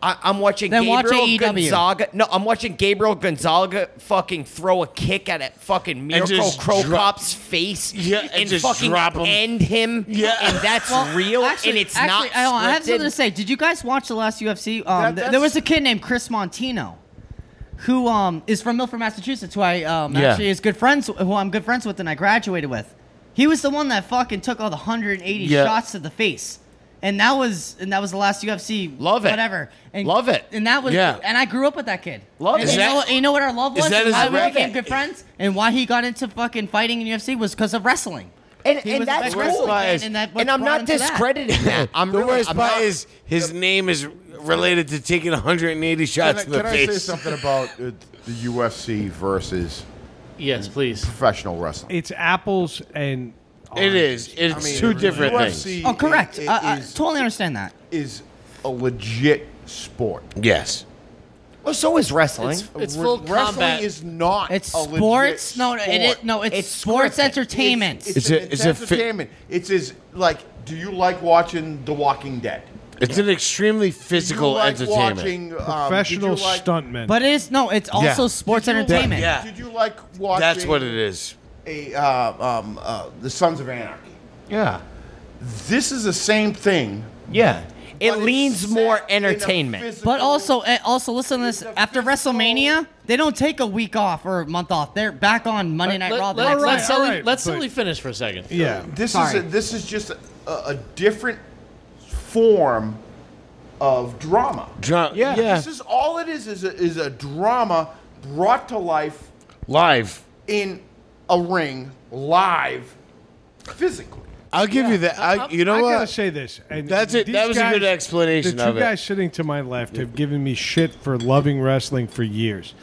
S4: I, I'm watching
S2: Then watch E
S4: Gabriel
S2: AEW.
S4: Gonzaga. No, I'm watching Gabriel Gonzaga fucking throw a kick at a fucking Miracle
S1: just
S4: Crow
S1: drop-
S4: Cop's face
S1: Yeah, and just
S4: fucking
S1: drop him.
S4: end him.
S1: Yeah.
S4: and that's
S2: Well,
S4: real
S2: Oh, actually-
S4: and it's
S2: actually,
S4: not.
S2: I, don't- I have
S4: scripted.
S2: something to say. Did you guys watch the last UFC? Um,
S6: That-
S2: th- there was
S6: that's-
S2: a kid named Chris Montino, who um, is from Milford, Massachusetts, who I um,
S1: Yeah.
S2: actually is good friends, who I'm good friends with, and I graduated with. He was the one that fucking took all the 180
S1: Yeah.
S2: shots to the face. And that was and that was the last UFC.
S4: Love it.
S2: Whatever. And,
S4: Love it.
S2: And that was.
S1: Yeah.
S2: And I grew up with that kid.
S4: Love
S2: and You,
S4: it. Is
S2: know
S1: that-
S2: what, you know what our love
S1: is
S2: was?
S1: that
S2: and
S1: his
S2: why we
S1: rep?
S2: became good friends, and why he got into fucking fighting in UFC was because of wrestling.
S4: and,
S2: He
S4: and
S2: was a
S4: that's
S2: big wrestler,
S4: cool.
S1: man,
S2: and that-
S4: I'm
S2: brought
S4: not
S2: him to that.
S4: discrediting that. I'm
S1: the
S4: really,
S1: worst
S4: I'm
S1: part
S4: not-
S1: is his name is related to taking 180
S6: Can
S1: shots
S6: I,
S1: in the
S6: can I
S1: face.
S6: say something about uh, the UFC versus
S3: Yes, please.
S6: professional wrestling?
S5: It's apples and.
S1: It is. It's two different things.
S6: UFC
S2: Oh, correct.
S6: i-
S2: I-
S4: Uh,
S2: I
S6: is-
S2: totally understand that.
S6: is a legit sport.
S1: Yes.
S4: Well, so is wrestling.
S3: It's, it's
S6: Re-
S3: full
S6: wrestling
S3: combat.
S6: is not.
S2: It's
S6: a legit
S2: sports. No, no, it,
S6: sport.
S2: is- no, it's,
S4: It's
S2: sports
S4: scripted.
S2: entertainment.
S6: It's,
S1: It's
S6: an
S1: a- it's a
S6: intense
S1: fi-
S6: entertainment. It's as like, do you like watching The Walking Dead?
S1: It's an extremely
S6: Do you
S1: physical
S6: like
S1: entertainment.
S6: Watching, um,
S5: Professional
S6: did you like,
S5: stuntmen.
S2: but it is no, it's also sports
S6: did you like-
S2: entertainment.
S1: Yeah.
S6: Did you like watching?
S1: That's what it is.
S6: A uh, um, uh, the Sons of Anarchy.
S4: yeah,
S6: This is the same thing.
S4: yeah. It
S6: but it's
S4: leans
S6: set
S4: more
S6: in a
S4: entertainment.
S6: physical-
S2: But also, eh, also listen to this.
S6: It's a
S2: After
S6: physical-
S2: WrestleMania, they don't take a week off or a month off. They're back on Monday Night
S3: Let,
S2: Raw. the
S3: let,
S2: next
S3: us
S2: night.
S5: all
S3: Sully,
S5: right,
S3: let
S5: but-
S3: Sully finish for a second.
S5: yeah.
S6: This
S2: Sorry.
S6: is a, this is just a, a different form of drama.
S1: Dra- yeah.
S6: This is all it is is a, is a drama brought to life
S1: Live.
S6: in a ring live physically.
S1: I'll give you that. I, you know
S5: I
S1: what?
S5: gotta say this. And
S1: That's it.
S5: these
S1: That was a good explanation
S5: The two
S1: of it.
S5: guys sitting to my left have given me shit for loving wrestling for years,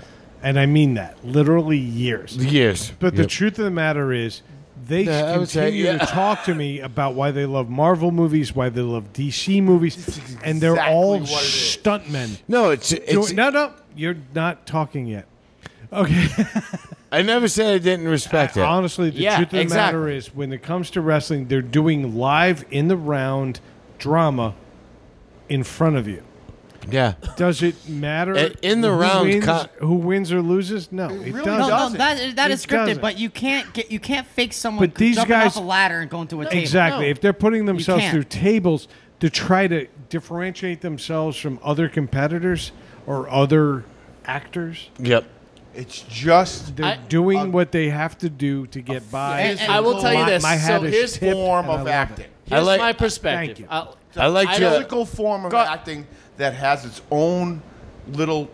S5: and I mean that literally years.
S1: Years.
S5: But the
S1: Yep.
S5: truth of the matter is, they
S1: Yeah, I would say,
S5: continue
S1: yeah. [LAUGHS]
S5: to talk to me about why they love Marvel movies, why they love DC movies, and they're
S6: exactly
S5: all
S6: what it is.
S5: stuntmen.
S1: No, it's it's.
S5: no, no, you're not talking yet. Okay. [LAUGHS]
S1: I never said I didn't respect it.
S5: Honestly, the
S4: Yeah,
S5: truth of the
S4: exactly.
S5: matter is, when it comes to wrestling, they're doing live in the round drama in front of you.
S1: yeah.
S5: Does it matter
S1: Uh, in the
S5: who
S1: round
S5: wins-
S1: co-
S5: who wins or loses? No, it,
S6: really
S5: doesn't.
S2: No, no,
S6: doesn't.
S2: that, that
S5: It
S2: is scripted,
S5: doesn't.
S2: but you can't get you can't fake someone
S5: But these
S2: jumping
S5: guys-
S2: off a ladder and going through a table.
S5: Exactly.
S3: No.
S5: If they're putting themselves
S2: can't.
S5: through tables to try to differentiate themselves from other competitors or other actors,
S1: Yep.
S6: It's just
S5: they're
S3: I-
S5: doing what they have to do to get by.
S3: And- and I will tell you
S5: My-
S3: this.
S5: My hat
S3: So
S5: is
S3: here's
S5: tipped
S6: form
S5: and I
S6: of
S5: love
S6: acting.
S5: it.
S1: I
S3: Here's
S1: like-
S3: my perspective.
S5: you.
S3: I'll-
S1: I like
S3: I
S1: your-
S3: don't-
S6: physical form of acting that has its own little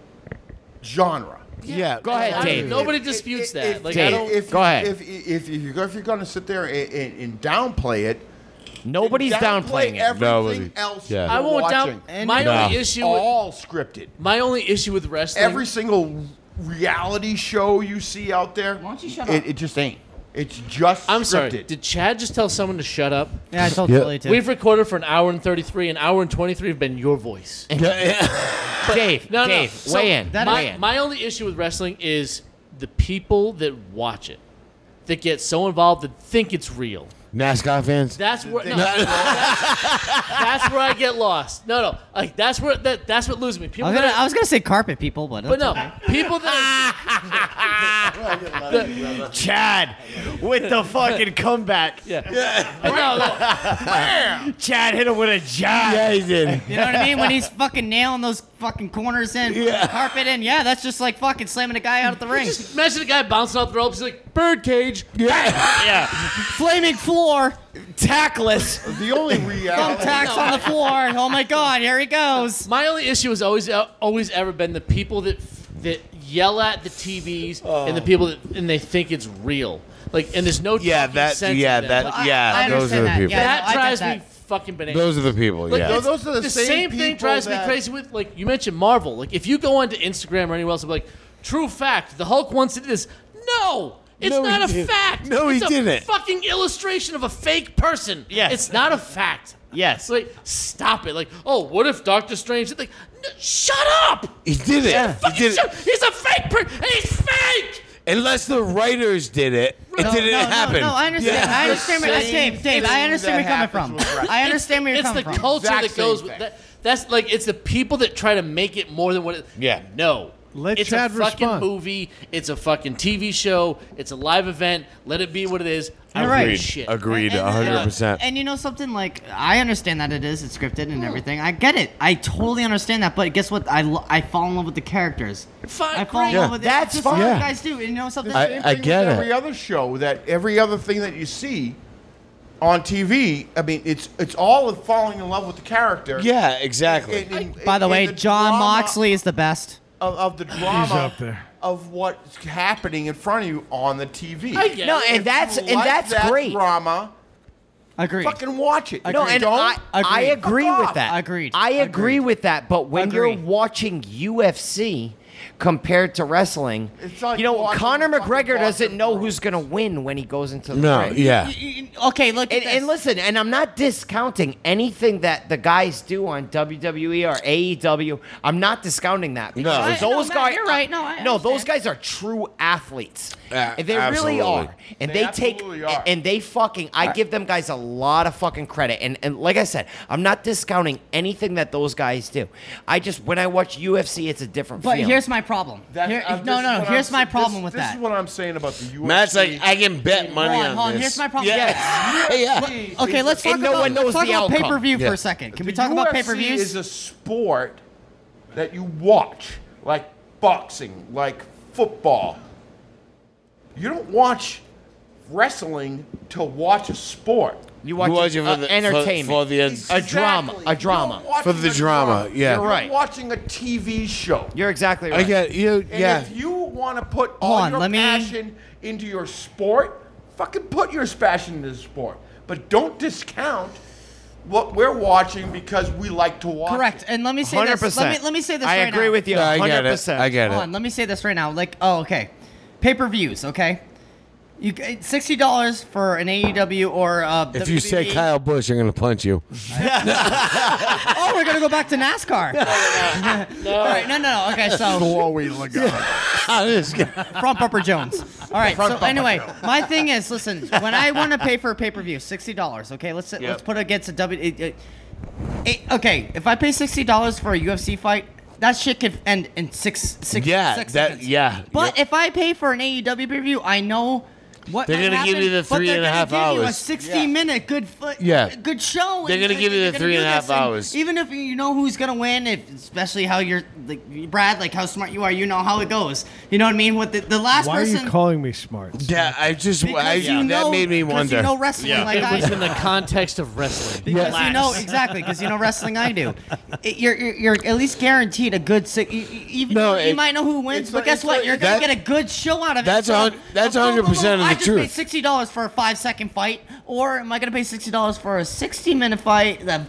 S6: genre.
S1: Yeah.
S4: Go ahead,
S3: I-
S4: Dave.
S3: Nobody disputes
S6: If-
S3: that.
S6: if-
S3: Like I
S4: Dave.
S3: don't.
S6: If,
S4: Go ahead.
S6: If, if, if, you go, if you're going to sit there and, and, and downplay it,
S4: Nobody's
S6: downplay
S4: downplaying it.
S6: everything
S1: Nobody.
S6: else.
S1: Yeah.
S6: you're
S3: I won't
S6: watching.
S3: doubt. My
S1: No.
S3: only issue. With,
S6: All scripted.
S3: my only issue with wrestling.
S6: Every single reality show you see out there,
S2: Why don't you shut
S6: it,
S2: up?
S6: it just ain't. It's just
S3: I'm
S6: scripted.
S3: sorry. Did Chad just tell someone to shut up?
S2: Yeah, I told
S1: Yeah.
S2: Sully too.
S3: We've recorded for an hour and 33. An hour and 23 have been your voice.
S4: Dave,
S3: No, no.
S4: Dave,
S3: So,
S4: weigh in.
S2: that
S4: weigh
S3: My,
S4: in.
S3: my only issue with wrestling is the people that watch it, that get so involved that think it's real.
S1: NASCAR fans.
S3: That's where no, [LAUGHS] that's, that's where I get lost. No, no, like that's where that that's what loses me.
S2: I
S3: People
S2: was, gonna,
S3: that
S2: I
S3: are,
S2: was gonna say carpet people, but,
S3: but
S2: that's okay.
S3: no, people that
S4: Chad with the fucking comeback.
S2: [LAUGHS]
S3: are, no, no,
S4: Chad hit him with a jab.
S1: yeah, he
S4: [LAUGHS]
S1: did.
S2: You know what I mean? When he's fucking nailing those fucking corners in,
S1: Yeah.
S2: carpet in, yeah, that's just like fucking slamming a guy out of the ring.
S3: just imagine the guy bouncing off the ropes. He's like birdcage.
S1: Yeah.
S2: Flaming floor,
S4: Tackless.
S6: The
S3: [LAUGHS]
S6: only reality.
S2: thumbtacks on the floor. Oh my god, here he goes.
S3: My only issue has always uh, always ever been the
S4: Oh.
S3: people that that yell at the TVs and the people that and they think it's real. Like, and there's no
S1: Yeah,
S3: talking
S1: that-
S3: sense
S1: yeah,
S3: in
S1: that-
S3: them. Like,
S2: I-
S1: yeah,
S2: I,
S1: those are
S2: understand
S1: the
S2: that.
S1: people.
S2: Yeah,
S3: that
S2: no, I get
S3: drives
S2: that.
S3: me fucking bananas.
S1: Those are the people.
S3: Like,
S1: yeah.
S3: it's-
S6: those are the same
S3: thing
S6: people
S3: drives me
S6: that-
S3: crazy with like you mentioned Marvel. Like if you go onto Instagram or anywhere else, I'm like, true fact, the Hulk once did this. No, it's
S1: No, he
S3: not a
S1: didn't.
S3: fact.
S1: No, he
S3: It's a
S1: didn't.
S3: Fucking illustration of a fake person.
S4: Yes.
S3: it's not a fact.
S4: Yes.
S3: It's like stop it. Like oh, what if Doctor Strange? did- Like n- shut up.
S1: He did it. He
S3: Fucking
S1: did
S3: shut-
S1: it.
S3: He's a fake person. He's fake.
S1: Unless the writers did it, it
S2: No,
S1: didn't
S2: no, no,
S1: happen.
S2: No, I understand.
S1: Yeah.
S2: I understand where,
S6: same
S2: Dave, Dave,
S6: thing
S2: I understand where
S6: that
S2: you're coming
S6: happens
S2: from.
S6: with wrestling.
S2: I understand where you're
S3: it's the
S2: coming from.
S3: culture
S6: Exact
S3: that
S6: same
S3: goes with
S6: thing.
S3: that. That's like it's the people that try to make it more than what it.
S1: Yeah.
S3: No.
S5: Let
S3: it's
S5: Chad
S3: a fucking
S5: respond.
S3: movie. It's a fucking TV show. It's a live event. Let it be what it is. I
S2: You're
S3: don't give a
S2: right.
S3: Shit.
S1: Agreed,
S2: And- and-
S1: 100%.
S2: And you know something? Like I understand that it is it's scripted and everything. I get it. I totally understand that. But guess what? I, lo- I fall in love with the characters.
S3: Fine,
S2: I fall in
S3: great.
S2: love with it. It's
S4: That's
S2: just what
S1: fine.
S2: you guys do. And you know something?
S1: I-
S6: Same
S1: I
S6: thing
S1: get
S6: with
S1: it.
S6: every other show that every other thing that you see on TV. I mean, it's it's all falling in love with the character.
S1: yeah, exactly.
S6: And- and-
S2: By the
S6: and
S2: way, John
S6: drama
S2: Moxley is the best.
S6: of, of the drama
S5: up there.
S6: of what's happening in front of you on the TV.
S3: I get
S4: No,
S3: it.
S4: and that's
S6: You
S4: and
S6: like
S4: that's
S6: that
S4: great.
S6: Drama.
S2: Agreed.
S6: Fucking watch it.
S4: No,
S6: If you
S4: and
S6: don't,
S4: I, I
S2: Agreed.
S4: agree
S6: Fuck
S4: with
S6: off.
S4: that.
S2: Agreed.
S4: I agree
S2: Agreed.
S4: with that. But when you're
S2: Agreed.
S4: watching UFC compared to wrestling,
S6: It's like
S4: you know,
S6: watching
S4: Conor
S6: fucking
S4: McGregor doesn't
S6: Boston
S4: know
S6: Bruins.
S4: who's going to win when he goes into the
S1: no,
S4: ring.
S1: yeah.
S2: Y- y- Okay, look at
S4: And,
S2: this.
S4: and listen, and I'm not discounting anything that the guys do on WWE or AEW. I'm not discounting that. because
S1: No. I-
S2: no,
S4: those
S2: Matt,
S4: guys,
S2: you're right. No, I
S4: no, those
S2: understand.
S4: guys are true athletes.
S1: Yeah,
S4: they
S1: absolutely.
S4: really are, and
S6: They
S4: they, take
S6: absolutely are.
S4: and they fucking. I give them guys a lot of fucking credit, and and like I said, I'm not discounting anything that those guys do. I just when I watch UFC, it's a different.
S2: But
S4: feeling.
S2: here's my problem.
S6: That-
S2: Here-
S6: I'm-
S2: no,
S6: this is
S2: no, no.
S6: what
S2: Here's
S6: I'm
S2: my
S6: saying-
S2: problem
S6: this,
S2: with
S6: this
S2: that.
S6: is what I'm saying about the UFC.
S1: Matt's like, I can bet money
S2: Hold on,
S1: on,
S2: hold on.
S1: this.
S2: Here's my problem.
S1: Yeah. yeah.
S2: [LAUGHS] Okay, let's talk
S4: And no
S2: about,
S4: one knows
S2: let's talk
S4: the
S2: about
S4: outcome.
S2: pay-per-view
S1: Yeah.
S2: for a second. Can we
S6: The
S2: talk about
S6: UFC
S2: pay-per-views?
S6: Is a sport that you watch, like boxing, like football. You don't watch wrestling to watch a sport.
S4: you
S1: You
S4: watch
S1: watch it
S4: uh,
S1: for the, for-
S4: entertainment.
S1: For, the
S4: A drama, a
S6: You're
S4: drama.
S6: watching
S1: For the
S6: a
S1: drama, yeah.
S6: You're
S4: Right.
S6: watching a TV show.
S4: you're exactly right.
S1: I get you.
S6: And
S1: Yeah.
S6: if you want to put all
S2: on,
S6: your
S2: let me-
S6: passion into your sport, fucking put your passion into the sport. But don't discount what we're watching because we like to watch.
S2: Correct.
S6: it.
S2: And let me say
S4: Hundred
S2: this.
S4: percent.
S2: Let me let me say this
S4: I
S2: right
S4: agree
S2: now.
S4: with you.
S1: Yeah, I get it.
S4: 100%.
S1: I get
S2: Hold
S1: it.
S2: on, let me say this right now. Like, oh, okay, pay per views. Okay, you get sixty dollars for an AEW or uh,
S1: If you say
S2: WWE.
S1: Kyle Bush, I'm gonna punch you.
S2: oh, we're gonna go back to NASCAR. [LAUGHS] All right, no, no, no. Okay, so
S6: Chloe Lagana.
S1: This guy-
S2: front bumper Jones. All right, so anyway, my thing is, listen, when I want to pay for a pay per view, sixty dollars. Okay, let's let's put it against a W. It, it, it- okay, if I pay sixty dollars for a UFC fight. That shit could end in six, six,
S1: Yeah,
S2: six
S1: that-
S2: seconds.
S1: yeah,
S2: But
S1: yep.
S2: if I pay for an AEW pay-per-view, I know what
S1: They're gonna
S2: might
S1: give
S2: happen,
S1: you the
S2: but
S1: three
S2: they're
S1: and a
S2: gonna
S1: half
S2: give You a
S1: hours.
S2: sixty-minute good, foot,
S1: Yeah.
S2: good show.
S1: They're
S2: and
S1: gonna
S2: they're
S1: give you
S2: they're
S1: the
S2: gonna
S1: three and
S2: do
S1: a half
S2: this, and
S1: hours.
S2: Even if you know who's gonna win, if especially how you're like Brad, like how smart you are, you know how it goes. You know what I mean? With the, the last
S5: Why are
S2: person,
S5: you calling me smart?
S1: yeah, I just
S2: because
S1: I,
S2: you know,
S1: that made me
S2: 'cause
S1: wonder.
S2: You know wrestling like
S3: it
S2: I
S3: was
S2: do.
S3: [LAUGHS] in the context of wrestling.
S2: Because you
S3: Relax.
S2: know exactly, because you know wrestling. I do. It- you're, you're you're at least guaranteed a good six. You, you, even
S1: No,
S2: though you
S1: it-
S2: might know who wins,
S6: it's
S2: but
S6: like-
S2: guess
S6: it's
S2: what?
S6: like-
S2: you're gonna
S1: that-
S2: get a good show out of it.
S1: that's
S2: So,
S1: a hun- that's
S2: boom, boom,
S1: 100%
S2: boom,
S1: of
S2: I
S1: the
S2: just
S1: truth.
S2: paid sixty dollars for a five second fight, or am I gonna pay sixty dollars for a sixty minute fight? That,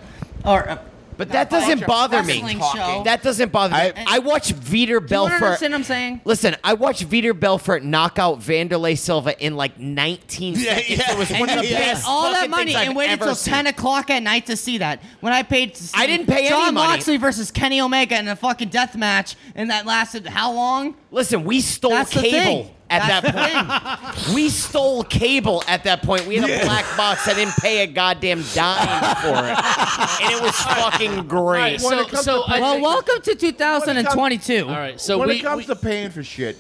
S2: or a,
S4: But that doesn't bother me.
S2: wrestling show.
S4: That doesn't bother me.
S1: I-
S4: I, watched Vitor
S2: you
S4: Belfort.
S2: understand what I'm saying?
S4: Listen, I watched Vitor Belfort knock out Vanderlei Silva in like 19
S1: Yeah,
S4: seconds.
S1: yeah.
S4: It was
S1: And
S4: one of
S1: you
S4: [LAUGHS] the
S1: spent
S4: best
S2: all that
S4: fucking
S2: money
S4: things I've
S2: and waited
S4: ever
S2: till
S4: seen.
S2: 10 o'clock at night to see that. When I paid, to see
S4: I didn't pay any
S2: John
S4: money.
S2: Moxley versus Kenny Omega in a fucking death match, and that lasted how long?
S4: Listen, we stole
S2: That's the
S4: cable
S2: thing.
S4: at
S2: That's the
S4: that point. [LAUGHS]
S2: thing. [LAUGHS]
S4: We stole cable at that point. We had a black box. I didn't pay a goddamn dime for it, and it [LAUGHS] was fucking
S3: All right,
S6: When
S4: great.
S3: so,
S6: it comes
S3: so
S6: to
S3: I
S2: Well,
S3: think-
S2: welcome to 2022.
S3: All right, so
S6: when
S3: we,
S6: it comes
S3: we-
S6: to paying for shit,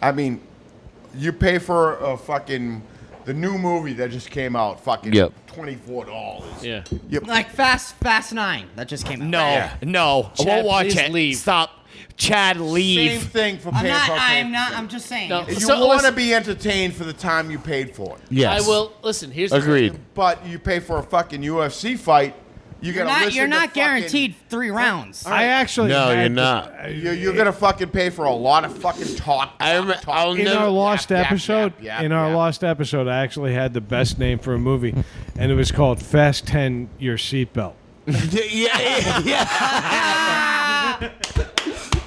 S6: I mean, you pay for a fucking the new movie that just came out, fucking
S1: Yep.
S6: twenty four dollars.
S3: Yeah.
S6: Yep.
S2: Like Fast Fast Nine that just came out.
S4: no, no,
S3: Chad,
S4: we'll watch
S3: please
S4: it.
S3: leave.
S4: Stop, Chad.
S6: Same
S4: Leave.
S6: thing for
S2: I'm
S6: paying
S2: not.
S6: for.
S2: I'm not. I'm just saying.
S3: No.
S6: You
S3: So,
S6: want to
S3: listen-
S6: be entertained for the time you paid for it,
S1: yes,
S3: I will listen. Here's the thing.
S1: Agreed.
S6: but you pay for a fucking UFC fight. You
S2: You're
S6: gotta
S2: not,
S6: listen
S2: you're
S6: to
S2: not
S6: fucking-
S2: guaranteed three rounds.
S5: I actually
S1: No,
S5: had
S1: you're
S5: to-
S1: not.
S6: You, you're gonna fucking pay for a lot of fucking talk.
S1: I
S6: talk,
S1: remember-
S6: talk.
S1: I'll
S5: in
S1: never-
S5: our lost
S6: yap, yap,
S5: episode,
S6: yap, yap,
S5: in our
S6: yap.
S5: lost episode, I actually had the best name for a movie, and it was called Fast Ten Your Seatbelt.
S1: [LAUGHS] yeah, yeah, yeah.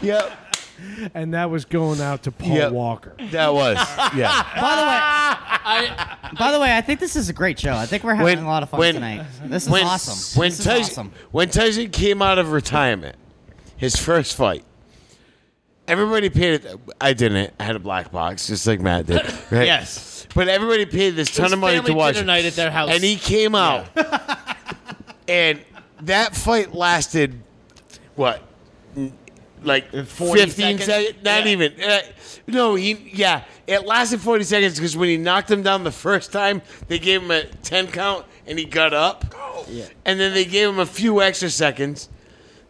S1: yep,
S5: And that was going out to Paul
S1: Yep.
S5: Walker.
S1: that was yeah.
S2: by the
S4: [LAUGHS]
S2: way,
S3: I,
S2: by the way, I think this is a great show. I think we're having
S1: When-
S2: a lot of fun
S1: when-
S2: tonight. This is awesome.
S1: When
S2: this
S1: Tyson,
S2: is awesome.
S1: when Tyson came out of retirement, his first fight, everybody paid it. I didn't. I had a black box, just like Matt did. Right?
S3: Yes.
S1: But everybody paid this ton
S3: His
S1: of money
S3: family
S1: to watch
S3: dinner
S1: it.
S3: night at their house.
S1: and he came out, and that fight lasted what, n- like
S4: 40
S1: fifteen
S4: seconds?
S1: seconds? Not
S3: Yeah.
S1: even. Uh, no, he yeah, it lasted forty seconds because when he knocked him down the first time, they gave him a ten count, and he got up, and then they gave him a few extra seconds.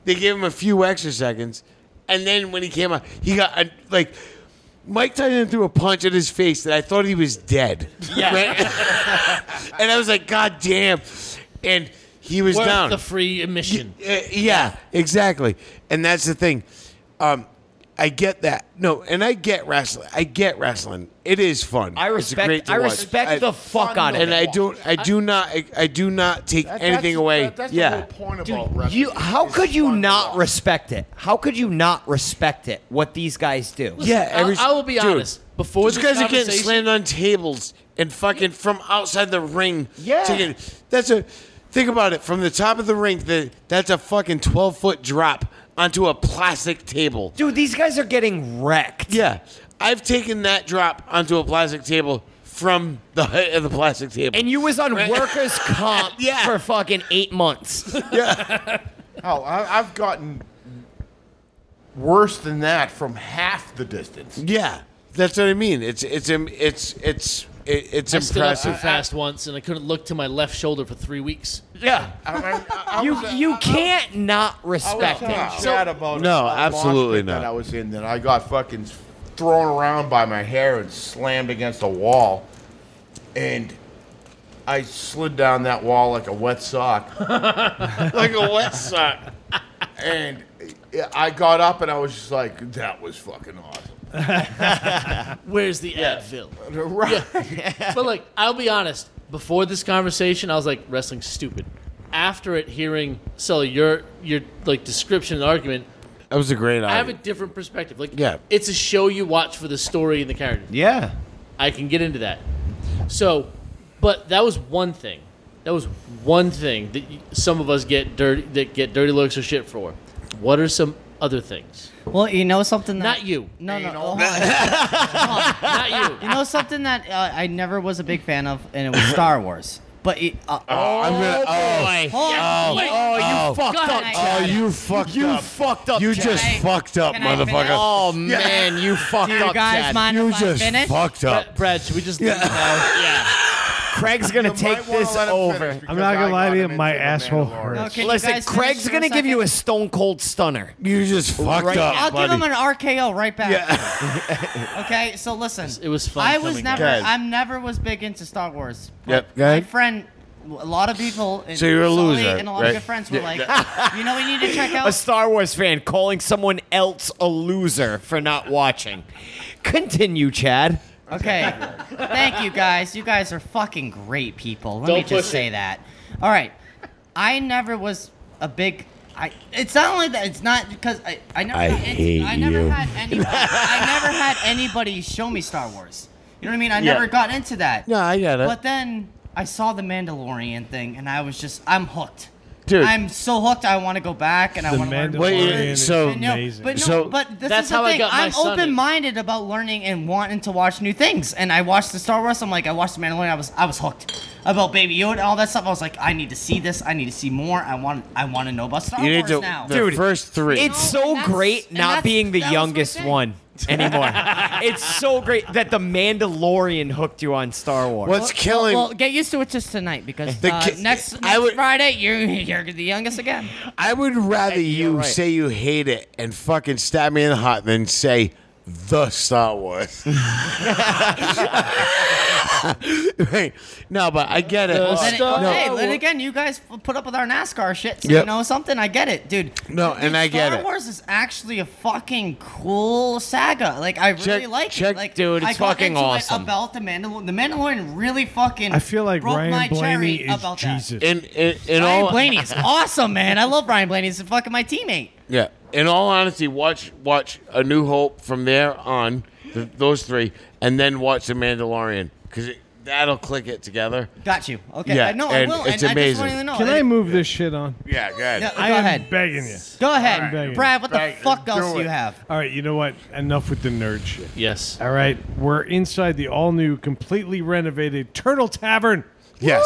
S1: They gave him a few extra seconds, and then when he came out, he got a, like. Mike Tyson threw a punch in his face that I thought he was dead.
S3: Yeah.
S1: Right? [LAUGHS] and I was like, God damn. And he was
S3: worth
S1: down.
S3: the free admission.
S1: Uh, yeah, exactly. And that's the thing. Um, I get that. No, and I get wrestling. I get wrestling. It is fun.
S4: I
S1: It's great
S4: respect.
S1: to
S4: I
S1: watch.
S4: respect
S1: I-
S4: the fuck out of
S1: And
S4: it.
S1: I don't. I do not. I, I do not take
S6: That- that's-
S1: anything away.
S6: that- that's
S1: yeah.
S6: the whole point about wrestling.
S4: You, how
S6: is
S4: could you
S6: fun to
S4: not
S6: watch.
S4: respect it? How could you not respect it? What these guys do?
S1: yeah.
S3: I'll-
S1: Every,
S3: I will be
S1: dude,
S3: honest. Before
S1: Those
S3: this
S1: guys are getting
S3: conversation-
S1: slammed on tables and fucking from outside the ring.
S4: Yeah.
S1: to get- that's a think about it from the top of the ring. The, that's a fucking twelve foot drop onto a plastic table.
S4: Dude, these guys are getting wrecked.
S1: Yeah, I've taken that drop onto a plastic table from the height of the plastic table.
S4: And you was on workers' comp
S1: Yeah.
S4: for fucking eight months.
S6: Hell, I, I've gotten worse than that from half the distance.
S1: yeah, that's what I mean. It's it's im- it's it's it- it's
S3: I uh, stood up too
S1: impressive.
S3: fast once, and I couldn't look to my left shoulder for three weeks.
S4: yeah.
S6: I, I, I
S4: You
S6: was, uh,
S4: you
S6: I-
S4: can't not
S6: I was
S4: respect
S6: telling
S4: it.
S6: Chad about
S1: No,
S6: a launch
S1: absolutely
S6: pit
S1: not.
S6: That I was in that I got fucking thrown around by my hair and slammed against a wall, and I slid down that wall like a wet sock.
S1: like a wet sock.
S6: And I got up and I was just like, that was fucking awesome.
S3: Where's the Advil?
S6: Right.
S3: [LAUGHS] but like, I'll be honest. Before this conversation, I was like, wrestling's stupid. After it, hearing Sully, your your like description and argument,
S1: That was a great
S3: I have a
S1: idea.
S3: different perspective. Like,
S1: Yeah.
S3: it's a show you watch for the story and the character.
S4: Yeah.
S3: I can get into that. So, but that was one thing. That was one thing that y- some of us get dirty that get dirty looks or shit for. What are some other things?
S2: Well, you know something that
S3: Not you.
S2: No, no.
S6: You know-
S2: oh, hold on.
S3: Not you.
S2: You know something that uh, I never was a big fan of, and it was Star Wars. But it, uh,
S1: I'm gonna,
S5: uh,
S1: oh,
S4: Boy.
S2: hold on.
S3: Wait,
S4: Oh, you fucked
S3: God,
S4: up.
S2: I-
S4: Chad.
S1: oh, you fucked
S4: You
S1: up.
S4: fucked up.
S1: you
S2: [LAUGHS]
S4: Chad.
S1: just
S2: I-
S1: fucked up,
S2: can I finish?
S1: motherfucker.
S4: Oh man, you fucked
S2: do you
S4: up,
S2: guys
S4: Chad.
S2: mind
S1: you
S2: if I
S1: just
S2: finish?
S1: fucked
S3: Brad,
S1: up.
S3: Brad, should we just leave [LAUGHS] now?
S4: Craig's gonna take this over.
S5: I'm not gonna lie to you, my asshole hurts.
S2: Okay, you
S4: Listen,
S2: guys
S4: Craig's
S2: finish for
S4: gonna give you a
S2: second?
S4: stone cold stunner.
S1: You just fucked
S4: Right
S1: up,
S2: I'll
S1: buddy.
S2: give him an RKO right back. [LAUGHS] okay, so listen.
S3: It was fun
S2: I was
S3: coming
S2: never.
S1: guys.
S2: I'm never was big into Star Wars. but
S1: Yep.
S2: My
S1: Okay.
S2: friend, a lot of people. And
S1: So you're a
S2: Sully
S1: loser,
S2: And a lot
S1: right?
S2: of good friends were like, you know, what you need
S1: [LAUGHS]
S2: to check out.
S4: A Star Wars fan calling someone else a loser for not watching. Continue, Chad.
S2: Okay. Thank you guys. You guys are fucking great people. Let me
S3: Don't push
S2: just say
S3: it.
S2: that. All right. I never was a big I it's not only that it's not because I I never
S1: I
S2: got into-
S1: hate
S2: I never
S1: you.
S2: had anybody I never had anybody show me Star Wars. You know what I mean? I never got into that.
S1: No, I get it.
S2: But then I saw the Mandalorian thing and I was just I'm hooked.
S1: Dude.
S2: I'm so hooked I want to go back and I
S5: The
S2: want to learn
S5: Mandalorian
S2: more.
S1: Wait,
S5: is
S1: so-
S2: No,
S5: amazing.
S2: but no,
S1: So-
S2: but this
S3: That's
S2: is the
S3: how I
S2: thing.
S3: got my
S2: I'm
S3: son in.
S2: open-minded about learning and wanting to watch new things. And I watched the Star Wars. I'm like, I watched the Mandalorian. I was, I was hooked about Baby Yoda and all that stuff. I was like, I need to see this. I need to see more. I want, I want to know about Star
S1: you need
S2: Wars
S1: to
S2: now.
S1: the
S4: Dude,
S1: first three.
S4: It's
S2: No,
S4: so
S2: and that's-
S4: great
S2: and
S4: not
S2: that's-
S4: being the
S2: that was my
S4: youngest
S2: thing. [LAUGHS]
S4: one anymore. it's so great that the Mandalorian hooked you on Star Wars.
S1: What's killing?
S2: Well, get used to it just tonight because
S1: The
S2: uh,
S1: ki-
S2: next, next
S1: I would-
S2: Friday you you're [LAUGHS] the youngest again.
S1: I would rather
S4: you're
S1: you
S4: right.
S1: say you hate it and fucking stab me in the
S2: [LAUGHS]
S1: heart than say the Star Wars. [LAUGHS] right. No, but I get it.
S3: The
S2: Then it-
S3: Star
S2: hey,
S3: Wars-
S2: then again, you guys f- put up with our NASCAR shit. So
S1: Yep.
S2: You know something? I get it, dude.
S1: No,
S2: Dude,
S1: and I get
S2: Star
S1: it.
S2: Wars is actually a fucking cool saga. Like I really
S1: Check-
S2: like
S1: check,
S2: it. Like,
S4: dude,
S2: I
S4: it's
S2: got
S4: fucking
S2: into it
S4: awesome.
S2: about the Mandalorian. The Mandalorian really fucking.
S5: I feel like
S2: broke my
S5: Ryan
S2: cherry
S5: Blaney is
S2: about
S5: Jesus.
S1: in in, in
S2: That. Ryan
S1: all [LAUGHS]
S2: Blaney is awesome, man. I love Ryan Blaney. He's fucking my teammate.
S1: yeah, in all honesty, watch watch A New Hope from there on, th those three, and then watch The Mandalorian because that'll click it together.
S2: Got you. Okay.
S1: Yeah,
S2: I know. I
S1: and
S2: will.
S1: it's
S2: and I just
S1: amazing.
S2: wanted to know.
S5: Can I move this shit on?
S1: Yeah, good.
S2: Yeah, go
S5: I am
S2: ahead.
S5: begging you.
S2: Go ahead,
S5: Alright, bang it.
S2: Brad. What the
S6: Bang it.
S2: fuck else
S6: Do
S2: do you
S6: it.
S2: have?
S5: All right, you know what? Enough with the nerd shit.
S3: Yes.
S5: All right, we're inside the all new, completely renovated Turtle Tavern.
S1: Yes.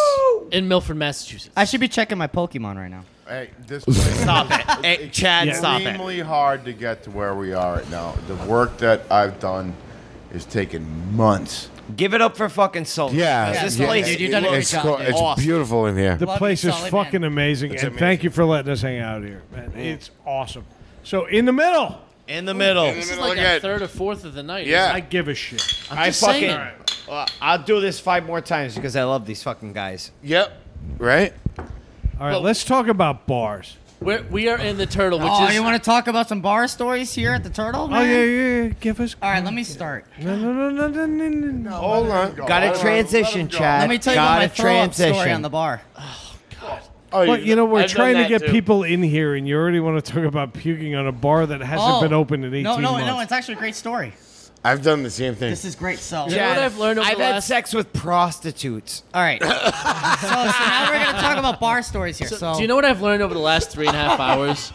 S3: In Milford, Massachusetts.
S2: I should be checking my Pokemon right now.
S6: Hey, this place
S4: Stop it. Hey, Chad,
S5: Yeah.
S4: stop it.
S6: extremely hard to get to where we are right now. The work that I've done is taking months.
S4: Give it up for fucking soul.
S1: Yeah,
S4: This
S1: yeah,
S4: place
S2: Dude, you've done a
S1: it's,
S2: great
S1: it's,
S2: job,
S1: co-
S2: dude.
S1: it's
S4: Awesome.
S1: beautiful in here.
S5: The
S2: Love
S5: place
S2: you,
S5: is
S2: solid
S5: fucking
S2: man.
S5: amazing, and
S1: amazing.
S5: thank you for letting us hang out here, man. It's awesome. So in the middle,
S4: in the middle.
S3: This is
S1: Look
S3: like
S1: at-
S3: a third or fourth of the night.
S1: Yeah.
S5: I give a shit.
S4: I
S3: just
S4: fucking.
S3: saying.
S4: Uh, I'll do this five more times because I love these fucking guys.
S1: Yep. Right.
S5: All right,
S3: Well-
S5: let's talk about bars.
S3: We're, we are in the turtle, which
S2: oh,
S3: is
S2: you want to talk about some bar stories here at the Turtle?
S5: Oh
S2: Man?
S5: yeah, yeah, yeah. give us.
S2: All right, let me start.
S3: Uh,
S5: No, no, no, no, no, no, no, no.
S6: Hold on. Hold
S4: Got a
S6: on.
S4: transition, Chad.
S2: Let me tell you
S4: Got
S2: about my
S4: a
S2: throw-up
S4: transition.
S2: story on the bar.
S1: Oh,
S5: Well, you know, we're
S1: I've done
S5: trying to
S1: that
S5: get
S1: too.
S5: people in here, and you already want to talk about puking on a bar that hasn't been open in 18
S2: Oh. No, no,
S5: months.
S2: no. It's actually a great story.
S1: I've done the same thing.
S2: This is great. So,
S3: Yeah. what I've learned over
S4: I've
S3: the
S4: had
S3: last-
S4: sex with prostitutes.
S2: all right. so, so now we're gonna talk about bar stories here. So,
S3: Do you know what I've learned over the last three and a
S2: [LAUGHS]
S3: half hours?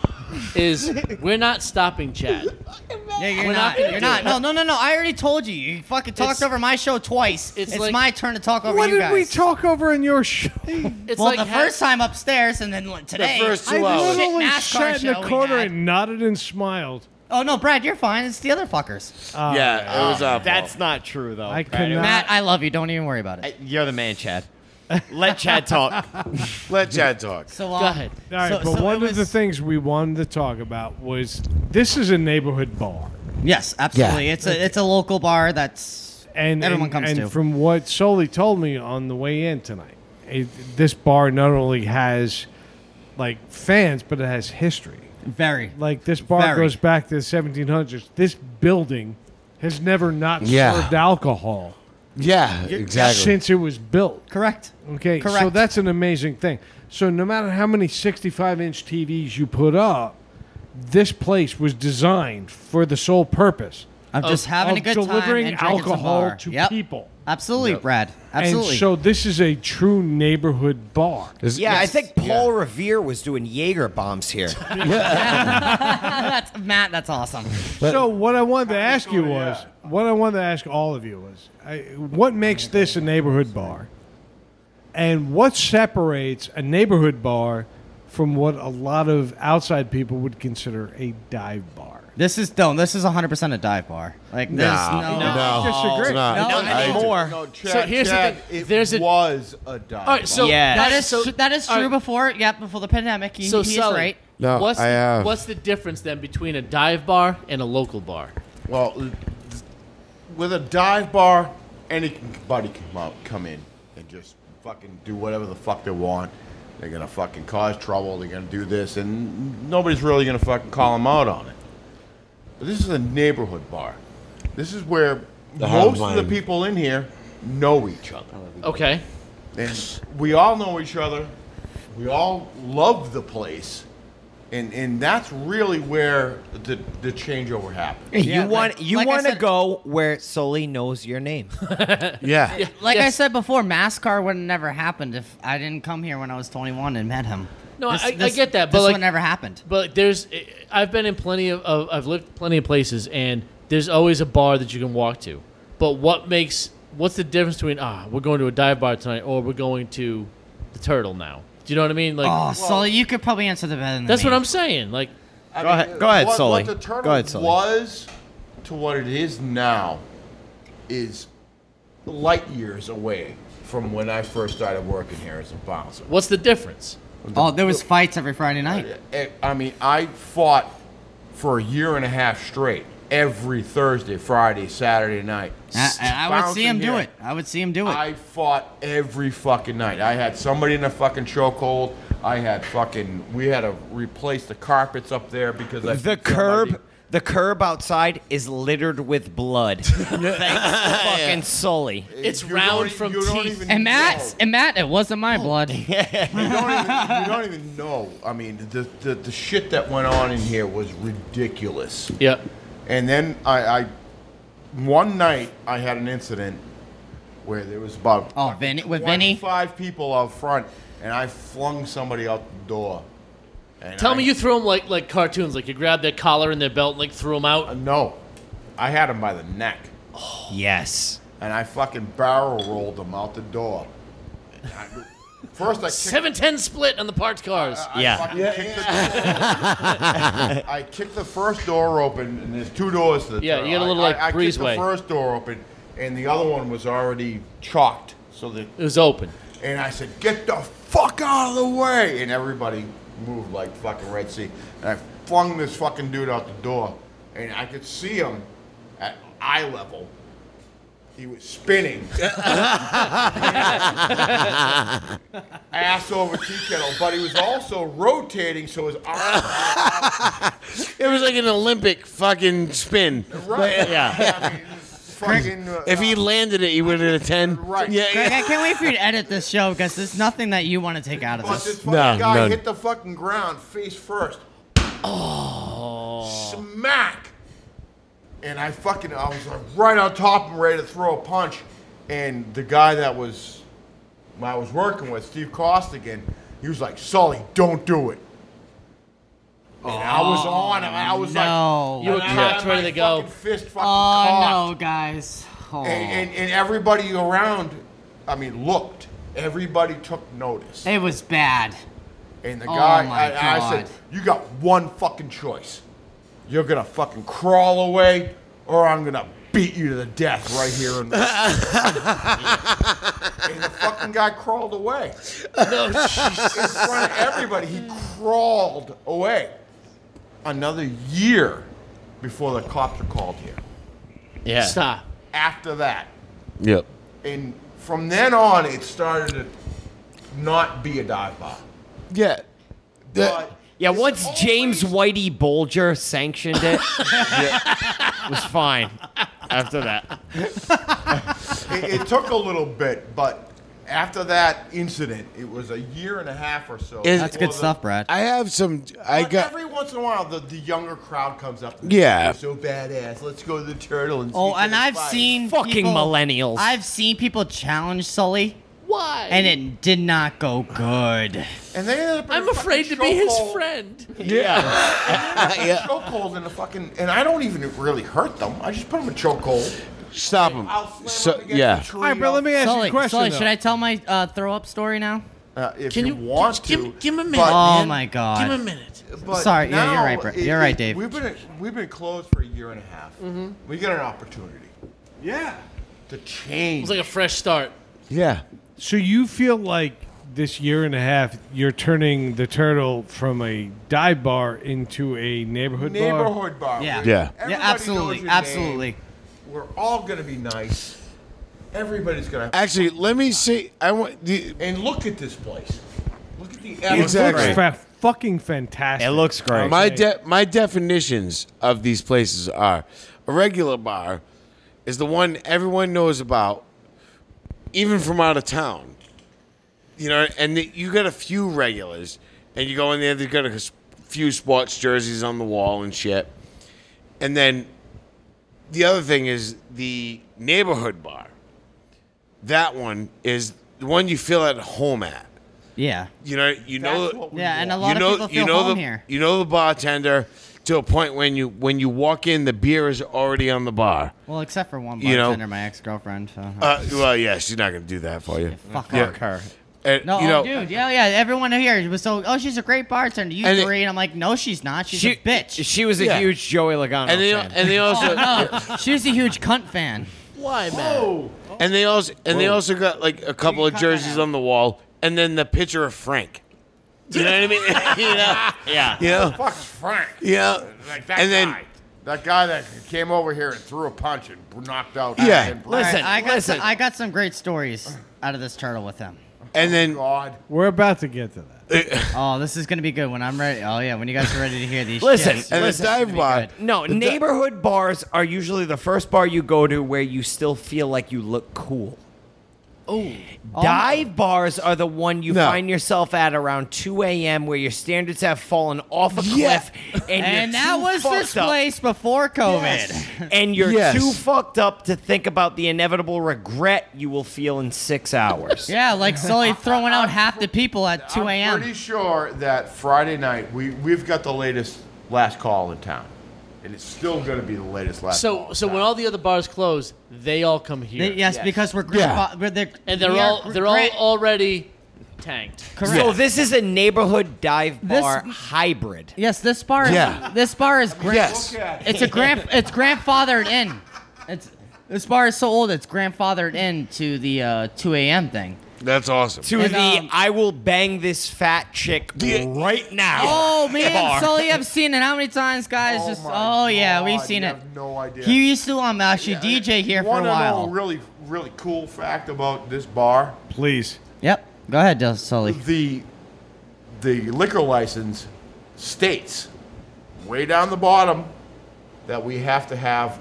S3: Is we're not stopping Chad.
S2: Yeah, you're
S3: We're not
S2: not.
S3: gonna
S2: you're
S3: do
S2: not.
S3: it.
S2: No, no, no, no. I already told you. You fucking talked
S3: It's-
S2: over my show twice. It's,
S3: it's like-
S2: my turn to talk over
S5: What
S2: you
S5: did
S2: guys.
S5: we talk over in your
S2: [LAUGHS]
S5: show?
S3: It's
S2: well,
S3: like
S2: the
S3: ha-
S2: first time upstairs, and then like, today.
S1: first two
S5: I
S1: Two hours.
S5: literally
S2: Shit, NASCAR
S5: sat in
S2: show
S5: the
S2: we
S5: corner
S2: had.
S5: and nodded and smiled.
S2: oh no, Brad, you're fine. It's the other fuckers.
S1: yeah, it was awful.
S4: Uh, That's not true, though.
S5: I
S4: Brad.
S5: cannot.
S2: Matt, Uh, I love you. Don't even worry about it.
S4: You're the man, Chad. Let Chad talk. [LAUGHS]
S1: Let Chad talk.
S2: So, uh,
S3: Go ahead.
S5: All right,
S2: So-
S5: but
S2: so
S5: one
S2: it
S5: of the
S2: was-
S5: things we wanted to talk about was this is a neighborhood bar,
S2: Yes, absolutely. It's a it's a local bar that's
S5: and
S2: Everyone
S5: and,
S2: comes
S5: and
S2: to.
S5: from what Soli told me on the way in tonight, it, this bar not only has like fans, but it has history.
S2: very
S5: Like this bar
S2: Very.
S5: goes back to the 1700s. This building has never not
S1: Yeah.
S5: served alcohol
S1: Yeah, exactly.
S5: since it was built.
S2: correct.
S5: Okay, so
S2: Correct.
S5: that's an amazing thing. So no matter how many 65-inch TVs you put up, this place was designed for the sole purpose
S2: I'm just having a
S5: of
S2: good
S5: delivering
S2: time and drinking some
S5: alcohol
S2: bar.
S5: to
S2: Yep.
S5: people.
S2: Absolutely, Brad. Absolutely.
S5: And so this is a true neighborhood bar.
S4: Yeah, I think Paul Revere was doing Jaeger bombs here.
S2: that's Matt. That's awesome.
S5: so what I wanted to ask you was, what I wanted to ask all of you was, I, what makes this a neighborhood bar, and what separates a neighborhood bar from what a lot of outside people would consider a dive bar?
S2: [LAUGHS] This is no. This is 100 percent a dive bar. Like this.
S1: No,
S2: No.
S1: no,
S5: disagree.
S1: it's not.
S2: No,
S1: I-
S4: anymore.
S6: No, Chad,
S3: So here's the
S6: Chad,
S3: thing.
S6: It
S3: There's a-
S6: was a dive.
S3: All right, so
S4: Yeah.
S2: That
S3: that's-
S2: is
S3: so,
S2: that is
S3: all
S2: true
S3: right,
S2: before. Yep, before the pandemic. He,
S3: So
S2: he is
S3: Sully,
S2: right.
S1: No,
S3: what's
S1: I
S3: the,
S1: have-
S3: What's the difference then between a dive bar and a local bar?
S6: Well, th- with a dive bar, anybody can come out, come in and just fucking do whatever the fuck they want. They're gonna fucking cause trouble. They're gonna do this, and nobody's really gonna fucking call them out on it. But this is a neighborhood bar. This is where most of the
S1: hotline.
S6: people in here know each other.
S3: Okay.
S6: And we all know each other. We all love the place. And, and that's really where the, the changeover happened.
S2: Yeah,
S4: you
S2: like-
S4: want you
S2: like I
S4: want to
S2: said-
S4: go where Sully knows your name.
S1: Yeah.
S2: Like I
S3: Yes.
S2: said before, NASCAR would have never happened if I didn't come here when I was 21 and met him.
S3: No, I- I get that, but,
S2: this
S3: like-
S2: would never happened.
S3: But there's, I've been in plenty of, of, I've lived plenty of places, and there's always a bar that you can walk to. But what makes, what's the difference between ah, we're going to a dive bar tonight, or we're going to the Turtle now? Do you know what I mean? Like
S2: Oh, Sully, you could probably answer the better than
S3: that's
S2: me.
S3: what I'm saying. Like
S6: I
S4: Go ahead- go ahead,
S6: what,
S4: Sully.
S6: What the turtle
S4: Go ahead, Sully.
S6: was to what it is now is light years away from when I first started working here as a bouncer.
S3: what's the difference?
S2: Oh, there was
S6: Oh,
S2: fights every Friday night.
S6: I- I mean, I fought for a year and a half straight every Thursday, Friday, Saturday night.
S2: I, I- I would see him
S6: Bouncing
S2: do
S6: here.
S2: it. I would see him do it.
S6: I fought every fucking night. I had somebody in a fucking chokehold. I had fucking. We had to replace the carpets up there because I
S4: The
S6: beat somebody.
S4: curb, the curb outside is littered with blood. Thanks to fucking Sully.
S3: It's
S6: You don't
S3: round
S6: e-
S3: from
S6: you don't
S3: teeth. [LAUGHS]
S6: even
S2: and Matt,
S6: know. Oh.
S2: and Matt, it wasn't my blood.
S6: [LAUGHS] You don't, even, you don't even know. I mean, the, the the shit that went on in here was ridiculous.
S3: Yep.
S6: And then I, I, one night I had an incident where there was about
S2: Oh, Vinny, with Vinny.
S6: five people out front, and I flung somebody out the door. And
S3: Tell
S6: I-
S3: me you threw them like like cartoons, like you grabbed their collar and their belt and like threw them out.
S6: No, I had him by the neck,
S4: Yes.
S6: and I fucking barrel rolled him out the door. And I-
S3: [LAUGHS]
S6: first I
S3: [LAUGHS]
S6: kicked,
S3: Seven ten split on the parked cars.
S6: I
S4: Yeah.
S6: fucking kicked the door. I kicked the first door open, and there's two doors to the
S3: Yeah,
S6: tunnel.
S3: you got a little,
S6: I-
S3: like,
S6: I, I kicked
S3: breezeway.
S6: the first door open, and the other one was already chalked, so that
S3: It was open.
S6: And I said, "Get the fuck out of the way!" And everybody moved like fucking Red Sea. And I flung this fucking dude out the door, and I could see him at eye level. He was spinning,
S1: [LAUGHS]
S6: ass over tea kettle, but he was also rotating, so his arm.
S1: [LAUGHS] It was like an Olympic fucking spin.
S6: Right.
S1: Yeah.
S6: I mean, fucking. uh,
S1: If he landed it, he would have a ten.
S6: Right.
S1: Yeah.
S2: Greg, I can't wait for you to edit this show because there's nothing that you want to take out of
S6: But
S2: this.
S6: this fucking
S1: No,
S6: guy
S1: none.
S6: hit the fucking ground face first. Oh. Smack. And I fucking, I was like right on top of him, ready to throw a punch. And the guy that was, I was working with, Steve Costigan, he was like, Sully, don't do it. And I was on him. I was
S2: no.
S6: like,
S3: You were
S6: and I
S3: cocked,
S6: had my
S3: ready to go.
S6: fucking Fist fucking cocked.
S2: Oh no, guys. Oh.
S6: And, and, and everybody around, I mean, looked. Everybody took notice.
S2: Oh. It was bad.
S6: And the
S2: Oh
S6: guy,
S2: my
S6: I, I said,
S2: God.
S6: you got one fucking choice. You're gonna fucking crawl away, or I'm gonna beat you to the death right here.
S2: [LAUGHS]
S6: In the- and the fucking guy crawled
S2: [LAUGHS]
S6: away
S2: Oh,
S3: No, jeez.
S6: in front of everybody. He crawled away. Another year before the cops were called here.
S4: Yeah.
S3: stop.
S6: After that,
S1: Yep.
S6: and from then on, it started to not be a dive bar.
S1: Yeah.
S6: But
S4: Yeah,
S6: it's
S4: once James
S6: always-
S4: Whitey Bulger sanctioned it, it was fine after that.
S6: it, it took a little bit, but after that incident, it was a year and a half or so.
S1: Is-
S2: That's good stuff, Brad.
S1: I have some. I
S6: But
S1: got.
S6: every once in a while, the, the younger crowd comes up. And
S1: Yeah.
S6: "You're so badass. Let's go to the turtle and.
S2: Oh,
S6: see if
S2: and
S6: they
S2: I've
S6: fight."
S2: seen
S4: Fucking
S2: people-
S4: millennials.
S2: I've seen people challenge Sully,
S3: Why?
S2: and it did not go good.
S6: And they ended up. in a
S3: I'm
S6: fucking
S3: afraid to be his
S6: chokehold- [LAUGHS]
S3: friend.
S4: Yeah.
S1: [LAUGHS] Yeah.
S6: Chokehold in the fucking, and I don't even really hurt them. I just put them in chokehold.
S1: Stop him.
S6: I'll slam
S1: So-
S6: them against
S1: yeah.
S6: the tree.
S5: All right, bro. Let me ask
S2: Sully,
S5: you a question.
S2: Sully,
S5: though.
S2: should I tell my uh, throw up story now?
S6: Uh, if
S3: Can
S6: you,
S3: you-
S6: want
S3: give-
S6: to,
S3: give him a minute,
S6: but-
S2: Oh
S3: man.
S2: my god.
S3: Give him a minute.
S6: But
S2: Sorry, yeah, you're
S6: now
S2: right, Brett. You're right, Dave.
S6: We've been we've been closed for a year and a half. We got an opportunity
S5: Yeah.
S6: to
S3: It
S6: change.
S3: was like a fresh start.
S1: Yeah.
S5: So you feel like this year and a half, you're turning the turtle from a dive bar into a neighborhood, bar.
S6: neighborhood bar.
S2: Yeah.
S1: Yeah. Yeah,
S6: Everybody knows
S2: absolutely,
S6: your name.
S2: absolutely.
S6: We're all gonna be nice. Everybody's gonna
S1: Actually, let me see. I want. The,
S6: and look at this place. Look at the
S1: Exactly.
S5: Looks
S6: atmosphere.
S5: fa- fucking fantastic.
S4: It looks great.
S1: my
S5: Okay.
S1: de- my definitions of these places are a regular bar is the one everyone knows about, even from out of town. You know, and the, you got a few regulars, and you go in there. They got a s- few sports jerseys on the wall and shit. And then the other thing is the neighborhood bar. That one is the one you feel at home at.
S2: Yeah.
S1: You know, you know.
S6: That's what we
S2: Yeah, and a
S6: want.
S2: lot
S1: you know,
S2: of people feel
S1: you know
S2: home
S1: the,
S2: here.
S1: You know the bartender to a point when you when you walk in, the beer is already on the bar.
S2: Well, except for one
S1: you know-
S2: bartender, my ex girlfriend. So.
S1: Uh, well, yeah, she's not going to do that for you.
S2: Fuck
S1: yeah.
S2: her.
S1: And,
S2: No,
S1: you
S2: oh,
S1: know,
S2: dude, yeah, yeah. Everyone here was so, oh, she's a great bartender. You
S1: And it-
S2: three, and I'm like, no, she's not. She's
S4: She,
S1: [LAUGHS]
S2: a bitch.
S4: she was a
S1: Yeah.
S4: huge Joey Logano
S1: and they
S4: fan.
S1: and
S2: Oh,
S1: they also
S2: She was a huge cunt fan.
S3: Why, man?
S1: and they also and they also got like a couple of jerseys on the wall, and then the picture of Frank. You know what I mean? you know,
S4: yeah.
S1: you know,
S6: Fuck Frank.
S1: yeah.
S6: Like that
S1: and then
S6: guy. That guy that came over here and threw a punch and knocked out.
S1: Yeah.
S6: Ian Bla-
S4: Listen,
S2: All right, I got
S4: listen.
S2: Some, I got some great stories out of this turtle with him.
S1: And then
S6: God.
S5: We're about to get to that.
S2: Oh, this is gonna be good when I'm ready. Oh yeah, when you guys are ready to hear these.
S4: Listen,
S2: shits,
S1: and the
S2: this is gonna
S1: dive
S2: be
S1: bar.
S2: good.
S4: No, neighborhood bars are usually the first bar you go to where you still feel like you look cool. Oh, dive bars are the one you
S1: No.
S4: find yourself at around 2 a.m. where your standards have fallen off a
S1: Yeah.
S4: cliff,
S2: And
S4: and, you're
S2: that
S4: too
S2: was this
S4: fucked up-
S2: place before COVID.
S4: and you're
S1: Yes.
S4: too fucked up to think about the inevitable regret you will feel in six
S2: [LAUGHS]
S4: hours.
S2: Yeah, like Sully throwing out half the people at 2
S6: I'm
S2: a.m.
S6: pretty sure that Friday night we we've got the latest last call in town, and it's still going to be the latest last. call
S3: So
S6: in
S3: so
S6: town.
S3: when all the other bars close, they all come here.
S2: They- yes, because we're group
S1: Yeah.
S2: bo- we're the-
S3: And they're
S2: we are
S3: all
S2: gr-
S3: they're all
S2: great-
S3: already tanked.
S2: correct.
S4: So this is a neighborhood dive
S2: This-
S4: bar hybrid.
S2: Yes, this bar. Is,
S1: Yeah.
S2: This bar is great.
S1: Yes.
S2: It's a grand. It's grandfathered in. It's this bar is so old. It's grandfathered in to the uh, 2 a.m. thing.
S1: that's awesome.
S4: To
S2: And,
S4: the
S2: um,
S4: I will bang this fat chick
S1: Yeah.
S4: right now.
S2: Oh man,
S4: bar.
S2: Sully, I've seen it. How many times, guys?
S6: Oh
S2: just oh
S6: my
S2: yeah, we've
S6: God,
S2: seen
S6: you
S2: it.
S6: Have no idea.
S2: He used to um actually
S6: Yeah,
S2: DJ here for
S6: Wanna
S2: a
S6: know
S2: while.
S6: really, really cool fact about this bar:
S5: Please.
S2: Yep. Go ahead, Del- Sully.
S6: the the liquor license states way down the bottom that we have to have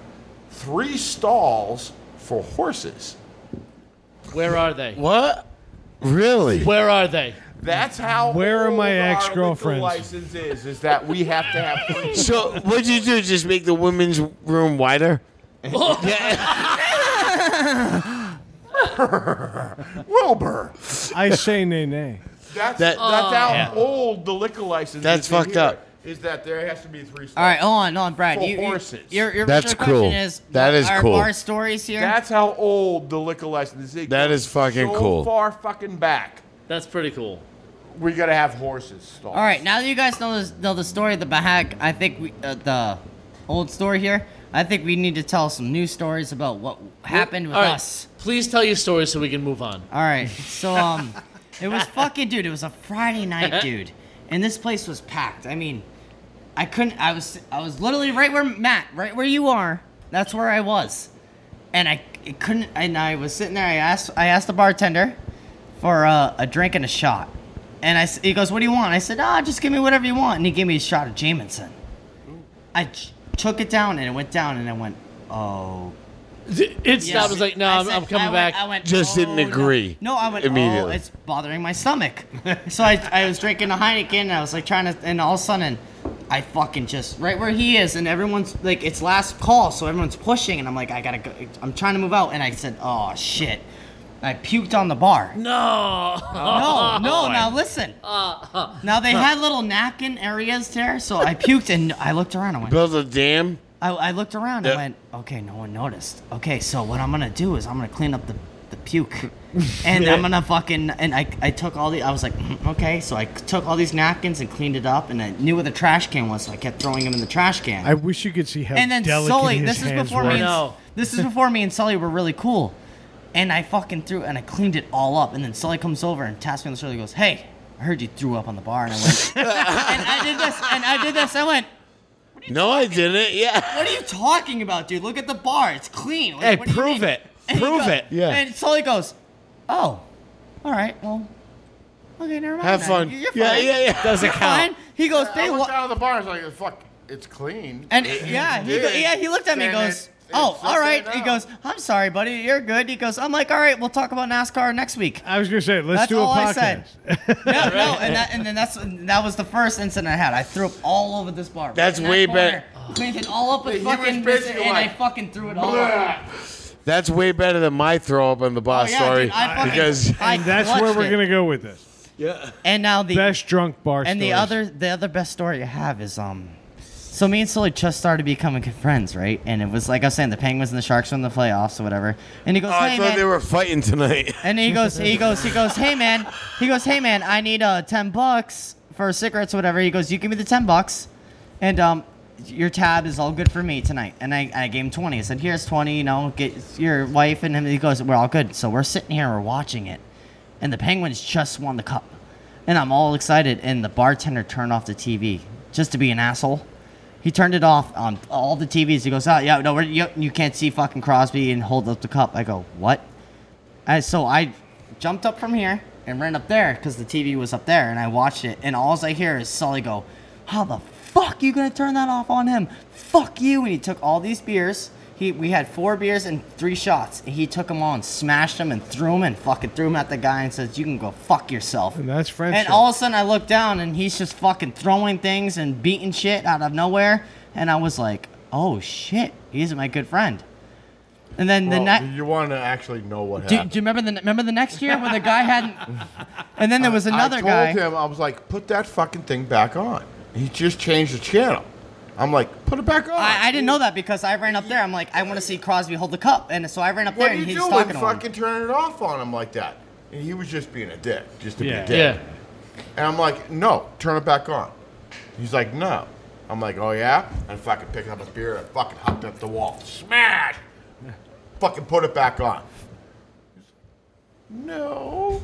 S6: three stalls for horses.
S3: Where are they?
S1: What? Really?
S3: Where are they?
S6: That's how.
S5: Where are
S6: old
S5: my
S6: our liquor
S5: ex-girlfriends?
S6: License is is that we have to have three [LAUGHS]
S1: So what'd you do? Just make the women's room wider?
S6: Wilbur.
S5: I say nay, nay.
S6: That's
S1: That-
S6: that's how
S3: Yeah.
S6: old the liquor license.
S1: That's
S6: is in
S1: fucked
S6: here,
S1: up.
S6: Is that there has to be three? Stars.
S2: all right, hold on, hold on, Brad.
S6: For
S2: You, you-
S6: horses.
S2: Your, your
S1: That's
S2: your question
S1: cool.
S2: Is,
S1: That is
S2: our
S1: cool.
S2: Bar stories here.
S6: That's how old the liquor license is. It
S1: That
S6: goes
S1: is fucking
S6: so
S1: cool.
S6: Far fucking back.
S3: That's pretty cool.
S6: We gotta have horses. Stalls.
S2: All right, now that you guys know, this, know the story of the Bahag, I think we, uh, the old story here. I think we need to tell some new stories about what happened with
S3: All right,
S2: us.
S3: Please tell your story so we can move on.
S2: All right, so um, it was fucking dude. It was a Friday night, dude, and this place was packed. I mean, I couldn't. I was I was literally right where Matt, right where you are. That's where I was, and I it couldn't. And I was sitting there. I asked I asked the bartender for uh, a drink and a shot, and I s- he goes, "What do you want?" I said, "Ah, just give me whatever you want," and he gave me a shot of Jamison. I ch- took it down and it went down, and I went, "Oh."
S3: It stopped. I was like, no,
S2: I
S3: I'm,
S2: said-
S3: I'm
S2: I
S3: coming
S2: went-
S3: back.
S2: I went, "Oh,
S1: Just didn't
S2: no.
S1: agree
S2: No, I went
S1: immediately.
S2: Oh, it's bothering my stomach. [LAUGHS] so I, I was drinking a Heineken and I was like trying to, and all of a sudden, I fucking just right where he is, and everyone's like, it's last call, so everyone's pushing, and I'm like, I gotta go. I'm trying to move out, and I said, oh shit. I puked on the bar. No,
S3: no.
S2: no, now listen. now they had little napkin areas there, so I puked and I looked around. I went,
S1: Build a dam?
S2: I, I looked around
S1: Yeah.
S2: and went, okay, no one noticed. Okay, so what I'm gonna do is I'm gonna clean up the, the puke, and I'm gonna fucking and I, I took all the I was like "Mm, okay, so I took all these napkins and cleaned it up, and I knew where the trash can was, so I kept throwing them in the trash can.
S5: I wish you could see how
S2: and then
S5: delicate
S2: Sully,
S5: his
S2: this is
S5: hands
S2: before
S5: were.
S2: me. And,
S3: No.
S2: this is before me and Sully were really cool, and I fucking threw and I cleaned it all up, and then Sully comes over and taps me on the shoulder. and goes, hey, I heard you threw up on the bar, and I went, and I did this, and I did this, I went.
S1: No, I didn't. Yeah.
S2: What are you talking about, dude? Look at the bar. It's clean. Like,
S4: Hey,
S2: what do you
S4: prove
S2: mean?"
S4: it.
S2: And he
S4: Prove
S2: go-
S4: it.
S1: Yeah.
S2: And Sully goes, oh, all right, well, okay, never mind.
S1: Have
S2: then.
S1: fun.
S2: You're you're
S1: Yeah,
S2: fine.
S1: yeah, yeah.
S4: Doesn't
S2: You're fine. He goes,
S6: I
S2: they
S6: looked
S2: wa-.
S6: out of the bar. I was like, fuck, it's clean.
S2: And yeah, he go-
S6: did.
S2: yeah, he looked at me and
S6: Then
S2: goes,
S6: it- it
S2: oh, all
S6: sucked
S2: right.
S6: it
S2: He
S6: out.
S2: goes, I'm sorry, buddy. You're good. He goes, I'm like, all right, we'll talk about NASCAR next week.
S5: I was going to say, let's
S2: That's
S5: do a
S2: all I
S5: podcast.
S2: said. no, no, and, that, and then that's that was the first incident I had. I threw up all over this bar. right
S1: That's
S2: in that
S1: way
S2: corner. Cleaned it all up with
S6: He was
S2: fucking,
S6: basically
S2: and I
S6: like,
S2: fucking threw it all. Over.
S6: Blah.
S1: That's way better than my throw up on the bar
S2: Oh, yeah,
S1: story.
S2: dude, I fucking-
S1: because
S2: I
S5: That's where
S2: clutched
S5: we're
S2: it.
S5: going to go with this.
S2: And now the
S5: Best drunk bar
S2: and the
S5: stories.
S2: other the other best story I have is um. So me and Sully just started becoming good friends, right? And it was like I was saying, the Penguins and the Sharks were in the playoffs or whatever. And he goes,
S1: Oh, I
S2: "Hey
S1: thought
S2: man,"
S1: they were fighting tonight.
S2: [LAUGHS] and he goes, he goes, he goes, "Hey man," he goes, "Hey man, I need uh ten bucks for cigarettes or whatever." He goes, "You give me the ten bucks, and um, your tab is all good for me tonight." And I, I gave him twenty. I said, "Here's twenty. You know, get your wife and him." He goes, "We're all good." So we're sitting here, we're watching it, and the Penguins just won the cup, and I'm all excited. And the bartender turned off the TV just to be an asshole, He turned it off on all the TVs. He goes, "Oh yeah, no, we're, you, you can't see fucking Crosby and hold up the cup." I go, "What?" And so I jumped up from here and ran up there because the TV was up there, and I watched it. And all I hear is Sully go, "How the fuck you gonna turn that off on him? Fuck you!" And he took all these beers. He we had four beers and three shots. And he took them all and smashed them and threw them and fucking threw them at the guy and says, "You can go fuck yourself."
S5: And that's friendship.
S2: And all of a sudden, I look down and he's just fucking throwing things and beating shit out of nowhere. And I was like, "Oh shit, he isn't my good friend." And then the
S6: Well,
S2: next.
S6: you want to actually know what
S2: Do,
S6: happened.
S2: do you remember the remember the next year when the guy hadn't? And then there was another
S6: [LAUGHS] I told
S2: guy.
S6: him I was like, put that fucking thing back on. He just changed the channel. I'm like, put it back on.
S2: I, I didn't know that because I ran up there. I'm like, I want to see Crosby hold the cup, and so I ran up
S6: What
S2: there
S6: are
S2: and
S6: you
S2: he's
S6: doing?
S2: talking to him.
S6: Fucking turn it off on him like that. And he was just being a dick, just to
S5: Yeah.
S6: be a dick.
S3: Yeah.
S6: And I'm like, no, turn it back on. He's like, no. I'm like, oh yeah? And fucking picking up a beer and I fucking hopped up the wall. Smash! fucking put it back on. No.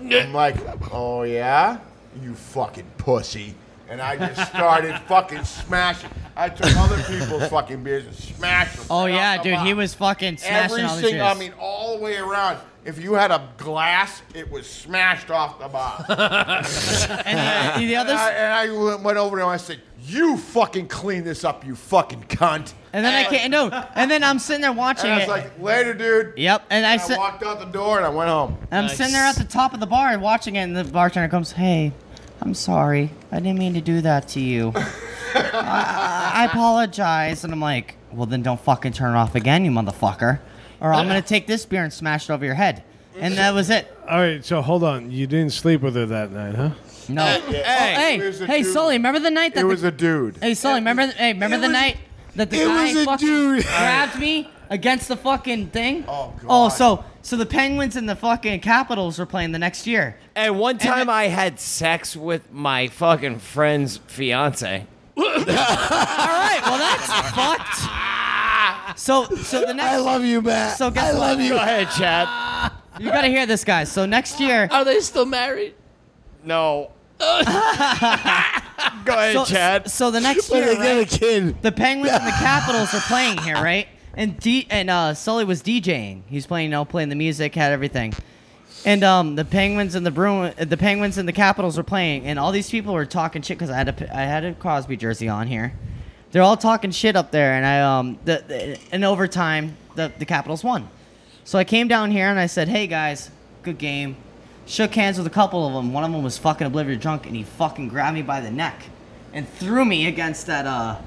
S6: I'm like, oh yeah? You fucking pussy. And I just started fucking smashing. I took other people's fucking beers and smashed them.
S2: Oh
S6: right
S2: yeah,
S6: off the
S2: dude, he
S6: box.
S2: was fucking smashing
S6: Every
S2: all this shit.
S6: single, I mean, all the way around. If you had a glass, it was smashed off the box. [LAUGHS]
S2: and the, the
S6: And I,
S2: others,
S6: and I went- went over to him. I said, "You fucking clean this up, you fucking cunt."
S2: and then I can't. No, and then I'm sitting there watching
S6: And I was
S2: it.
S6: like, "Later, dude."
S2: yep, and I
S6: And I
S2: sit,
S6: walked out the door and I went home.
S2: I'm sitting there at the top of the bar and watching it, and the bartender comes, "Hey, I'm sorry, I didn't mean to do that to you. I, I apologize." And I'm like, "Well, then don't fucking turn it off again, you motherfucker, or I'm gonna take this beer and smash it over your head." And that was it.
S5: All right, so hold on. You didn't sleep with her that night, huh?
S2: No. Oh,
S6: Hey,
S2: Hey,
S6: There's a
S2: hey,
S6: dude.
S2: Sully, remember the night that
S6: It
S2: the,
S6: was a dude.
S2: Hey, Sully, remember the, hey, remember the night that the
S1: it
S2: guy
S1: was a
S2: fucking
S1: dude.
S2: grabbed me against the fucking thing?
S6: Oh,
S2: Oh,
S6: God.
S2: so so the Penguins and the fucking Capitals were playing the next year.
S4: And one time I had sex with my fucking friend's fiance.
S2: All right, well that's fucked. So so the next
S1: I love you, Matt.
S2: So guess
S1: I
S2: what?
S1: love you.
S4: Go ahead, Chad.
S2: you got to hear this guy. So next year
S3: Are they still married?
S4: No. Go ahead,
S2: so,
S4: Chad.
S2: so the next
S1: When
S2: year
S1: they
S2: right?
S1: get a kid.
S2: the Penguins and the Capitals are playing here, right? And D and uh, Sully was DJing. He's playing, you know, playing the music, had everything. And um, the Penguins and the Bruin, the Penguins and the Capitals were playing, and all these people were talking shit because I had a I had a Crosby jersey on here. They're all talking shit up there, and I um, the, the in overtime the the Capitals won. So I came down here and I said, "Hey guys, good game." Shook hands with a couple of them. One of them was fucking oblivious drunk, and he fucking grabbed me by the neck and threw me against that uh,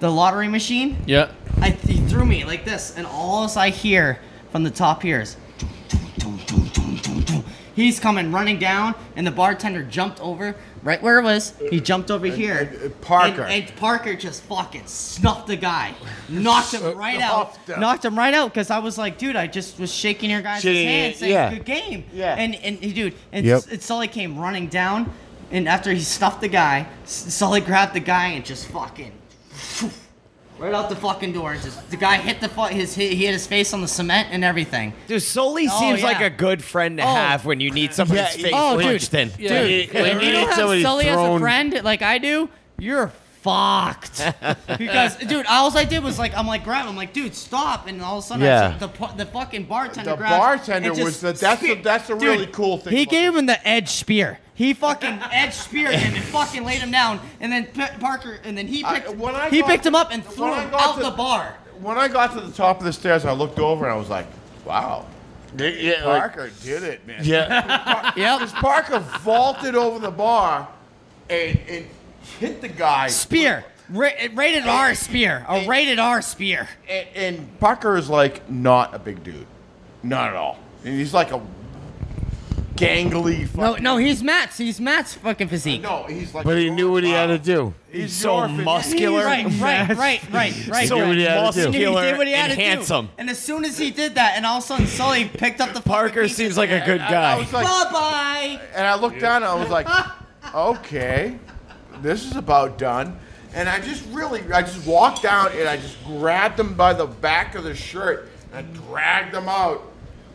S2: the lottery machine.
S3: Yeah.
S2: I, he threw me like this, and all I hear from the top here is. "Dum, dum, dum, dum, dum, dum." He's coming running down, and the bartender jumped over right where it was. He jumped over here.
S6: and- and Parker.
S2: And, and Parker just fucking snuffed the
S6: [LAUGHS]
S2: guy, knocked him right out.
S6: Snuffed him.
S2: Knocked him right out because I was like, dude, I just was shaking your guys'
S1: Shaking
S2: hand,
S1: it,
S2: saying,
S1: yeah.
S2: good game.
S6: Yeah.
S2: And and he- dude, and,
S1: Yep.
S2: and Sully came running down, and after he stuffed the guy, S- Sully grabbed the guy and just fucking right out the fucking door. And just the guy hit the fu- his he, he hit his face on the cement and everything.
S4: Dude, Sully
S2: Oh,
S4: seems
S2: yeah.
S4: like a good friend to have when you need somebody's
S1: Yeah,
S4: face
S2: oh, dude.
S4: punched in.
S3: Yeah.
S1: When
S2: you
S1: you
S2: don't
S1: need
S2: have
S1: somebody
S2: Sully as a
S1: thrown-
S2: friend like I do, you're [LAUGHS] fucked. because, dude, all I did was like, I'm like, grab, him, I'm like, dude, stop, and all of a sudden, I
S1: Yeah.
S2: just- the pu- the fucking bartender.
S6: The
S2: grabs
S6: bartender
S2: and just
S6: was the- that's the-
S2: spear-
S6: that's the
S2: Dude,
S6: really cool thing
S2: He
S6: about
S2: gave him the edge spear. He fucking [LAUGHS] edge speared him and fucking laid him down, and then P- Parker, and then he
S6: I-
S2: picked
S6: when I
S2: he
S6: got-
S2: picked him up and threw
S6: when I
S2: him
S6: got
S2: out
S6: to-
S2: the bar.
S6: When I got to the top of the stairs, I looked over and I was like, "Wow."
S1: Yeah, like-
S6: Parker did it, man. [LAUGHS]
S1: yeah.
S2: Yep.
S6: Parker vaulted over the bar and, and hit the guy.
S2: Spear. Ra- rated R spear. A rated R spear.
S6: and, and Parker is like not a big dude, not at all. And he's like a gangly.
S2: No,
S6: fucking-
S2: no, he's Matt's. He's Matt's fucking physique.
S6: no, he's like.
S1: But he knew what he had to do.
S6: He's
S4: so
S6: your physique.
S4: muscular.
S2: Right, right, right, right, right.
S1: So what he had to do.
S2: He
S4: muscular
S2: did what he had to
S4: and
S2: do.
S4: handsome.
S2: And as soon as he did that, and all of a sudden Sully picked up the
S4: Parker seems like a good
S6: I
S4: guy.
S6: was like,
S2: Bye bye.
S6: and I looked down and I
S1: [LAUGHS]
S6: was like, okay, this is about done. And I just really, I just walked down and I just grabbed him by the back of the shirt and I dragged him out.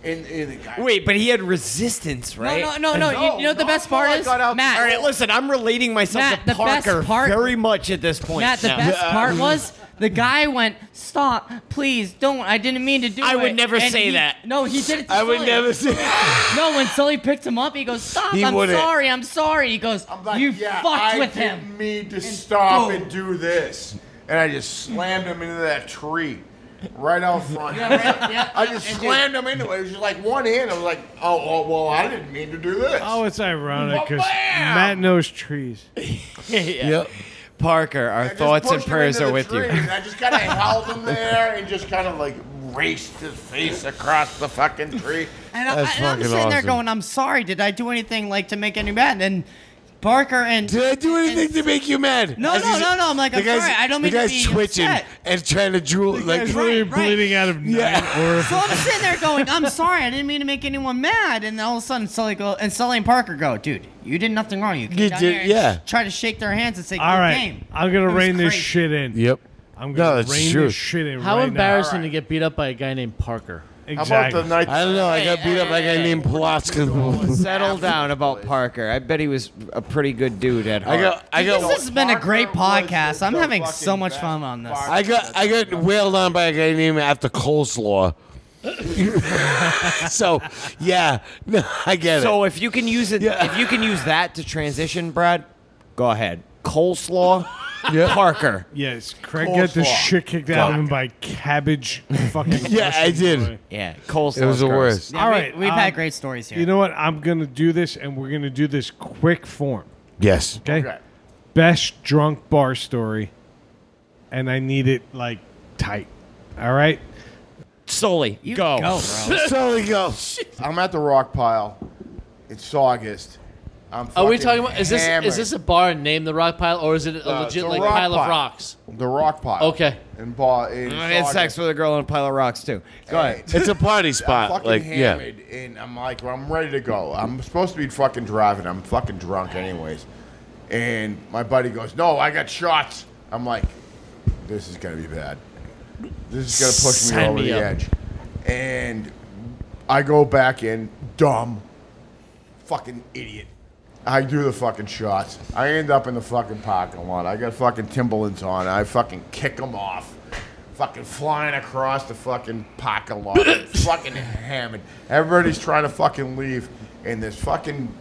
S6: And, and the guy.
S4: Wait, but he had resistance, right?
S2: No, no, no, no. You, you know what the
S6: No,
S2: best
S6: no,
S2: part
S6: I
S2: is,
S6: got out-
S2: Matt.
S4: All right, listen, I'm relating myself
S2: Matt,
S4: to
S2: the best
S4: Parker
S2: part-
S4: very much at this point.
S2: Matt, the
S4: now.
S2: best
S6: Mm-hmm.
S2: part was the guy went, "Stop, please, don't! I didn't mean to do
S3: I
S2: it."
S3: would never
S2: And
S3: say
S2: he-
S3: that.
S2: No, he did it. To
S1: I would
S2: Sully.
S1: never say.
S2: No, when Sully picked him up, he goes, "Stop!
S1: He
S2: I'm
S1: wouldn't.
S2: sorry. I'm sorry." He goes,
S6: I'm like,
S2: "You
S6: yeah,
S2: fucked
S6: I
S2: with
S6: didn't
S2: him."
S6: mean to stop
S2: boom.
S6: and do this. And I just slammed him into that tree right out front.
S2: Yeah,
S6: [LAUGHS]
S2: right, yeah,
S6: I
S2: yeah,
S6: just
S2: and
S6: slammed him into it. It was just like one hand. I was like, oh, oh well, I didn't mean to do this.
S5: Oh, it's ironic because
S6: Ba-bam!
S5: Matt knows trees.
S1: Yep.
S4: Parker, our
S6: I just
S4: thoughts and
S6: pushed him
S4: prayers
S6: into
S4: are
S6: the
S4: with
S6: tree,
S4: you.
S6: and I just
S2: [LAUGHS]
S6: kind of held him there and just kind of like raced his face across the fucking tree.
S2: And, I,
S1: That's
S2: and I'm
S1: fucking
S2: sitting there
S1: awesome.
S2: going, "I'm sorry. Did I do anything like to make any bad?" And then Barker and
S1: Did I do anything to make you mad?
S2: No,
S1: As
S2: no,
S1: he's-
S2: no, no, I'm like,
S1: the
S2: I'm
S1: guy's-
S2: sorry, I don't mean
S1: the
S2: to
S1: guy's
S2: be
S1: twitching
S2: upset.
S1: and trying to drool. Like,
S5: He's really
S2: right.
S5: bleeding out of
S1: Yeah.
S5: nine orifices.
S2: So I'm sitting there going, I'm sorry, I didn't mean to make anyone mad. And then all of a sudden, Sully go and Sully and Parker go, dude, you did nothing wrong. You, came
S1: You
S2: down
S1: did-
S2: here and
S1: yeah.
S2: Try to shake their hands and say,
S5: All
S2: good
S5: right,
S2: game.
S5: I'm gonna
S2: It was
S5: rein this
S2: crazy.
S5: shit in.
S1: yep.
S5: I'm
S1: No,
S5: gonna
S1: it's
S5: rein
S1: true.
S5: this shit in
S3: How
S5: right
S3: embarrassing to get beat up by a guy named Parker.
S5: now.
S6: How about the
S5: Exactly.
S6: night?
S1: I don't know. I got beat up like I named Pulaski. [LAUGHS]
S4: Settle down about Parker. I bet he was a pretty good dude at heart.
S1: I got. I
S2: This
S1: got.
S2: has been a great
S6: Parker was
S2: podcast.
S6: the
S2: I'm having so
S6: fucking
S2: much
S6: best
S2: fun on this.
S6: Parker.
S1: I got I got wailed on by a guy named after coleslaw. so yeah, no, I get
S4: so if you can use it,
S1: Yeah.
S4: if you can use that to transition, Brad, go ahead. Coleslaw, Parker.
S5: Yes, Craig got the
S6: Coleslaw.
S5: shit kicked out of him by
S1: [LAUGHS]
S5: cabbage fucking.
S1: Yeah, I
S5: Russian
S1: did.
S5: boy.
S4: Yeah, coleslaw.
S1: it. It was the worst.
S2: Yeah,
S5: All
S2: we-
S5: right,
S2: We've had
S5: um,
S2: great stories here.
S5: You know what? I'm gonna do this, and we're gonna do this quick form.
S1: Yes.
S5: Okay.
S6: Okay.
S5: Best drunk bar story, and I need it like tight. All right.
S4: Solely,
S2: You
S4: go.
S2: bro.
S1: So we go.
S6: I'm at the rock pile. It's August. I'm
S3: Are we
S6: fucking
S3: talking about is this
S6: hammered.
S3: is this a bar named the Rock Pile or is it a
S6: No, it's
S3: legit
S6: a
S3: like
S6: rock
S3: pile of
S6: pile.
S3: rocks?
S6: the rock pile?
S3: Okay.
S6: And ball. And
S4: I had sex with a girl on a pile of rocks too. Go ahead.
S1: It's a party
S6: I'm
S1: spot.
S6: fucking
S1: Like yeah.
S6: hammered, and I'm like, well, I'm ready to go. I'm supposed to be fucking driving. I'm fucking drunk, anyways. And my buddy goes, "No, I got shots." I'm like, "This is gonna be bad. This is gonna push me
S3: Sign
S6: over
S3: me
S6: the
S3: up.
S6: edge." And I go back in, dumb, fucking idiot. I do the fucking shots. I end up in the fucking parking lot. I got fucking Timberlands on. I fucking kick them off. Fucking flying across the fucking parking
S3: [COUGHS]
S6: lot. fucking hammered. Everybody's trying to fucking leave. And this fucking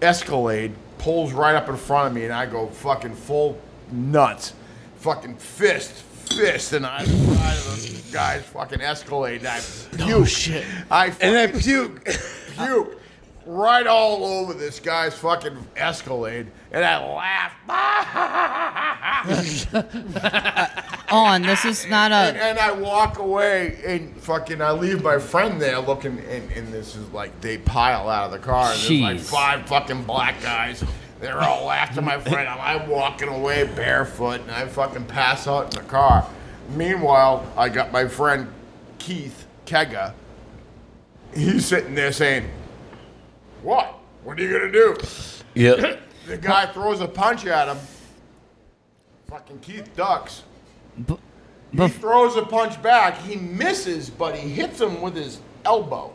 S6: Escalade pulls right up in front of me, and I go fucking full nuts, fucking fist, fist, and I side of the guy's fucking Escalade. And I puke.
S3: Oh shit.
S6: I
S1: And I
S6: fucking
S1: puke.
S6: puke right all over this guy's fucking Escalade, and I laugh. [LAUGHS]
S2: On, this is not
S6: and, [LAUGHS]
S2: a. uh,
S6: and I walk away and fucking I leave my friend there looking and, and this is like they pile out of the car and there's like
S4: Jeez.
S6: five fucking black guys. They're all after my friend. I'm, I'm walking away barefoot and I fucking pass out in the car. Meanwhile, I got my friend Keith Kega. He's sitting there saying, What? What are you gonna do?
S1: Yep.
S6: [COUGHS] The guy throws a punch at him. Fucking Keith ducks. he throws a punch back. He misses, but he hits him with his elbow.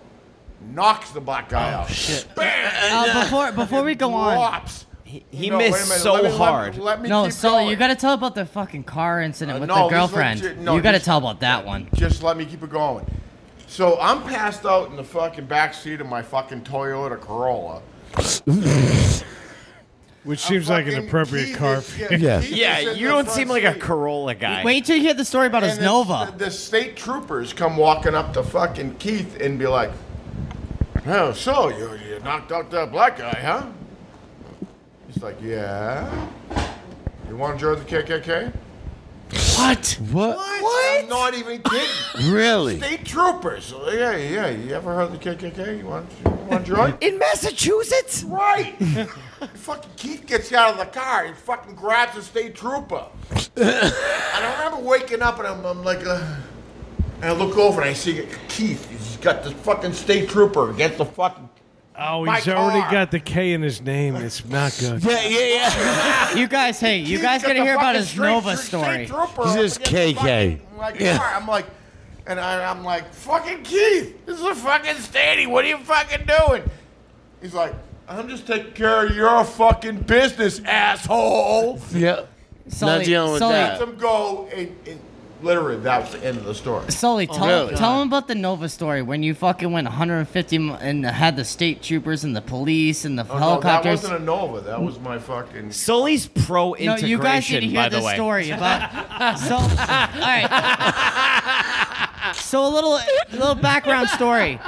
S6: Knocks the black guy out. Shit. Bam!
S2: Uh, before before we go on,
S6: Drops.
S4: He
S6: No, wait a
S4: missed
S6: minute,
S4: so
S6: let me- let me-
S4: hard.
S6: let me
S2: no,
S6: keep
S2: Sully,
S6: going.
S2: you got to tell about the fucking car incident
S6: Uh,
S2: with
S6: no,
S2: the
S6: just let-
S2: girlfriend.
S6: ju- no,
S2: you got to
S6: just-
S2: tell about that one.
S6: Just let me keep it going. So I'm passed out in the fucking back seat of my fucking Toyota Corolla.
S5: Which seems like an
S6: Fucking
S5: appropriate
S6: Keith
S5: car.
S6: is-
S5: for you.
S1: Yeah.
S6: Keith
S4: Yeah,
S6: is in
S4: you
S6: the
S4: don't
S6: front
S4: seem like a
S6: seat.
S4: Corolla guy.
S2: Wait till you hear the story about his
S6: And it's- [LAUGHS]
S2: Nova.
S6: The, the state troopers come walking up to fucking Keith and be like, "Oh, so you, you knocked out that black guy, huh?" He's like, "Yeah." You want to join the KKK?
S3: What?
S1: What?
S6: I'm not even kidding.
S1: Really?
S6: state troopers. Oh, Yeah, yeah. You ever heard of the KKK? You want, you want to
S4: [LAUGHS]
S6: join?
S4: In Massachusetts?
S6: Right. [LAUGHS] fucking Keith gets out of the car. He fucking grabs a state trooper. and I remember waking up and I'm, I'm like, uh, and I look over and I see Keith. He's got this fucking state trooper against the fucking.
S5: Oh,
S6: My
S5: he's already
S6: car.
S5: got the K in his name.
S2: [LAUGHS]
S5: It's not good.
S1: Yeah, yeah, yeah.
S2: You guys, hey, you
S6: Keith's
S2: guys
S6: got
S2: gonna
S6: the
S2: hear about
S6: fucking
S2: his
S6: straight-
S2: Nova story.
S6: straight trooper
S1: He's
S6: up
S1: just
S6: against
S1: KK.
S6: the fucking- my
S1: Yeah.
S6: car. I'm like, And I, I'm like, fucking Keith, this is a fucking stadium. What are you fucking doing? He's like, I'm just taking care of your fucking business, asshole.
S3: Yeah.
S2: Sully-
S7: dealing with
S2: Sully-
S7: that.
S6: Let him go. And, and literally, that was the end of the story.
S2: Sully, tell,
S7: Oh, really?
S2: tell him about the Nova story when you fucking went 150 mi- and had the state troopers and the police and the
S6: Oh, no, that
S2: helicopters.
S6: wasn't a Nova. That was my fucking.
S4: Sully's pro
S2: no,
S4: integration.
S2: you guys need to hear
S4: by the
S2: this
S4: way.
S2: story
S6: [LAUGHS]
S2: about. so, all right. So a little, little background story.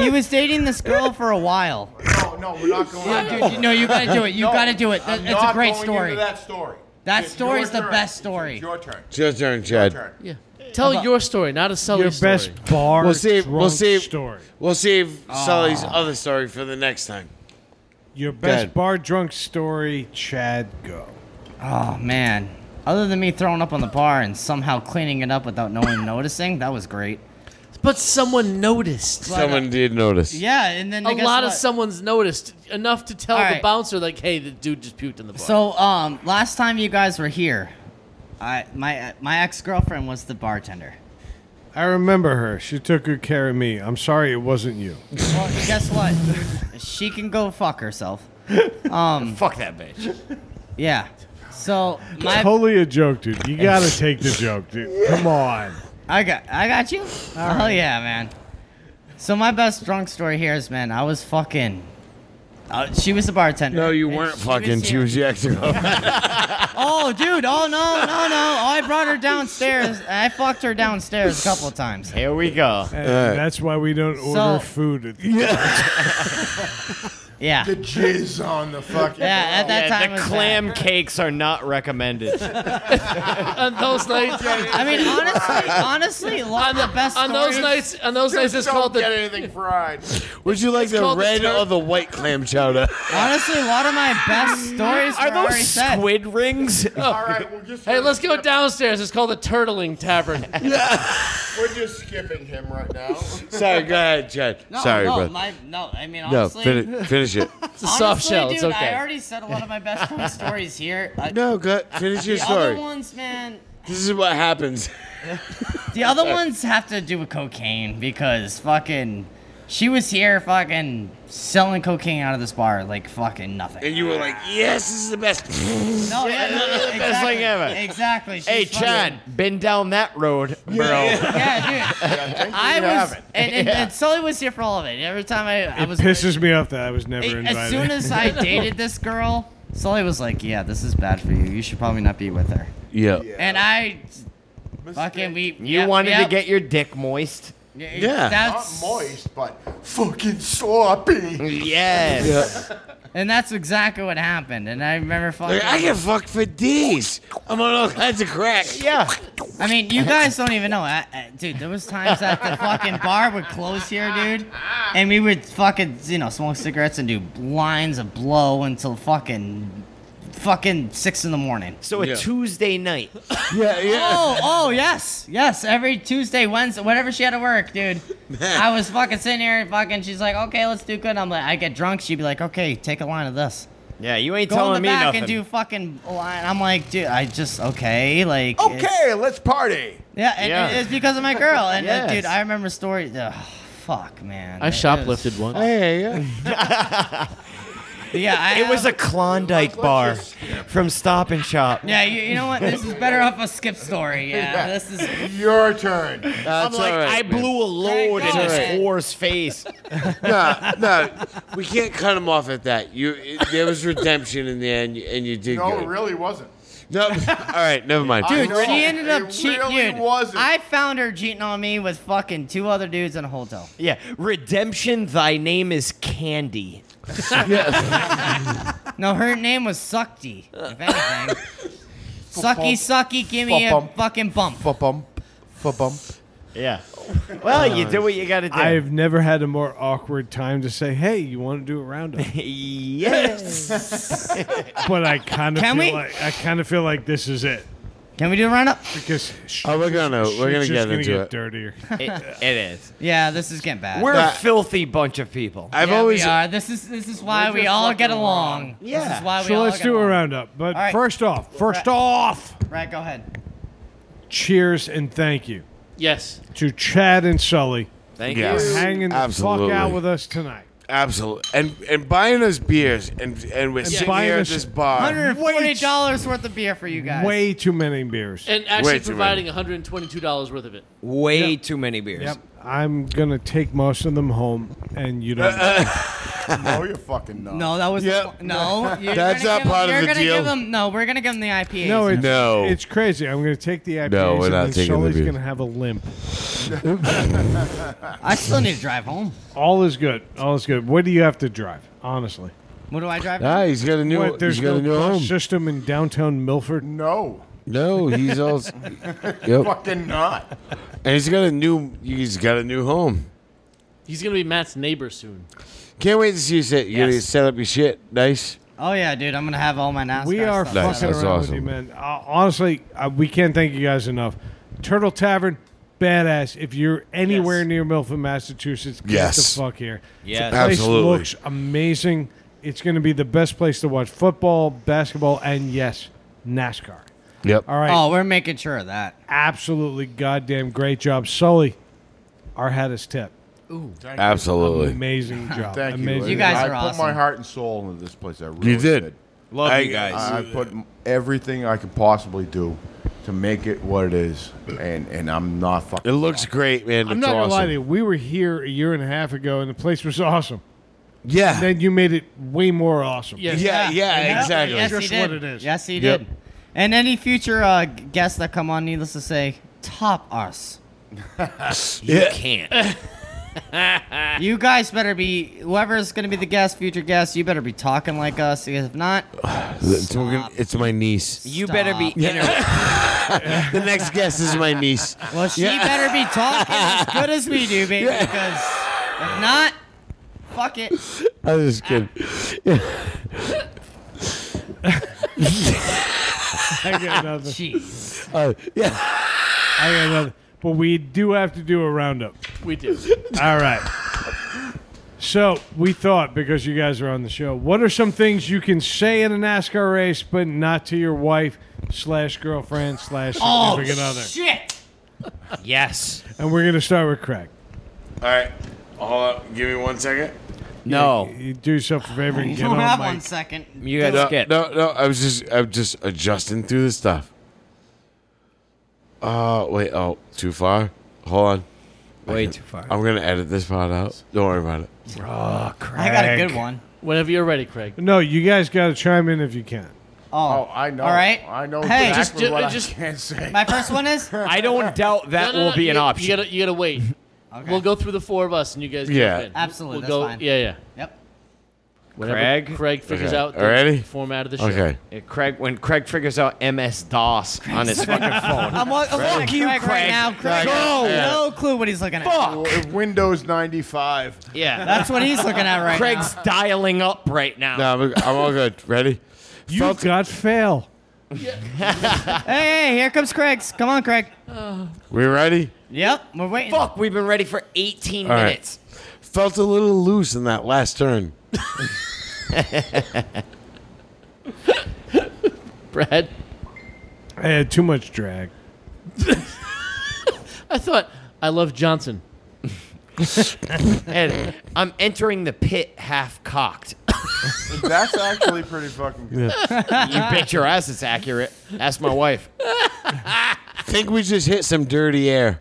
S2: He was dating this girl for a
S6: [LAUGHS]
S2: while.
S6: No, no, we're not going. into
S2: Dude, you- no, you gotta do it. You
S6: No,
S2: gotta do it.
S6: I'm
S2: That- it's a
S6: not
S2: great
S6: going
S2: story.
S6: Into that story.
S2: That
S6: It's
S2: story
S6: your
S2: is the
S6: turn.
S2: best
S6: It's
S2: story.
S6: your turn.
S1: Just turn, Chad.
S6: Turn.
S3: Yeah. Tell
S2: about-
S3: your story, not a Sully
S5: Your
S3: story.
S5: best bar
S1: We'll save.
S5: drunk
S1: We'll save.
S5: story.
S1: We'll save Sully's other story for the next time.
S5: Your best
S1: Good.
S5: bar drunk story, Chad. Go.
S2: Oh man. Other than me throwing up on the bar and somehow cleaning it up without no one noticing, that was great.
S3: But someone noticed.
S1: Someone did notice.
S2: Yeah, and then
S3: a
S2: guess
S3: lot of
S2: what?
S3: someone's noticed enough to tell
S2: All
S3: the
S2: right.
S3: bouncer, like, "Hey, the dude just puked in the bar."
S2: So, um, last time you guys were here, I my my ex girlfriend was the bartender.
S5: I remember her. She took good care of me. I'm sorry it wasn't you.
S2: Well, guess what? She can go
S1: [LAUGHS]
S2: fuck herself. Um,
S4: Fuck that bitch.
S2: Yeah. So my
S5: totally a joke, dude. You gotta
S1: [LAUGHS]
S5: take the joke, dude. Come on.
S2: I got I got you. oh yeah, man. So my best drunk story here is, man, I was fucking. Uh, she was the bartender.
S1: No, you
S2: and
S1: weren't
S2: she
S1: fucking.
S2: here.
S1: She was your ex
S2: [LAUGHS] Oh, dude. Oh, no, no, no. Oh, I brought her downstairs. I fucked her downstairs a couple of times.
S4: Here we go.
S5: And that's why we don't order food. At the
S2: Yeah.
S6: The jizz on the fucking.
S2: Yeah, at that time.
S4: the
S2: was bad.
S4: clam [LAUGHS] cakes are not recommended.
S3: [LAUGHS]
S2: [LAUGHS]
S3: on those nights,
S2: I mean,
S4: [LAUGHS]
S2: honestly, honestly, a lot
S3: on,
S2: of
S3: the,
S2: the best
S3: on those
S2: stories-
S3: nights, on those nights, it's
S6: Don't
S3: called
S6: get
S3: the.
S6: anything fried.
S2: [LAUGHS]
S1: Would you like the
S3: called the
S1: red
S3: tur-
S1: or the white clam chowder?
S2: Honestly, a lot of my best stories
S4: Are
S2: were already
S4: those
S2: said.
S4: squid [LAUGHS] rings?
S6: All right, we're just.
S3: Hey,
S6: gonna
S3: let's go
S6: skip-
S3: downstairs. It's called the Turtling Tavern.
S6: We're just skipping him right
S2: [LAUGHS]
S6: now.
S1: Sorry, go ahead, Chad.
S2: No,
S1: Sorry,
S2: no,
S1: bro.
S2: my- no, I mean,
S1: no,
S2: honestly,
S1: finish, finish
S2: [LAUGHS]
S1: it.
S3: It's a soft
S2: honestly,
S3: shell.
S2: Dude,
S3: it's
S2: I
S3: okay.
S2: already said a lot of my best drunk stories here. I,
S1: No, go, finish your
S2: the other
S1: story.
S2: ones, man,
S1: This is what happens.
S2: The other ones have to do with cocaine because fucking she was here fucking selling cocaine out of this bar like fucking nothing.
S1: And you were like, yes, this is the best.
S2: No, yeah, no, exactly,
S4: thing ever.
S2: Exactly. She's
S4: hey,
S2: fucking-
S4: Chad, been down that road, bro.
S2: Yeah,
S6: [LAUGHS]
S2: dude. I was, and, and, and Sully was here for all of it. Every time I, I
S5: it
S2: was,
S5: pisses me off that I was never invited.
S2: as soon
S5: [LAUGHS]
S2: as I dated this girl, Sully was like, "Yeah, this is bad for you. You should probably not be with her."
S1: [LAUGHS] yeah.
S2: And I, fucking, we.
S4: You
S2: yep,
S4: wanted to
S2: yep.
S4: get your dick moist.
S1: Yeah.
S6: not
S2: That's
S6: moist, but fucking sloppy.
S4: Yes.
S2: And that's exactly what happened. And I remember fucking.
S1: Like, I get fucked for days. I'm on all kinds of crack.
S4: Yeah.
S2: I mean, you guys don't even know, I, I, dude. There was times that the fucking bar would close here, dude, and we would fucking, you know, smoke cigarettes and do lines of blow until fucking, fucking six in the morning.
S4: So a
S1: Yeah.
S4: Tuesday night.
S1: Yeah, yeah.
S2: Oh, oh, yes, yes. Every Tuesday, Wednesday, whenever she had to work, dude. I was fucking sitting here and fucking. She's like, okay, let's do good. I'm like, I get drunk. She'd be like, okay, take a line of this.
S4: Yeah, you ain't
S2: Go in
S4: telling
S2: the
S4: me
S2: back
S4: nothing.
S2: and do fucking line. I'm like, dude, I just okay, like it's-
S6: Okay, let's party.
S2: Yeah, and
S4: Yeah.
S2: it- it's because of my girl. And uh,
S4: Yes.
S2: dude, I remember story. Ugh, fuck, man.
S3: I
S2: It
S3: shoplifted once.
S1: Hey, yeah.
S2: was- yeah, I
S4: it was a
S2: have-
S4: Klondike bar from Stop and Shop.
S2: [LAUGHS] Yeah, you, you know what? This is better off a skip story. Yeah, this [LAUGHS] is.
S6: Your turn.
S4: I'm like, I blew a load
S2: Thank
S4: in this
S2: God.
S4: whore's [LAUGHS] face.
S1: no, no, we can't cut him off at that. You, it, there was redemption in the end, and you did
S6: No,
S1: good.
S6: it really wasn't.
S1: No, [LAUGHS] all right, never mind.
S6: I
S2: Dude,
S6: know,
S2: she ended up
S6: it
S2: cheating.
S6: really
S2: dude,
S6: wasn't.
S2: I found her cheating on me with fucking two other dudes in a hotel.
S4: Yeah, redemption. Thy name is Candy.
S2: No, her name was Sucky. If anything, [LAUGHS] Sucky, Sucky, give me a
S6: Ba-bump.
S2: fucking bump.
S6: Ba bump, ba bump.
S4: Yeah. Well, you do what you gotta do.
S5: I've never had a more awkward time to say, "Hey, you want to do a roundup?"
S4: [LAUGHS] yes.
S5: but I kind of
S2: Can
S5: feel
S2: we?
S5: like I kind of feel like this is it
S2: Can we do a roundup?
S5: because sh-
S1: Oh, we're gonna,
S5: shit's
S1: we're gonna
S5: just
S1: get
S5: gonna
S1: into
S5: get
S1: it.
S2: [LAUGHS]
S5: dirtier.
S4: [LAUGHS] It- it is.
S2: Yeah, this is getting bad.
S4: We're a
S1: That-
S4: filthy bunch of people.
S1: I've
S2: yeah,
S1: always,
S2: we are. This is this is why
S6: We're
S2: we
S6: just
S2: all
S6: fucking
S2: get
S6: wrong.
S2: along. This
S4: Yeah.
S2: is why we
S5: So
S2: all
S5: let's
S2: get
S5: do a
S2: along.
S5: roundup. But
S2: right.
S5: first off, first
S2: Right.
S5: off,
S2: Right, go ahead.
S5: cheers and thank you.
S3: Yes.
S5: to Chad and Sully
S4: Thank
S8: Yeah.
S5: for
S4: you.
S5: hanging the
S8: Absolutely.
S5: fuck out with us tonight.
S8: Absolutely. And and buying us beers and and we're sitting
S5: buying
S8: here at
S5: us-
S8: this bar.
S2: $140 worth of beer for you guys.
S5: Way too many beers.
S3: And
S8: Way
S3: actually
S8: too
S3: providing $122 worth of it.
S4: Way too many beers.
S5: Yep. I'm gonna take most of them home, and you don't.
S6: No, you're fucking not.
S2: No, that was
S8: Yep.
S2: no. you're
S8: That's
S2: gonna
S8: not
S2: give 'em-
S8: part of
S2: you're
S8: the
S2: gonna
S8: deal.
S2: Give 'em- no, we're gonna give them the IPAs.
S5: no, it's,
S8: No.
S5: it's crazy. I'm gonna take the IPAs,
S8: No, we're
S5: and
S8: not
S5: then
S8: taking the
S5: Sully's
S8: beers.
S5: gonna have a limp.
S2: I still need to drive home.
S5: All is good. All is good. What do you have to drive? Honestly,
S2: What do I drive?
S8: Ah, he's got a new
S5: What,
S8: he's got a new
S5: bus
S8: home.
S5: system in downtown Milford.
S6: No.
S8: No, he's all
S2: [LAUGHS]
S8: Yep.
S6: Fucking not.
S8: And he's got a new he's got a new home.
S3: He's going to be Matt's neighbor soon.
S8: Can't wait to see you set you're gonna
S3: Yes.
S8: set up your shit. Nice.
S2: Oh yeah, dude, I'm gonna have all my NASCAR.
S5: We are
S2: stuff.
S8: Nice.
S5: fucking
S8: That's
S5: around
S8: awesome.
S5: with you, man. Uh, honestly, uh, we can't thank you guys enough. Turtle Tavern, badass. If you're anywhere
S3: Yes.
S5: near Milford, Massachusetts, get
S8: Yes.
S5: the fuck here.
S4: Yes.
S5: the place
S8: Absolutely.
S5: looks amazing. It's going to be the best place to watch football, basketball, and yes, NASCAR.
S8: Yep.
S5: All right,
S2: Oh, we're making sure of that.
S5: absolutely goddamn great job, Sully. Our hat is tip.
S8: Absolutely.
S5: Amazing job.
S6: Thank
S5: amazing.
S6: you.
S2: You guys
S6: I
S2: are
S6: put my
S2: awesome.
S6: heart and soul into this place. I really
S8: You did.
S4: Love
S8: I-
S4: you guys.
S6: I, I put m- everything I could possibly do to make it what it is, and and I'm not
S8: It
S6: fucking.
S8: looks great, man.
S5: I'm
S8: It's
S5: not gonna lie
S8: awesome.
S5: to you. We were here a year and a half ago, and the place was awesome.
S8: Yeah.
S5: Then you made it way more awesome.
S3: Yes.
S8: yeah, yeah,
S2: Yep.
S8: exactly.
S2: Yes,
S5: Just
S2: he did.
S5: what it is.
S2: Yes, he
S8: Yep.
S2: did. And any future uh, g- guests that come on, needless to say, top us.
S8: Yeah.
S4: Can't.
S2: You guys better be whoever's gonna be the guest, future guest. You better be talking like us. Because if not,
S8: It's, we're gonna- it's my niece.
S4: You better be
S2: Stop.
S8: [LAUGHS]
S4: inter-
S8: The next guest is my [LAUGHS] niece.
S2: well, she better be talking as good as we do, baby. Because if not, fuck it.
S8: I was just kidding.
S5: I
S2: [LAUGHS]
S5: got nothing.
S2: Jeez.
S8: Uh, yeah.
S5: I got nothing. But we do have to do a roundup.
S3: We do.
S5: All right. So we thought because you guys are on the show, what are some things you can say in a NASCAR race but not to your wife slash girlfriend slash
S2: Oh
S5: significant other?
S2: shit!
S4: yes.
S5: And we're gonna start with Craig.
S8: All right. Hold up. Give me one second.
S4: No.
S5: You do yourself a favor and
S2: You
S5: get
S2: don't
S5: on
S2: have one
S5: mic.
S2: second.
S4: You guys
S8: No,
S4: get.
S8: no, no. I was just, I'm just adjusting through the stuff. Oh wait. Oh, too far. Hold on.
S4: Way too far.
S8: I'm gonna edit this part out. Don't worry about it.
S2: I got a good one.
S3: Whenever you're ready, Craig.
S5: No, you guys gotta chime in if you can.
S2: Oh,
S6: Oh, I know.
S2: All right.
S6: I know
S2: Hey,
S6: exactly
S3: Just do-
S6: what
S3: just-
S6: I can't say.
S2: my first one is.
S4: I don't doubt that
S3: No, no,
S4: will
S3: no,
S4: be
S3: you
S4: an
S3: gotta-
S4: option.
S3: You gotta, you
S2: [LAUGHS]
S3: gotta wait.
S2: Okay.
S3: We'll go through the four of us, and you guys. jump
S8: Yeah.
S3: in.
S2: Absolutely,
S3: We'll
S2: that's
S3: go.
S2: fine.
S3: Yeah, yeah.
S2: Yep.
S3: Whenever
S4: Craig?
S3: Craig figures
S8: Okay.
S3: out the
S8: All ready?
S3: format of the show.
S8: Okay.
S4: Yeah, Craig, when Craig figures out MS DOS on his fucking
S8: [LAUGHS]
S4: phone.
S2: I'm, wa- I'm looking at
S4: you,
S2: Craig,
S4: Craig.
S2: right now. Craig,
S4: Go!
S2: no clue what he's looking at.
S4: Fuck.
S6: Windows 95.
S4: Yeah.
S2: That's what he's looking at right
S4: Craig's
S2: now.
S4: dialing up right now.
S8: No, I'm, I'm all good. Ready?
S5: You
S8: Felt-
S5: got fail.
S2: Hey, hey, here comes Craig's. Come on, Craig.
S8: We ready?
S2: Yep, we're waiting.
S4: Fuck, we've been ready for 18
S8: All right.
S4: minutes.
S8: Felt a little loose in that last turn.
S3: Brad,
S5: I had too much drag.
S3: I thought I love Johnson.
S4: And I'm entering the pit half cocked.
S8: Ah.
S6: That's actually pretty fucking good.
S4: You bet your ass it's accurate. Ask my wife.
S8: Think we just hit some dirty air.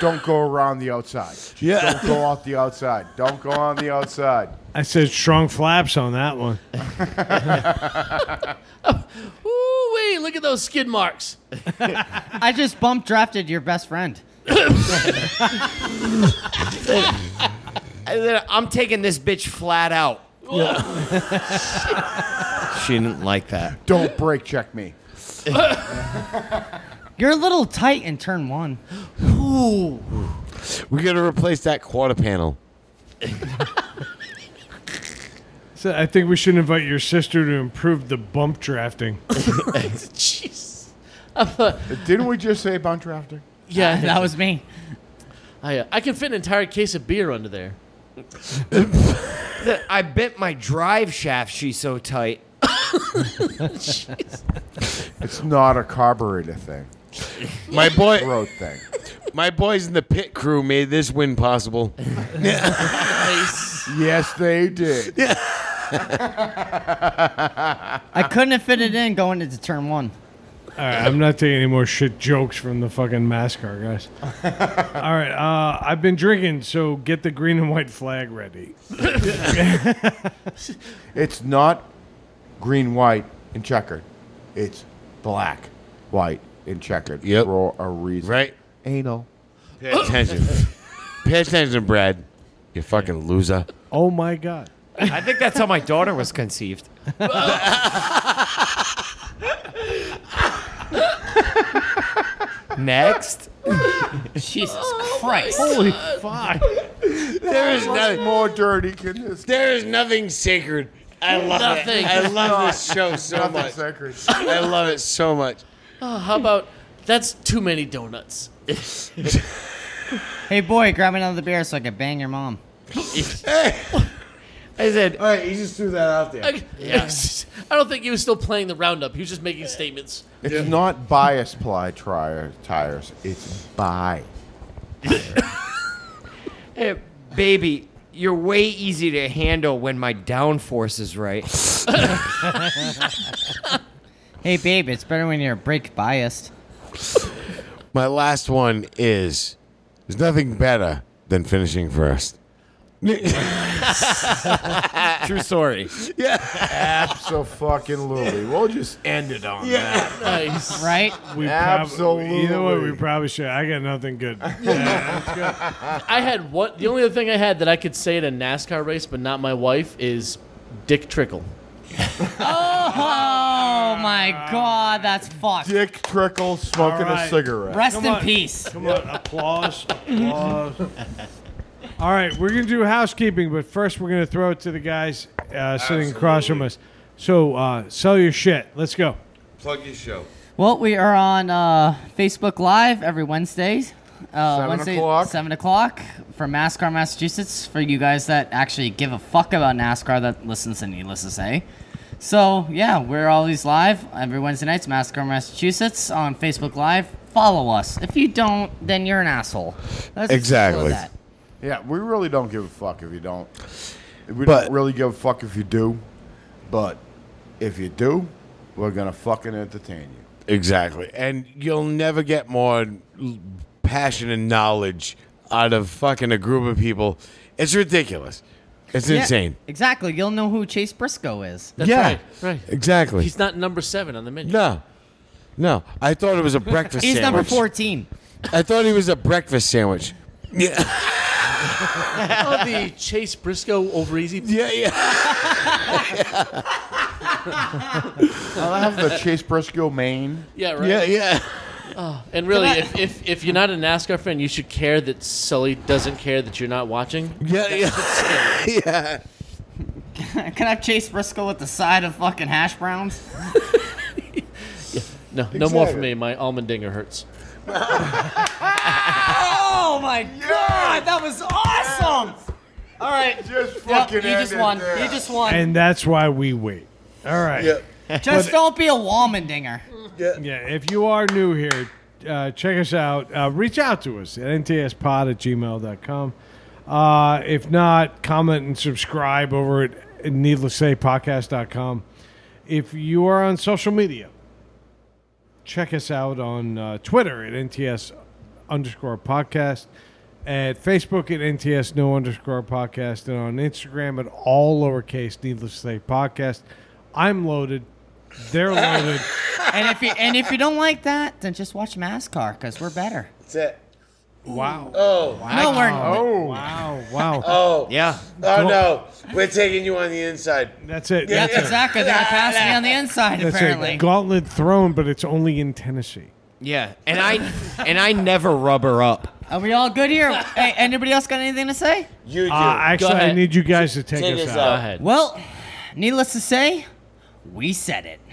S6: Don't go around the outside.
S8: Yeah.
S6: Don't go off the outside. Don't go on the outside.
S5: I said strong flaps on that one.
S3: Ooh, wait! Look at those skid marks. [LAUGHS]
S2: I just bump drafted your best friend.
S4: And then I'm taking this bitch flat out. [LAUGHS] she didn't like that.
S6: Don't brake check me.
S2: You're a little tight in turn one.
S8: We gotta replace that quarter panel.
S5: So I think we should invite your sister to improve the bump drafting.
S3: Jeez.
S6: Didn't we just say bunch drafting?
S3: Yeah, I think
S2: That was me.
S3: I, uh, I can fit an entire case of beer under there.
S4: I bent my drive shaft. She's so tight.
S6: It's not a carburetor thing.
S1: My boy,
S6: throat thing.
S1: my boys in the pit crew made this win possible.
S3: Nice.
S6: Yes, they did.
S2: I couldn't have fit it in going into turn one.
S5: All right, I'm not taking any more shit jokes from the fucking NASCAR guys. All right, uh, I've been drinking, so get the green and white flag ready.
S6: It's not green, white, and checkered. It's black, white, and checkered
S1: Yep.
S6: for a reason.
S1: Right?
S6: Anal.
S1: Pay attention. Pay attention, Brad. You fucking loser.
S5: Oh my god.
S4: I think that's how my daughter was conceived. [LAUGHS] Next.
S2: Jesus Christ.
S5: Holy fuck.
S1: There is
S6: Much
S1: nothing.
S6: more dirty can this
S1: There is nothing sacred. I love
S3: Nothing.
S1: it. I love this show so
S6: nothing
S1: much.
S6: sacred.
S1: [LAUGHS] I love it so much.
S3: Oh, how about that's too many donuts.
S2: Hey, boy, grab me another beer so I can bang your mom.
S4: I said,
S1: All right, you just threw that out there.
S3: I, [LAUGHS] I don't think he was still playing the roundup. He was just making statements.
S6: It's not bias ply tri- tires. It's bi.
S4: "Hey, baby, you're way easy to handle when my downforce is right.
S2: Hey, babe, it's better when you're brake biased.
S1: My last one is there's nothing better than finishing first.
S4: True story.
S6: So fucking literally. We'll just end it on that.
S3: Nice.
S2: Right?
S5: We
S6: Absolutely.
S5: Probably, either way, we probably should. I got nothing good.
S3: [LAUGHS] I had what the only other thing I had that I could say at a NASCAR race, but not my wife, is Dick Trickle.
S2: Oh, my God, that's fucked.
S6: Dick Trickle smoking
S5: All right.
S6: a cigarette.
S2: Rest
S5: Come
S2: in
S5: on.
S2: peace.
S5: Come on, applause, applause. All right, we're gonna do housekeeping, but first we're gonna throw it to the guys uh, sitting across from us. So uh, sell your shit. Let's go.
S1: Plug your show.
S2: Well, we are on uh, Facebook Live every Wednesdays. Uh,
S6: Seven
S2: Wednesday,
S6: o'clock.
S2: Seven o'clock from NASCAR, Massachusetts, for you guys that actually give a fuck about NASCAR that listens to needless to say. So yeah, we're always live every Wednesday nights, NASCAR, Massachusetts, on Facebook Live. Follow us. If you don't, then you're an asshole. That's
S1: Exactly.
S2: That.
S6: Yeah, we really don't give a fuck if you don't. We
S1: But-
S6: don't really give a fuck if you do. But if you do, we're gonna fucking entertain you.
S1: Exactly. And you'll never get more l- passion and knowledge out of fucking a group of people. It's ridiculous. It's
S2: Yeah,
S1: insane.
S2: exactly. You'll know who Chase Briscoe is.
S3: That's
S1: Yeah.
S3: right. Right.
S1: Exactly.
S3: He's not number seven on the menu.
S1: no. No. I thought it was a breakfast
S2: He's
S1: sandwich.
S2: number fourteen.
S1: I thought he was a breakfast sandwich.
S3: Oh, the Chase Briscoe over easy.
S1: [LAUGHS] Yeah, yeah.
S6: I have the Chase Briscoe Maine.
S3: Yeah, right.
S1: Yeah, yeah.
S3: And really,
S2: Can I-
S3: if, if, if you're not a NASCAR fan, you should care that Sully doesn't care that you're not watching.
S1: Yeah, yeah. [LAUGHS] yeah.
S2: [LAUGHS] Can I have Chase Briscoe with the side of fucking hash browns?
S3: No, no more for
S6: Exactly.
S3: me. My almond dinger hurts.
S2: Oh my god, that was awesome! All right,
S6: Just
S2: Yep,
S6: fucking
S2: you just
S6: end it
S2: won.
S6: there.
S2: You just won.
S5: And that's why we wait. All right.
S2: just don't be a Walmendinger.
S5: Yeah, if you are new here, uh, check us out. Uh, reach out to us at ntspod at gmail.com. Uh, if not, comment and subscribe over at needlesssaypodcast.com. If you are on social media, check us out on uh, Twitter at NTS underscore podcast, at Facebook at NTS no underscore podcast, and on Instagram at all lowercase needless to say podcast. I'm loaded. They're loaded.
S2: and if you and if you don't like that, then just watch NASCAR because we're better.
S1: That's it.
S5: Wow.
S2: No, we're
S5: Oh. Wow. Wow.
S1: Oh.
S4: Yeah.
S1: Oh, no. We're taking you on the inside.
S5: That's it.
S2: that's
S5: That's it.
S2: exactly. They're gonna pass me on the inside
S5: That's
S2: apparently.
S5: a gauntlet throne, but it's only in Tennessee.
S4: Yeah. And I and I never rub her up.
S2: Are we all good here? hey, anybody else got anything to say?
S1: You do.
S5: Uh, actually, I
S3: ahead.
S5: need you guys to take, us out.
S3: Go ahead.
S2: Well, needless to say, we said it.